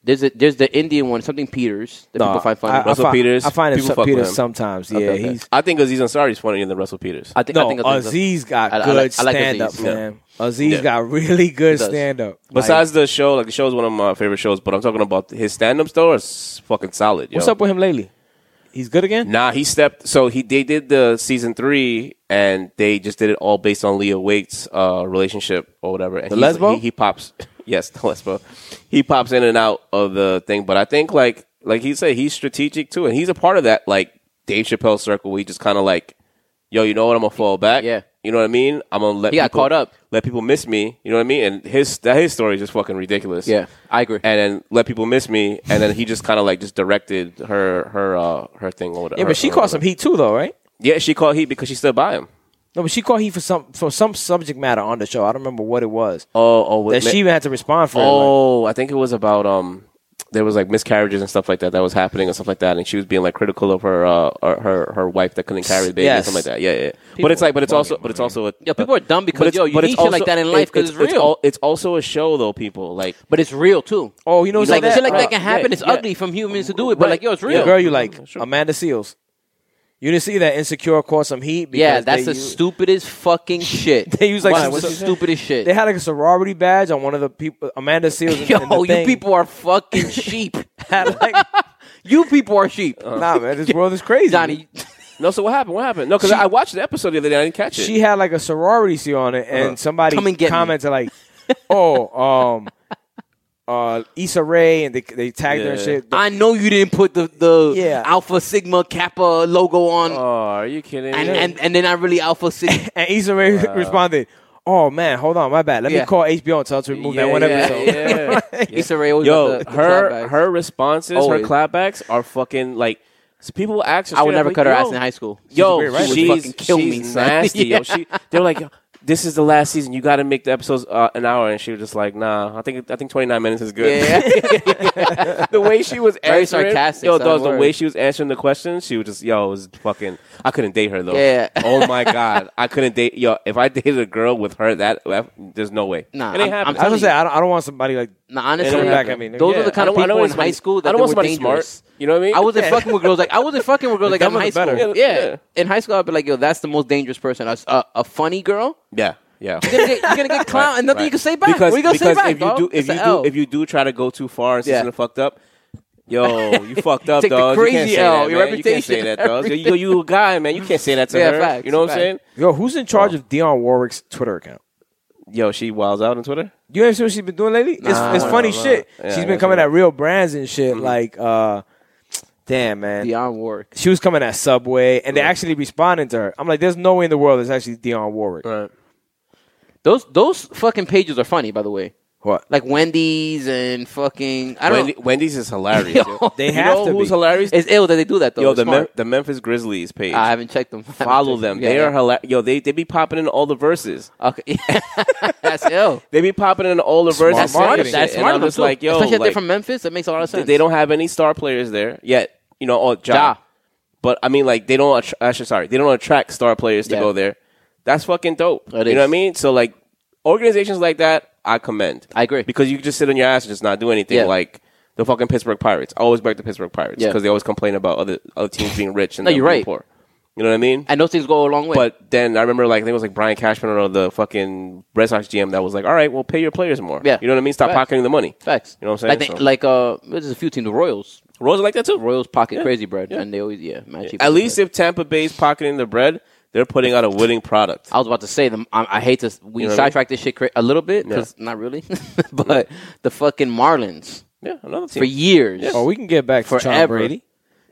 C: there's a there's the Indian one, something Peters that people find funny.
A: I, I
B: Russell
A: find-
B: Peters,
A: I find him
B: people
A: some-
B: fuck with
A: Peters
B: him.
A: sometimes. Yeah,
C: okay.
A: he's
B: I think Aziz Ansari's funnier than Russell Peters.
C: I think I
A: no. uh,
C: think I think
A: Aziz got
C: I- I
A: good
C: like- I like
A: stand up,
C: Aziz.
A: man. Aziz
B: Yeah.
A: got really good
C: does.
A: stand up.
B: Besides the show, like the show is one of my favorite shows, but I'm talking about his stand-up store is fucking solid. Yo.
A: what's up with him lately? He's good again.
B: Nah, he stepped. So he they did the season three, and they just did it all based on Leah Waite's uh, relationship or whatever. And
A: The
B: he's-
A: lesbo?
B: He, he pops. Yes, the lesbo. He pops in and out of the thing, but I think like like he said, he's strategic too, and he's a part of that like Dave Chappelle circle. where he just kind of like, yo, you know what? I'm gonna fall back.
C: Yeah.
B: you know what I mean. I'm gonna let
C: He got
B: people-
C: caught up.
B: Let people miss me. You know what I mean. And his that his story is just fucking ridiculous
C: Yeah, I agree.
B: and then let people miss me, and then he just kind of like just directed her her uh her thing or whatever.
A: Yeah, but she
B: or
A: caught some
B: whatever.
A: heat too, though, right?
B: Yeah, she called heat because she stood by him.
A: No, but she caught heat for some for some subject matter on the show. I don't remember what it was
B: Oh, oh, with
A: that she even had to respond for. it, like,
B: Oh, I think it was about um there was like miscarriages and stuff like that that was happening and stuff like that, and she was being like critical of her uh her- her her wife that couldn't carry the baby and
A: Yes.
B: something like that. Yeah, yeah. but it's like, but it's also, but it's also a.
C: Yo, people are dumb because
B: but it's,
C: yo, you
B: but
C: need
B: it's
C: shit
B: also,
C: like that in
B: it-
C: life because it's,
B: it's
C: real.
B: al- It's also a show, though. People like
C: but it's real too.
A: oh, you know,
C: It's
A: what's
C: like
A: like
C: shit like
A: that,
C: that can happen.
B: yeah,
C: it's
B: yeah.
C: ugly from humans to do it, but
B: Right.
C: like yo, it's
A: the
C: real.
A: girl you like,
B: Sure.
A: Amanda Seals. You didn't see that insecure caught some heat. Because
C: yeah, that's
A: they
C: the
A: used-
C: stupidest fucking shit.
A: They use, like,
C: Why?
A: some-
C: What's the
A: some-
C: stupidest shit.
A: They had like a sorority badge on one of the people. Amanda Seals. in- in the
C: yo, you
A: thing
C: people are fucking sheep.
A: had like,
C: you people are sheep.
B: Uh,
A: nah, man, this world is crazy.
C: Johnny,
B: no. So what happened? What happened? No, because I watched the episode the other day. and I didn't catch it.
A: she had like a sorority seal on it, and
B: Uh-huh.
A: somebody
C: Come and get me.
A: commented like, "Oh, um, uh, Issa Rae," and they they tagged her and
B: Yeah.
A: shit.
C: I know you didn't put the the
A: Yeah.
C: Alpha Sigma Kappa logo on,
B: oh, are you kidding?
C: and,
B: me?
C: and and then I really Alpha Sigma.
A: And Issa Rae responded, "Oh man, hold on, my bad. Let
C: Yeah.
A: me call HBO and tell her to remove that one
B: yeah,
A: episode."
B: yeah.
C: Issa Rae always
B: Yo,
C: got the- the
B: her
C: clapbacks.
B: her responses,
C: Always.
B: her clapbacks are fucking like. so people will ask.
C: I would
B: straight up,
C: never
B: like,
C: cut her
B: yo,
C: ass in high school.
B: Yo,
A: weird writer.
B: she's,
A: She
C: would fucking kill
B: she's
C: me, son.
B: nasty.
C: Yeah.
B: Yo, she they're like, this is the last season. You got to make the episodes uh, an hour, and she was just like, nah. I think I think twenty nine minutes is good. the way she was
C: Very
B: answering,
C: sarcastic,
B: Yo,
C: son,
B: dog, the
C: word.
B: way she was answering the questions, she was just yo, it was fucking. I couldn't date her though.
C: Yeah.
B: Oh my god, I couldn't date yo. If I dated a girl with her, that there's no way.
C: Nah,
B: it ain't
C: I'm-
B: happening.
C: I'm
A: I was gonna say, I don't, I don't want somebody like.
C: No, honestly,
B: They're back
A: at me, nigga.
C: those
A: Yeah.
C: are the kind
B: I
C: of
B: don't- I don't
C: people
B: want
C: in high
B: somebody-
C: school that
B: I don't
C: they
B: want
C: were
B: somebody
C: dangerous.
B: smart. You know what I mean?
C: I wasn't fucking with girls like I wasn't fucking with girls like that in
A: dumber
C: high
A: the
C: school.
A: better.
C: Yeah, in high school, I'd be like, "Yo, that's the most dangerous person." A, a, a funny girl
B: Yeah. Yeah.
C: You're gonna get, you're gonna get clown and nothing
B: right.
C: you can say back.
B: Because,
C: what are you gonna say
B: because
C: back,
B: if you
C: dog?
B: do if
C: It's
B: you
C: an
B: do
C: L.
B: if you do try to go too far and
C: Yeah.
B: yeah. fucked up, yo, you fucked up,
C: Take the
B: dog. you can't
C: crazy
B: say
C: L,
B: that,
C: your
B: man. You can't say
C: reputation,
B: that, dog. You, you,
C: everything.
B: you a guy, man. You can't say that to
C: Yeah,
B: her.
C: facts,
B: you know what I'm
C: facts.
B: saying?
A: Yo, who's in charge of Dionne Warwick's Twitter account?
B: Yo, she wilds out on Twitter.
A: You ain't seen what she's been doing lately?
C: Nah,
A: it's it's
C: nah,
A: funny
B: nah.
A: shit.
B: Yeah,
A: she's
B: I
A: been
B: guess
A: coming
B: so.
A: at real brands and shit. Like, uh, damn man,
C: Dionne Warwick.
A: she was coming at Subway, and they're actually responding to her. I'm like, there's no way in the world it's actually Dionne Warwick.
B: Right.
C: Those those fucking pages are funny, by the way.
A: What?
C: Like Wendy's and fucking I don't.
B: Wendy, Wendy's is hilarious.
C: Yo,
B: yo.
A: they
B: you
A: have
B: know
A: to
B: who's
A: be.
B: hilarious?
C: It's ill that they do that though.
B: yo,
C: It's
B: the
C: smart.
B: Mem- the Memphis Grizzlies page.
C: I haven't checked them. I haven't
B: Follow
C: checked
B: them.
C: Yeah,
B: they
C: yeah.
B: are hilarious. Yo, they they be popping in all the verses.
C: Okay, that's ill.
B: They be popping in all the verses.
C: That's
A: Smart
C: smart.
A: marketing.
C: That's
B: And
C: smart.
B: I'm
C: of them,
B: just
C: too.
B: like, yo,
C: especially if
B: like,
C: they're from Memphis, that makes a lot of
B: they,
C: sense.
B: they don't have any star players there yet. You know, or ja.
C: Ja.
B: But I mean, like they don't. attr- Actually, sorry, they don't attract star players to
C: Yeah.
B: go there. That's fucking dope.
C: It
B: you
C: is.
B: know what I mean? So like organizations like that, I commend.
C: I agree.
B: because you can just sit on your ass and just not do anything.
C: Yeah.
B: Like the fucking Pittsburgh Pirates. I always back the Pittsburgh Pirates
C: Yeah.
B: because they always complain about other other teams being rich and
C: No,
B: them
C: you're
B: being
C: right.
B: poor. You know what I mean?
C: and those things go a long way.
B: But then I remember like I think it was like Brian Cashman or the fucking Red Sox GM that was like, all right, well pay your players more.
C: Yeah.
B: you know what I mean. Stop
C: Facts.
B: pocketing the money.
C: facts.
B: You know what I'm saying?
C: Like, they,
B: So-
C: like uh, there's a few teams. The Royals,
B: Royals are like that too.
C: Royals pocket
B: Yeah.
C: crazy bread,
B: Yeah.
C: and they always yeah. Man, cheap
B: At
C: crazy
B: least
C: bread.
B: if Tampa Bay's pocketing the bread, they're putting out a winning product.
C: I was about to say them. I, I hate to we
B: You know what I mean?
C: sidetrack this shit cra- a little bit because not really, but the fucking Marlins
B: Yeah, another team.
C: for years.
A: Oh, we can get back to Tom
C: Forever.
A: Brady.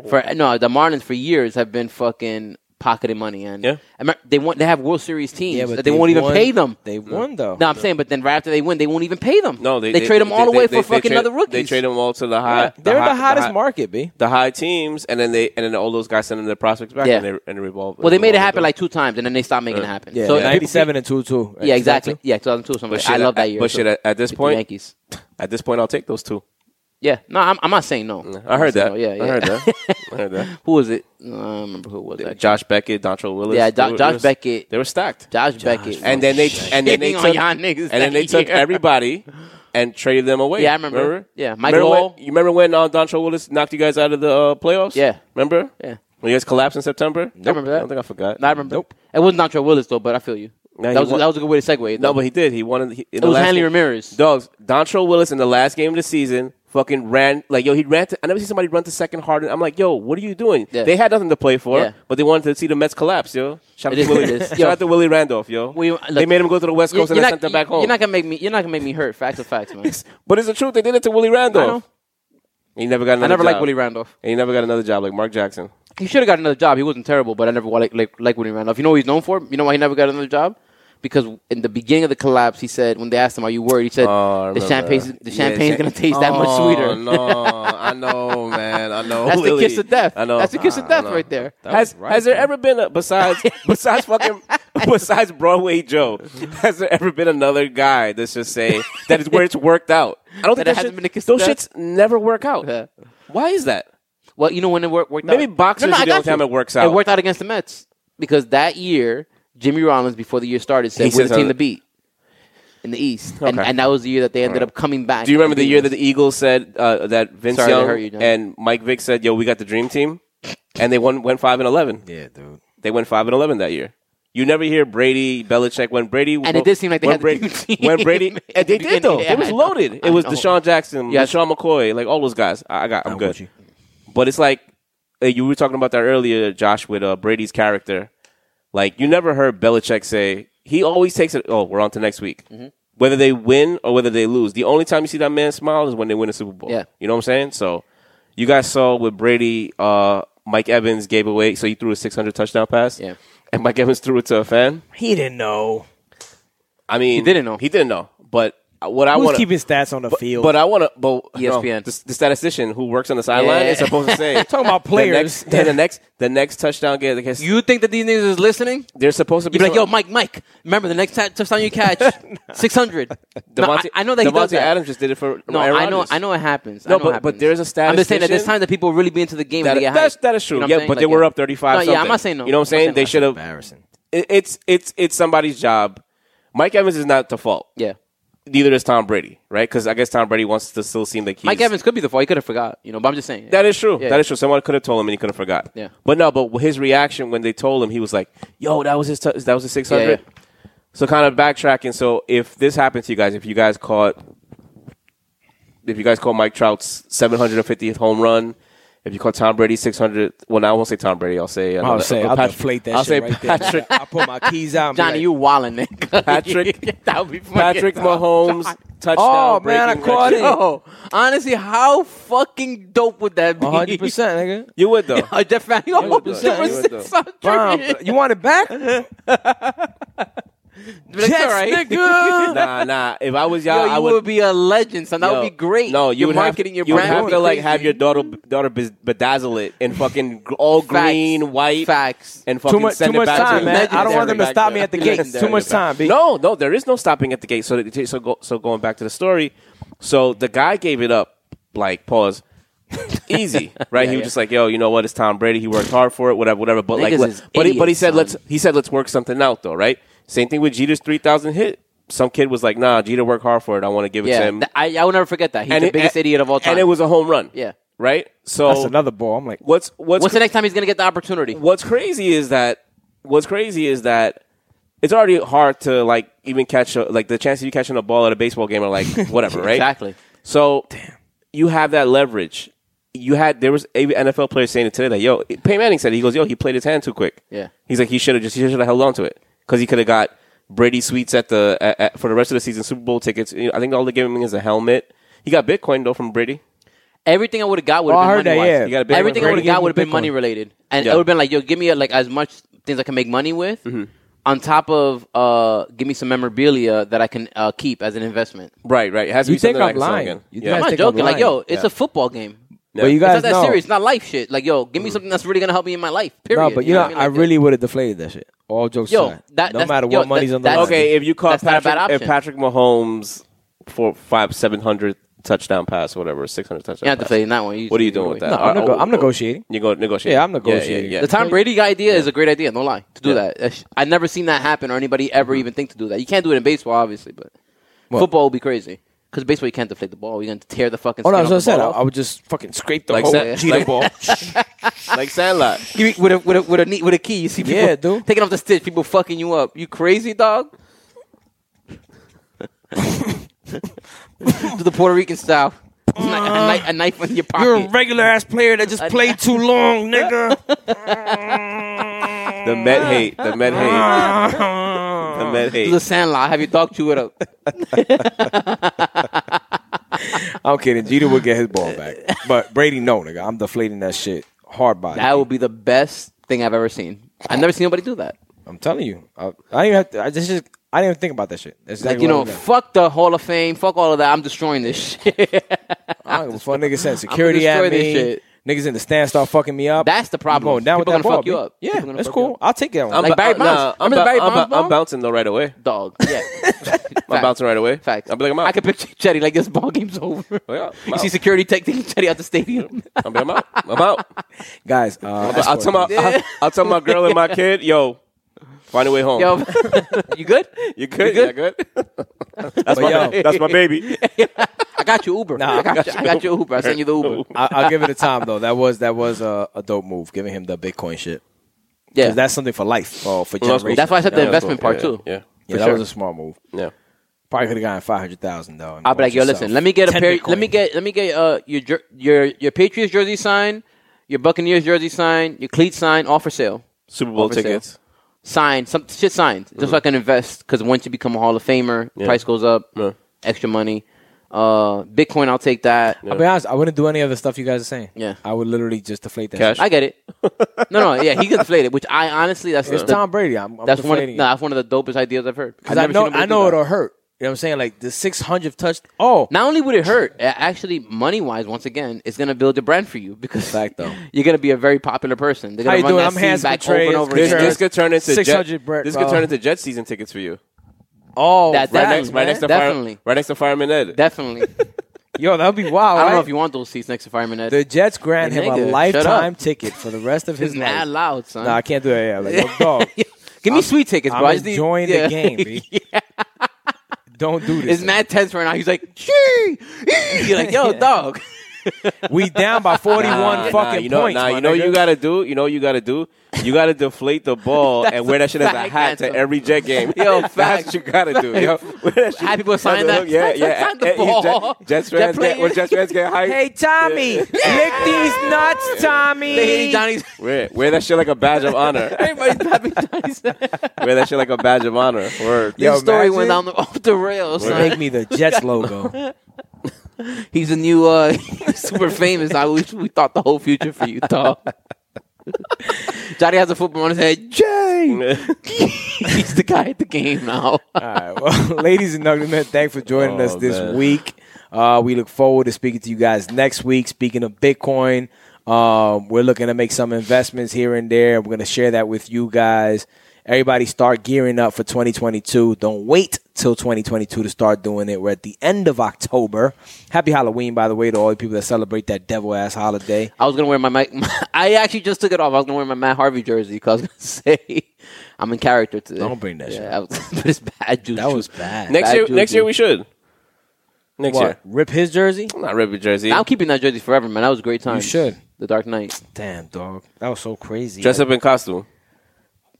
C: for no the Marlins for years have been fucking pocketing money and
B: Yeah.
C: I mean, they want they have World Series teams that they, won't even
A: won-
C: pay them.
A: They won though.
C: no, I'm saying, but then right after they win, they won't even pay them.
B: no, they,
C: trade them all
B: they- they-
C: away for
B: they
C: fucking
B: trade-
C: other rookies.
B: They trade them all to the high.
A: They're
B: high-
A: the hottest
B: high-
A: market, b.
B: The high teams, and then they and then all those guys sending their prospects back,
C: Yeah.
B: and, they, and they revolve.
C: well, they made it
B: revolve
C: happen
B: them.
C: like two times, and then they stopped making it happen.
A: Yeah,
C: so
A: yeah.
C: people-
A: 97 and 2 2.
C: Yeah, exactly. Yeah, 2002 or something.
B: But
C: Like, I
B: shit,
C: love that
B: at-
C: year.
B: But
C: so-
B: shit, at, at this
C: with the
B: point,
C: Yankees.
B: at this point, I'll take those two.
C: Yeah, no, I'm, I'm not saying no.
B: I heard that.
C: No, yeah, yeah.
B: I heard that. I heard that. Uh,
C: who was it? No, I don't remember who it was. actually.
B: Josh Beckett, Dontrell Willis.
C: Yeah,
B: they
C: Do-
B: were- they
C: Josh
B: were-
C: Beckett,
B: They were stacked.
C: Josh Beckett,
B: And then they and then they
C: Shitting
B: took
C: Oh, on y'all niggas
B: and then
C: that
B: they took
C: year.
B: everybody and traded them away.
C: Yeah, I remember. Yeah, Michael
B: remember
C: Hall.
B: When, you remember when uh, Dontrell Willis knocked you guys out of the uh, playoffs?
C: Yeah.
B: remember?
C: Yeah.
B: when you guys collapsed in September. Nope.
C: remember that.
B: I don't think I forgot.
C: No, I remember.
A: Nope.
C: It wasn't Nacho Willis though, but I feel you.
B: Yeah,
C: that
B: he
C: was
B: won-
C: that was a good way to segue.
B: no,
C: though.
B: but he did. He wanted. He, in the
C: it was
B: last
C: Hanley
B: game-
C: Ramirez.
B: Dogs. Dontrell Willis in the last game of the season fucking ran like yo. He ran. To, I never seen somebody run to second hard. I'm like, yo, what are you doing?
C: Yeah.
B: They had nothing to play for,
C: Yeah.
B: but they wanted to see the Mets collapse, yo. Shout out
C: It
B: to
C: is-
B: Willie.
C: it is.
B: Shout
C: Yo.
B: out to Willie Randolph, yo.
C: We- look,
B: they made him go to the West
C: You-
B: Coast and
C: you're
B: then
C: not-
B: sent him back
C: you-
B: home.
C: You're not gonna make me. You're not gonna make me hurt. Facts are facts, man.
B: but it's the truth. They did it to Willie Randolph.
C: I know.
B: He never got.
C: I
B: Another
C: never
B: job.
C: liked Willie Randolph.
B: And he never got another job like Mark Jackson.
C: He should have got another job. He wasn't terrible, but I never like like, like Willie Randolph. You know what he's known for? You know why he never got another job? Because in the beginning of the collapse, he said when they asked him, "Are you worried?" He said,
B: Oh, I
C: "The
B: remember
C: champagne's
B: that.
C: the
B: Yeah,
C: champagne's
B: cha- Oh,
C: gonna taste that much sweeter."
B: no, I know, man. I know.
C: That's the
B: Willie.
C: kiss of death.
B: I know.
C: That's the kiss
B: I
C: of death
B: know.
C: right there.
B: Has, has there ever been a besides besides fucking besides Broadway Joe? Has there ever been another guy that's just saying that is where it's worked out? I don't
C: That
B: think
C: it
B: that
C: hasn't
B: shit-
C: been a kiss of
B: those
C: death?
B: shits never work out.
C: Yeah.
B: Why is that?
C: Well, you know when it worked, worked
B: Maybe
C: out.
B: boxers are
C: I
B: the
C: got
B: only time
C: you.
B: it works out.
C: It worked out against the Mets because that year Jimmy Rollins, before the year started,
B: He
C: said
B: said
C: we're the team
B: something.
C: to beat in the East, and,
B: Okay.
C: and that was the year that they ended up coming back.
B: Do you remember
C: and
B: the
C: beating
B: year
C: us.
B: that the Eagles said uh, that Vince
C: Sorry to
B: Young
C: hurt you, John.
B: and Mike Vick said, "Yo, we got the dream team," and they won went five and eleven.
A: Yeah, dude.
B: They went five and eleven that year. You never hear Brady, Belichick when Brady
C: And it did seem like they
B: when
C: had the
B: Brady,
C: dream team.
B: when Brady and they did though.
C: Yeah,
B: it was
C: I know.
B: loaded. It
C: I
B: was
C: know.
B: Deshaun Jackson,
C: Yes.
B: Deshaun McCoy, like all those guys. I, I got. I'm,
A: I'm with
B: good.
A: you.
B: But it's like uh, you were talking about that earlier, Josh, with uh, Brady's character. Like you never heard Belichick say he always takes it. Oh, we're on to next week.
C: Mm-hmm.
B: Whether they win or whether they lose, the only time you see that man smile is when they win a Super Bowl.
C: Yeah.
B: you know what I'm saying. So you guys saw with Brady, uh, Mike Evans gave away. So he threw a 600 touchdown pass.
C: Yeah.
B: and Mike Evans threw it to a fan.
A: He didn't know.
B: I mean, he
C: didn't know.
B: He didn't know. But uh, what I
A: Who's
B: want
A: keeping stats on the field?
B: but I want to. But No,
C: ESPN.
B: the, the statistician who works on the sideline
C: Yeah.
B: is supposed to say
A: Talking about
B: The
A: players.
B: next, yeah, the next, the next touchdown game. Like,
C: You think that these niggas is listening?
B: they're supposed to
C: You'd
B: be
C: be like,
B: some-
C: "Yo, Mike, Mike, remember the next ti- touchdown you catch, 600. No, I,
B: Devontae-
C: I know that he
B: Devontae
C: does that.
B: Adams just did it for
C: no,
B: Aaron
C: I know,
B: Rodgers.
C: I know it happens. I
B: No,
C: know
B: but-
C: it happens.
B: but there's a
C: I'm just saying that there's
B: statistician-
C: times that people really be into the game.
B: That,
C: when they get
B: that's,
C: hyped.
B: that is true.
C: You know what I'm
B: yeah,
C: saying?
B: but they
C: Like,
B: were
C: yeah.
B: up 35
C: No, yeah, I'm
B: something.
C: not saying no.
B: You know what I'm
C: I'm
B: saying?
C: saying
B: They
C: that's
B: should have
A: embarrassing.
B: it- it's it's it's somebody's job. Mike Evans is not the fault.
C: Yeah,
B: Neither is Tom Brady, right? Cuz I guess Tom Brady wants to still seem like he's
C: Mike Evans could be the fault. He could have forgot. You know, but I'm just saying.
B: That is true.
C: Yeah.
B: That is true. Someone could have told him and he could have forgot.
C: Yeah.
B: But no, but his reaction when they told him, he was like, "Yo, that was his. T- that was his 600.
C: Yeah, yeah.
B: So kind of backtracking. So if this happened to you guys, if you guys caught, if you guys caught Mike Trout's 750th home run, if you caught Tom Brady 600, well, now I won't say Tom Brady. I'll say
A: I'll say I'll
B: Pat-
A: deflate that
B: I'll
A: shit
B: say
A: right there.
B: Patrick-
A: I put my keys out. and be
C: Johnny,
A: like,
C: you wildin', nigga.
B: Patrick-
C: that would be fucking
B: Patrick Mahomes touchdown.
A: Oh, man, I
B: breaking
A: caught
B: record.
A: it.
C: Yo, honestly, how fucking dope would that be?
A: 100 percent, nigga.
B: You would though.
C: I definitely
B: would though. You would though.
C: 600.
A: Bomb. You want it back? Yes,
C: That's all right.
A: nigga.
B: nah, nah. If I was y'all,
C: Yo, you
B: I
C: would, be a legend, son. That
B: yo,
C: would be great.
B: No, you
C: Your
B: would
C: marketing,
B: have,
C: your
B: you would
C: brand
B: have
C: would
B: to
C: be
B: like
C: crazy.
B: have your daughter daughter bez- bedazzle it in fucking gr- all
C: Facts.
B: green, white,
C: facts.
B: and fucking
A: Too much,
B: send
A: too much
B: it back
A: time,
B: to
A: man. I don't want them to
B: Legendary.
A: stop me at the gate. Too much time, B.
B: No, no, there is no stopping at the gate. So, so, go, so going back to the story, so the guy gave it up. Like pause, easy, right? he was just like, "Yo, you know what? It's Tom Brady. He worked hard for it. Whatever, whatever." But like,
C: Niggas
B: let-
C: is
B: but he, but he
C: idiots,
B: said,
C: son.
B: "Let's." He said, "Let's work something out, though, right?" Same thing with Jeter's three thousand hit. Some kid was like, "Nah, Jeter worked hard for it. I want to give it to
C: Yeah,
B: him."
C: th- I, I will never forget that. He's the
B: it-
C: biggest idiot of all time.
B: And it was a home run.
C: Yeah.
B: Right. So
C: Oh.
A: That's another ball. I'm like,
B: What's what's
C: What's the next time he's gonna get the opportunity?
B: what's crazy is that what's crazy is that it's already hard to like even catch a, like the chances of you catching a ball at a baseball game are like whatever, right?
C: Exactly.
B: So you have that leverage. You had there was a NFL player saying it today that yo Peyton Manning said it. he goes yo he played his hand too quick.
C: Yeah.
B: he's like he should have just he should have held on to it because he could have got Brady sweets at the at, at- for the rest of the season Super Bowl tickets. You know, I think all they gave him is a helmet. He got Bitcoin though from Brady.
C: Everything I would have got would
A: Oh,
C: have
A: I
C: been
A: heard that,
C: money wise.
A: yeah.
B: You gotta bet
C: Everything
B: on
C: I would have
A: Brady
C: got
A: gave
C: would have
A: him
C: been money
A: Bitcoin.
C: related, and
B: Yeah. Mm-hmm.
C: it would have been like, yo, give me like as much things I can make money with, on top of uh, give me some memorabilia that I can uh, keep as an investment.
B: Right, right. It has to
A: You
B: be something
A: think
B: I
A: I'm
B: can sell
A: lying.
B: again.
A: You
B: Yeah.
C: I'm
A: think
C: not
A: I'm
C: joking. Like,
A: lying.
C: yo, it's
B: Yeah.
C: a football game.
B: Yeah.
A: but you
B: It's
A: guys
C: it's not that
A: know.
C: serious. It's not life shit. Like, yo, give me
B: Mm-hmm.
C: something that's really gonna help me in my life. Period.
A: No, but you know,
C: know what mean?
A: I
C: Like,
A: really would have deflated that shit. All jokes
C: Yo,
A: aside,
C: that-
A: no
C: that's-
A: matter
C: yo,
A: what money's
C: that-
A: on the
C: that's-
A: line.
B: Okay, if you caught
C: That's not a
B: Patrick,
C: bad
B: if
C: option.
B: Patrick Mahomes for five, seven hundred touchdown pass, whatever, six hundred touchdown.
C: You're not
B: pass.
C: deflating that one. You
B: What are you
C: just-
B: doing with that?
A: No, I'm, nego- I'm negotiating.
B: You go negotiate.
A: Yeah, I'm negotiating.
B: Yeah, yeah,
C: The Tom Brady guy idea is a great idea. No lie, to do that. That's- I never seen that happen, or anybody ever even think to do that. You can't do it in baseball, obviously, but football would be crazy. Because baseball, you can't deflate the ball. You're gonna tear the fucking.
A: Oh no,
C: skin
A: that's
C: off
A: what I said.
C: the
A: I,
C: ball
A: I would just fucking scrape the
B: Like
A: whole
B: that-
A: Jeter
B: like-
A: ball.
B: yeah. Like Sandlot.
C: Give me- with a with a with a, knee, with a key. You see, people
A: Yeah, dude.
C: taking off the stitch. People fucking you up. You crazy dog? to the Puerto Rican style. A kni- a, knife, a knife in your pocket.
A: You're a regular ass player that just played too long, nigga.
B: The
C: Ah.
B: Met hate. The Met hate. the Met
C: to the
B: hate.
C: sandlot. Have your dog chew it up.
A: I'm kidding. Jeter would get his ball back, but Brady, no, nigga. I'm deflating that shit hard body.
C: That would be the best thing I've ever seen. I've never seen anybody do that.
A: I'm telling you, I, I didn't even have to. I just, just I didn't even think about that shit. That's
C: Like,
A: exactly
C: you know,
A: what I was
C: fuck the Hall of Fame, fuck all of that. I'm destroying this shit.
A: doing. I don't give a fuck. Niggas sent security
C: destroy
A: at
C: this
A: me.
C: shit.
A: Niggas in the stand start fucking me up.
C: That's the problem.
A: I'm going down
C: People
A: with that
C: gonna
A: ball,
C: fuck you
A: B.
C: up. People
A: Yeah,
C: gonna
A: that's
C: fuck you
A: cool.
C: up.
A: I'll take that one.
B: I'm
C: Like
B: bu-
C: Barry
B: uh,
C: Bonds.
B: nah, I'm,
C: Remember
B: bu-
C: Barry
B: I'm,
C: Bonds
B: bu- I'm
C: ball?
B: bouncing though right away.
C: Dog. Yeah.
B: I'm bouncing right away.
C: Facts.
B: I'll be like, I'm out.
C: I could picture Chetty like this ball game's over.
A: Oh,
B: Yeah, I'm
C: you
B: out.
C: see security tech taking Chetty out the stadium.
B: I'll be like, I'm out. I'm out.
A: Guys, uh,
B: But I'll tell my I'll, I'll tell my girl and my kid, yo, find a way home.
C: Yo, you good?
B: you good?
C: you
B: You good? that's,
A: But
B: my,
A: yo.
B: that's my baby.
C: I got you Uber.
A: Nah,
C: I, got you, I got your Uber. I sent you the Uber.
A: I, I'll give it a time though. That was that was a, a dope move, giving him the Bitcoin shit.
C: Yeah.
A: 'Cause that's something for life. Oh, for
B: that's
A: generations.
C: That's why I said the
B: Yeah,
C: investment
B: cool.
C: part too.
B: Yeah.
A: yeah,
B: for
A: that
B: sure.
A: was a smart move.
B: Yeah.
A: Probably could have gotten five hundred thousand though. and
C: I'll be
A: bought
C: like, yo,
A: yourself
C: listen, let me get a
A: 10
C: pair. Let
A: Bitcoin.
C: me get let me get uh your jer- your your Patriots jersey sign, your Buccaneers jersey sign, your cleat sign, all for sale.
B: Super Bowl
C: for sale.
B: tickets.
C: Signed, some shit signed, just so I can invest. Because once you become a Hall of Famer, price goes up,
B: Yeah.
C: extra money. Uh, Bitcoin, I'll take that.
A: I'll be honest. I wouldn't do any of the stuff you guys are saying.
C: Yeah.
A: I would literally just deflate that.
B: Cash.
A: Shit.
C: I get it. no, no, yeah, he can deflate it. Which I honestly, that's
A: It's
C: the-
A: Tom Brady. I'm, I'm
C: that's one. Of,
A: deflating.
C: nah, that's one of the dopest ideas I've heard.
A: Because I know, I know it'll hurt. You know what I'm saying? Like the 600th touch. Oh,
C: Not only would it hurt, a- actually, money wise, once again, it's gonna build a brand for you because
A: Fact, though.
C: you're gonna be a very popular person. They're
A: How
C: gonna
A: you
C: run
A: doing?
C: that
A: I'm
C: scene
A: handsome
C: back
A: with Trey.
C: over and
A: It's
C: over
A: good.
B: This,
C: again.
B: this could turn into jet,
A: 600 bread,
B: This could
A: bro.
B: turn into jet season tickets for you.
A: oh,
C: That-
B: Right
C: Definitely,
B: next, right next to
C: Definitely.
B: fire, right next to fireman Ed.
C: Definitely.
A: yo, that'd be wild.
C: I don't know
A: right?
C: if you want those seats next to Fireman Ed.
A: The Jets grant
C: Hey,
A: him
C: nigga,
A: a
C: shut
A: lifetime
C: up.
A: ticket for the rest of
C: it's
A: his
C: mad
A: life.
C: loud, son.
A: Nah, I can't do that. Yeah, like, yo, dog,
C: Give me sweet tickets, bro. I
A: I'm
C: just need-
A: enjoying
C: yeah.
A: the game. B. Don't do this.
C: It's mad tense right now. He's like, "Gee!" You're like, yo, dog.
A: we down by 41
B: Nah,
A: fucking
B: nah, you know,
A: points.
B: Nah,
A: my
B: you know what
A: nigga.
B: you gotta do. You know what you gotta do. You gotta deflate the ball and wear that shit as a
C: fact,
B: hat to
C: Anthony.
B: every jet game.
C: Yo,
B: that's what you gotta do. Yo, Wear that shit-
C: Happy people sign
B: Yeah,
C: that.
B: Yeah,
C: sign-
B: yeah.
C: sign the
B: Eh, eh,
C: ball.
B: Jet- Jets
C: Jet
B: fans get when
C: players.
B: Jets fans get hyped.
A: Hey, Tommy, lick these nuts, Tommy.
C: They hate Johnny's.
B: Wear, wear that shit like a badge of honor.
C: Everybody's happy Johnny's.
B: wear that shit like a badge of honor. Word.
A: Yo,
C: This story
A: imagine-
C: went down the, off the rails. son.
A: Make me the Jets logo.
C: He's a new, uh, super famous. I wish we thought the whole future for you, dog. Johnny has a football on his head. Jay! He's the guy at the game now.
A: All right, well, ladies and gentlemen, thanks for joining us
B: Oh,
A: this
B: man.
A: week. Uh, we look forward to speaking to you guys next week. Speaking of Bitcoin, um, we're looking to make some investments here and there. We're going to share that with you guys. Everybody, start gearing up for 2022. Don't wait till 2022 to start doing it. We're at the end of October. Happy Halloween, by the way, to all the people that celebrate that devil ass holiday.
C: I was gonna wear my, Mike. I actually just took it off. I was gonna wear my Matt Harvey jersey because I was gonna say I'm in character today.
A: Don't bring that shit
C: I was, but it's bad juju.
A: That was bad.
B: Next
C: Bad
B: year,
C: juju.
B: next year we should. Next
A: What?
B: year,
A: Rip his jersey?
B: I'm not ripping jersey.
C: I'm keeping that jersey forever, man. That was a great time.
A: You should.
C: The Dark Knight.
A: Damn, dog. That was so crazy.
B: Dress up in costume.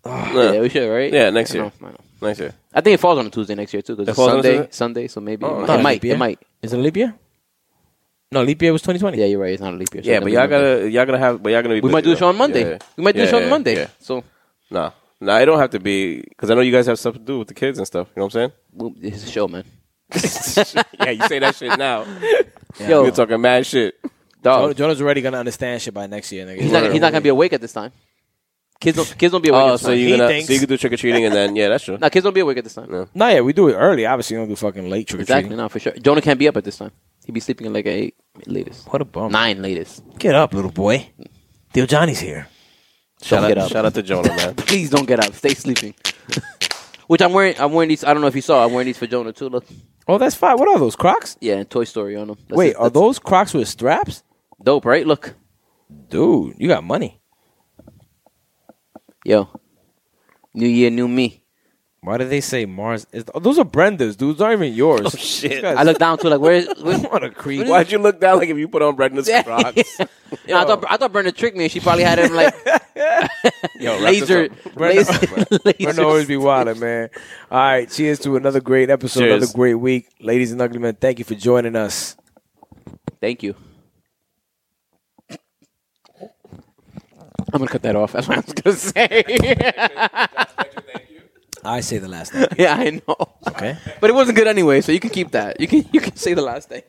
C: Ah, Yeah, we should, right?
B: Yeah, next
C: I
B: year.
C: know, I know.
B: Next year.
C: I think it falls on a Tuesday next year too, because
B: It
C: it's
B: falls on a
C: Sunday.
B: Tuesday?
C: Sunday, so maybe
B: Oh,
C: it
B: yeah.
C: might. It might.
A: Leap year?
C: It might.
A: Is it a leap year? No, leap year was 2020.
C: Yeah, you're right. It's not a leap year. so
B: Yeah,
C: it
B: but
C: might
B: y'all
C: be Monday.
B: gotta, y'all gonna have, but y'all gonna be.
C: We
B: busy,
C: might do the
B: though.
C: show on Monday.
B: Yeah.
C: We might do the
B: Yeah,
C: show
B: yeah,
C: on Monday.
B: yeah.
C: So
B: Nah, nah, it don't have to be because I know you guys have stuff to do with the kids and stuff. You know what I'm
C: well, it's a show, man.
B: saying? yeah, you say that shit now.
C: Yo,
B: You're talking mad shit.
A: Jonah-
C: dog.
A: Jonah's already gonna understand shit by next year. Nigga.
C: He's not. He's not gonna be awake at this time. Kids don't. Kids don't be awake. at
B: Oh,
C: this
B: so
C: time.
B: you
A: He
B: gonna
A: thinks-
B: so you could do trick or treating and then yeah, that's true.
C: No, kids don't be awake at this time.
B: No.
A: No, yeah, we do it early. Obviously, we don't do fucking late trick or treating.
C: Exactly, no, for sure. Jonah can't be up at this time. He'd be sleeping at like at eight latest,
A: What a bum.
C: nine latest.
A: Get up, little boy. Deal Johnny's here.
C: Don't
B: Shout
C: get
B: out,
C: up.
B: shout out to Jonah, man.
C: Please don't get up. Stay sleeping. Which I'm wearing. I'm wearing these. I don't know if you saw. I'm wearing these for Jonah too. Look,
A: Oh, that's fine. What are those Crocs?
C: yeah, and Toy Story on them. That's
A: Wait,
C: it.
A: are
C: That's
A: those Crocs with straps?
C: dope? Right? Look,
A: Dude, you got money.
C: yo, new year, new me.
A: Why do they say Mars? Is, oh, those are Brenda's, dude. Those aren't even yours. Oh,
B: shit.
C: I look down too. Like where? where
A: What a creep.
B: Why'd you look down like if you put on Brenda's
C: Yeah.
B: Crocs?
C: No, I thought I thought Brenda tricked me. and She probably had him like
B: Yo, wrap this
C: laser.
B: up.
A: Brenda-
C: laser,
A: Brenda
C: laser-
A: always be wildin', man. All right, cheers to another great episode,
B: Cheers.
A: another great week, ladies and gentlemen. Thank you for joining us.
C: Thank you. I'm gonna cut that off. That's what I was gonna say.
A: I say the last name,
C: yeah, I know.
A: okay?
C: But it wasn't good anyway, so you can keep that. You can you can say the last thing.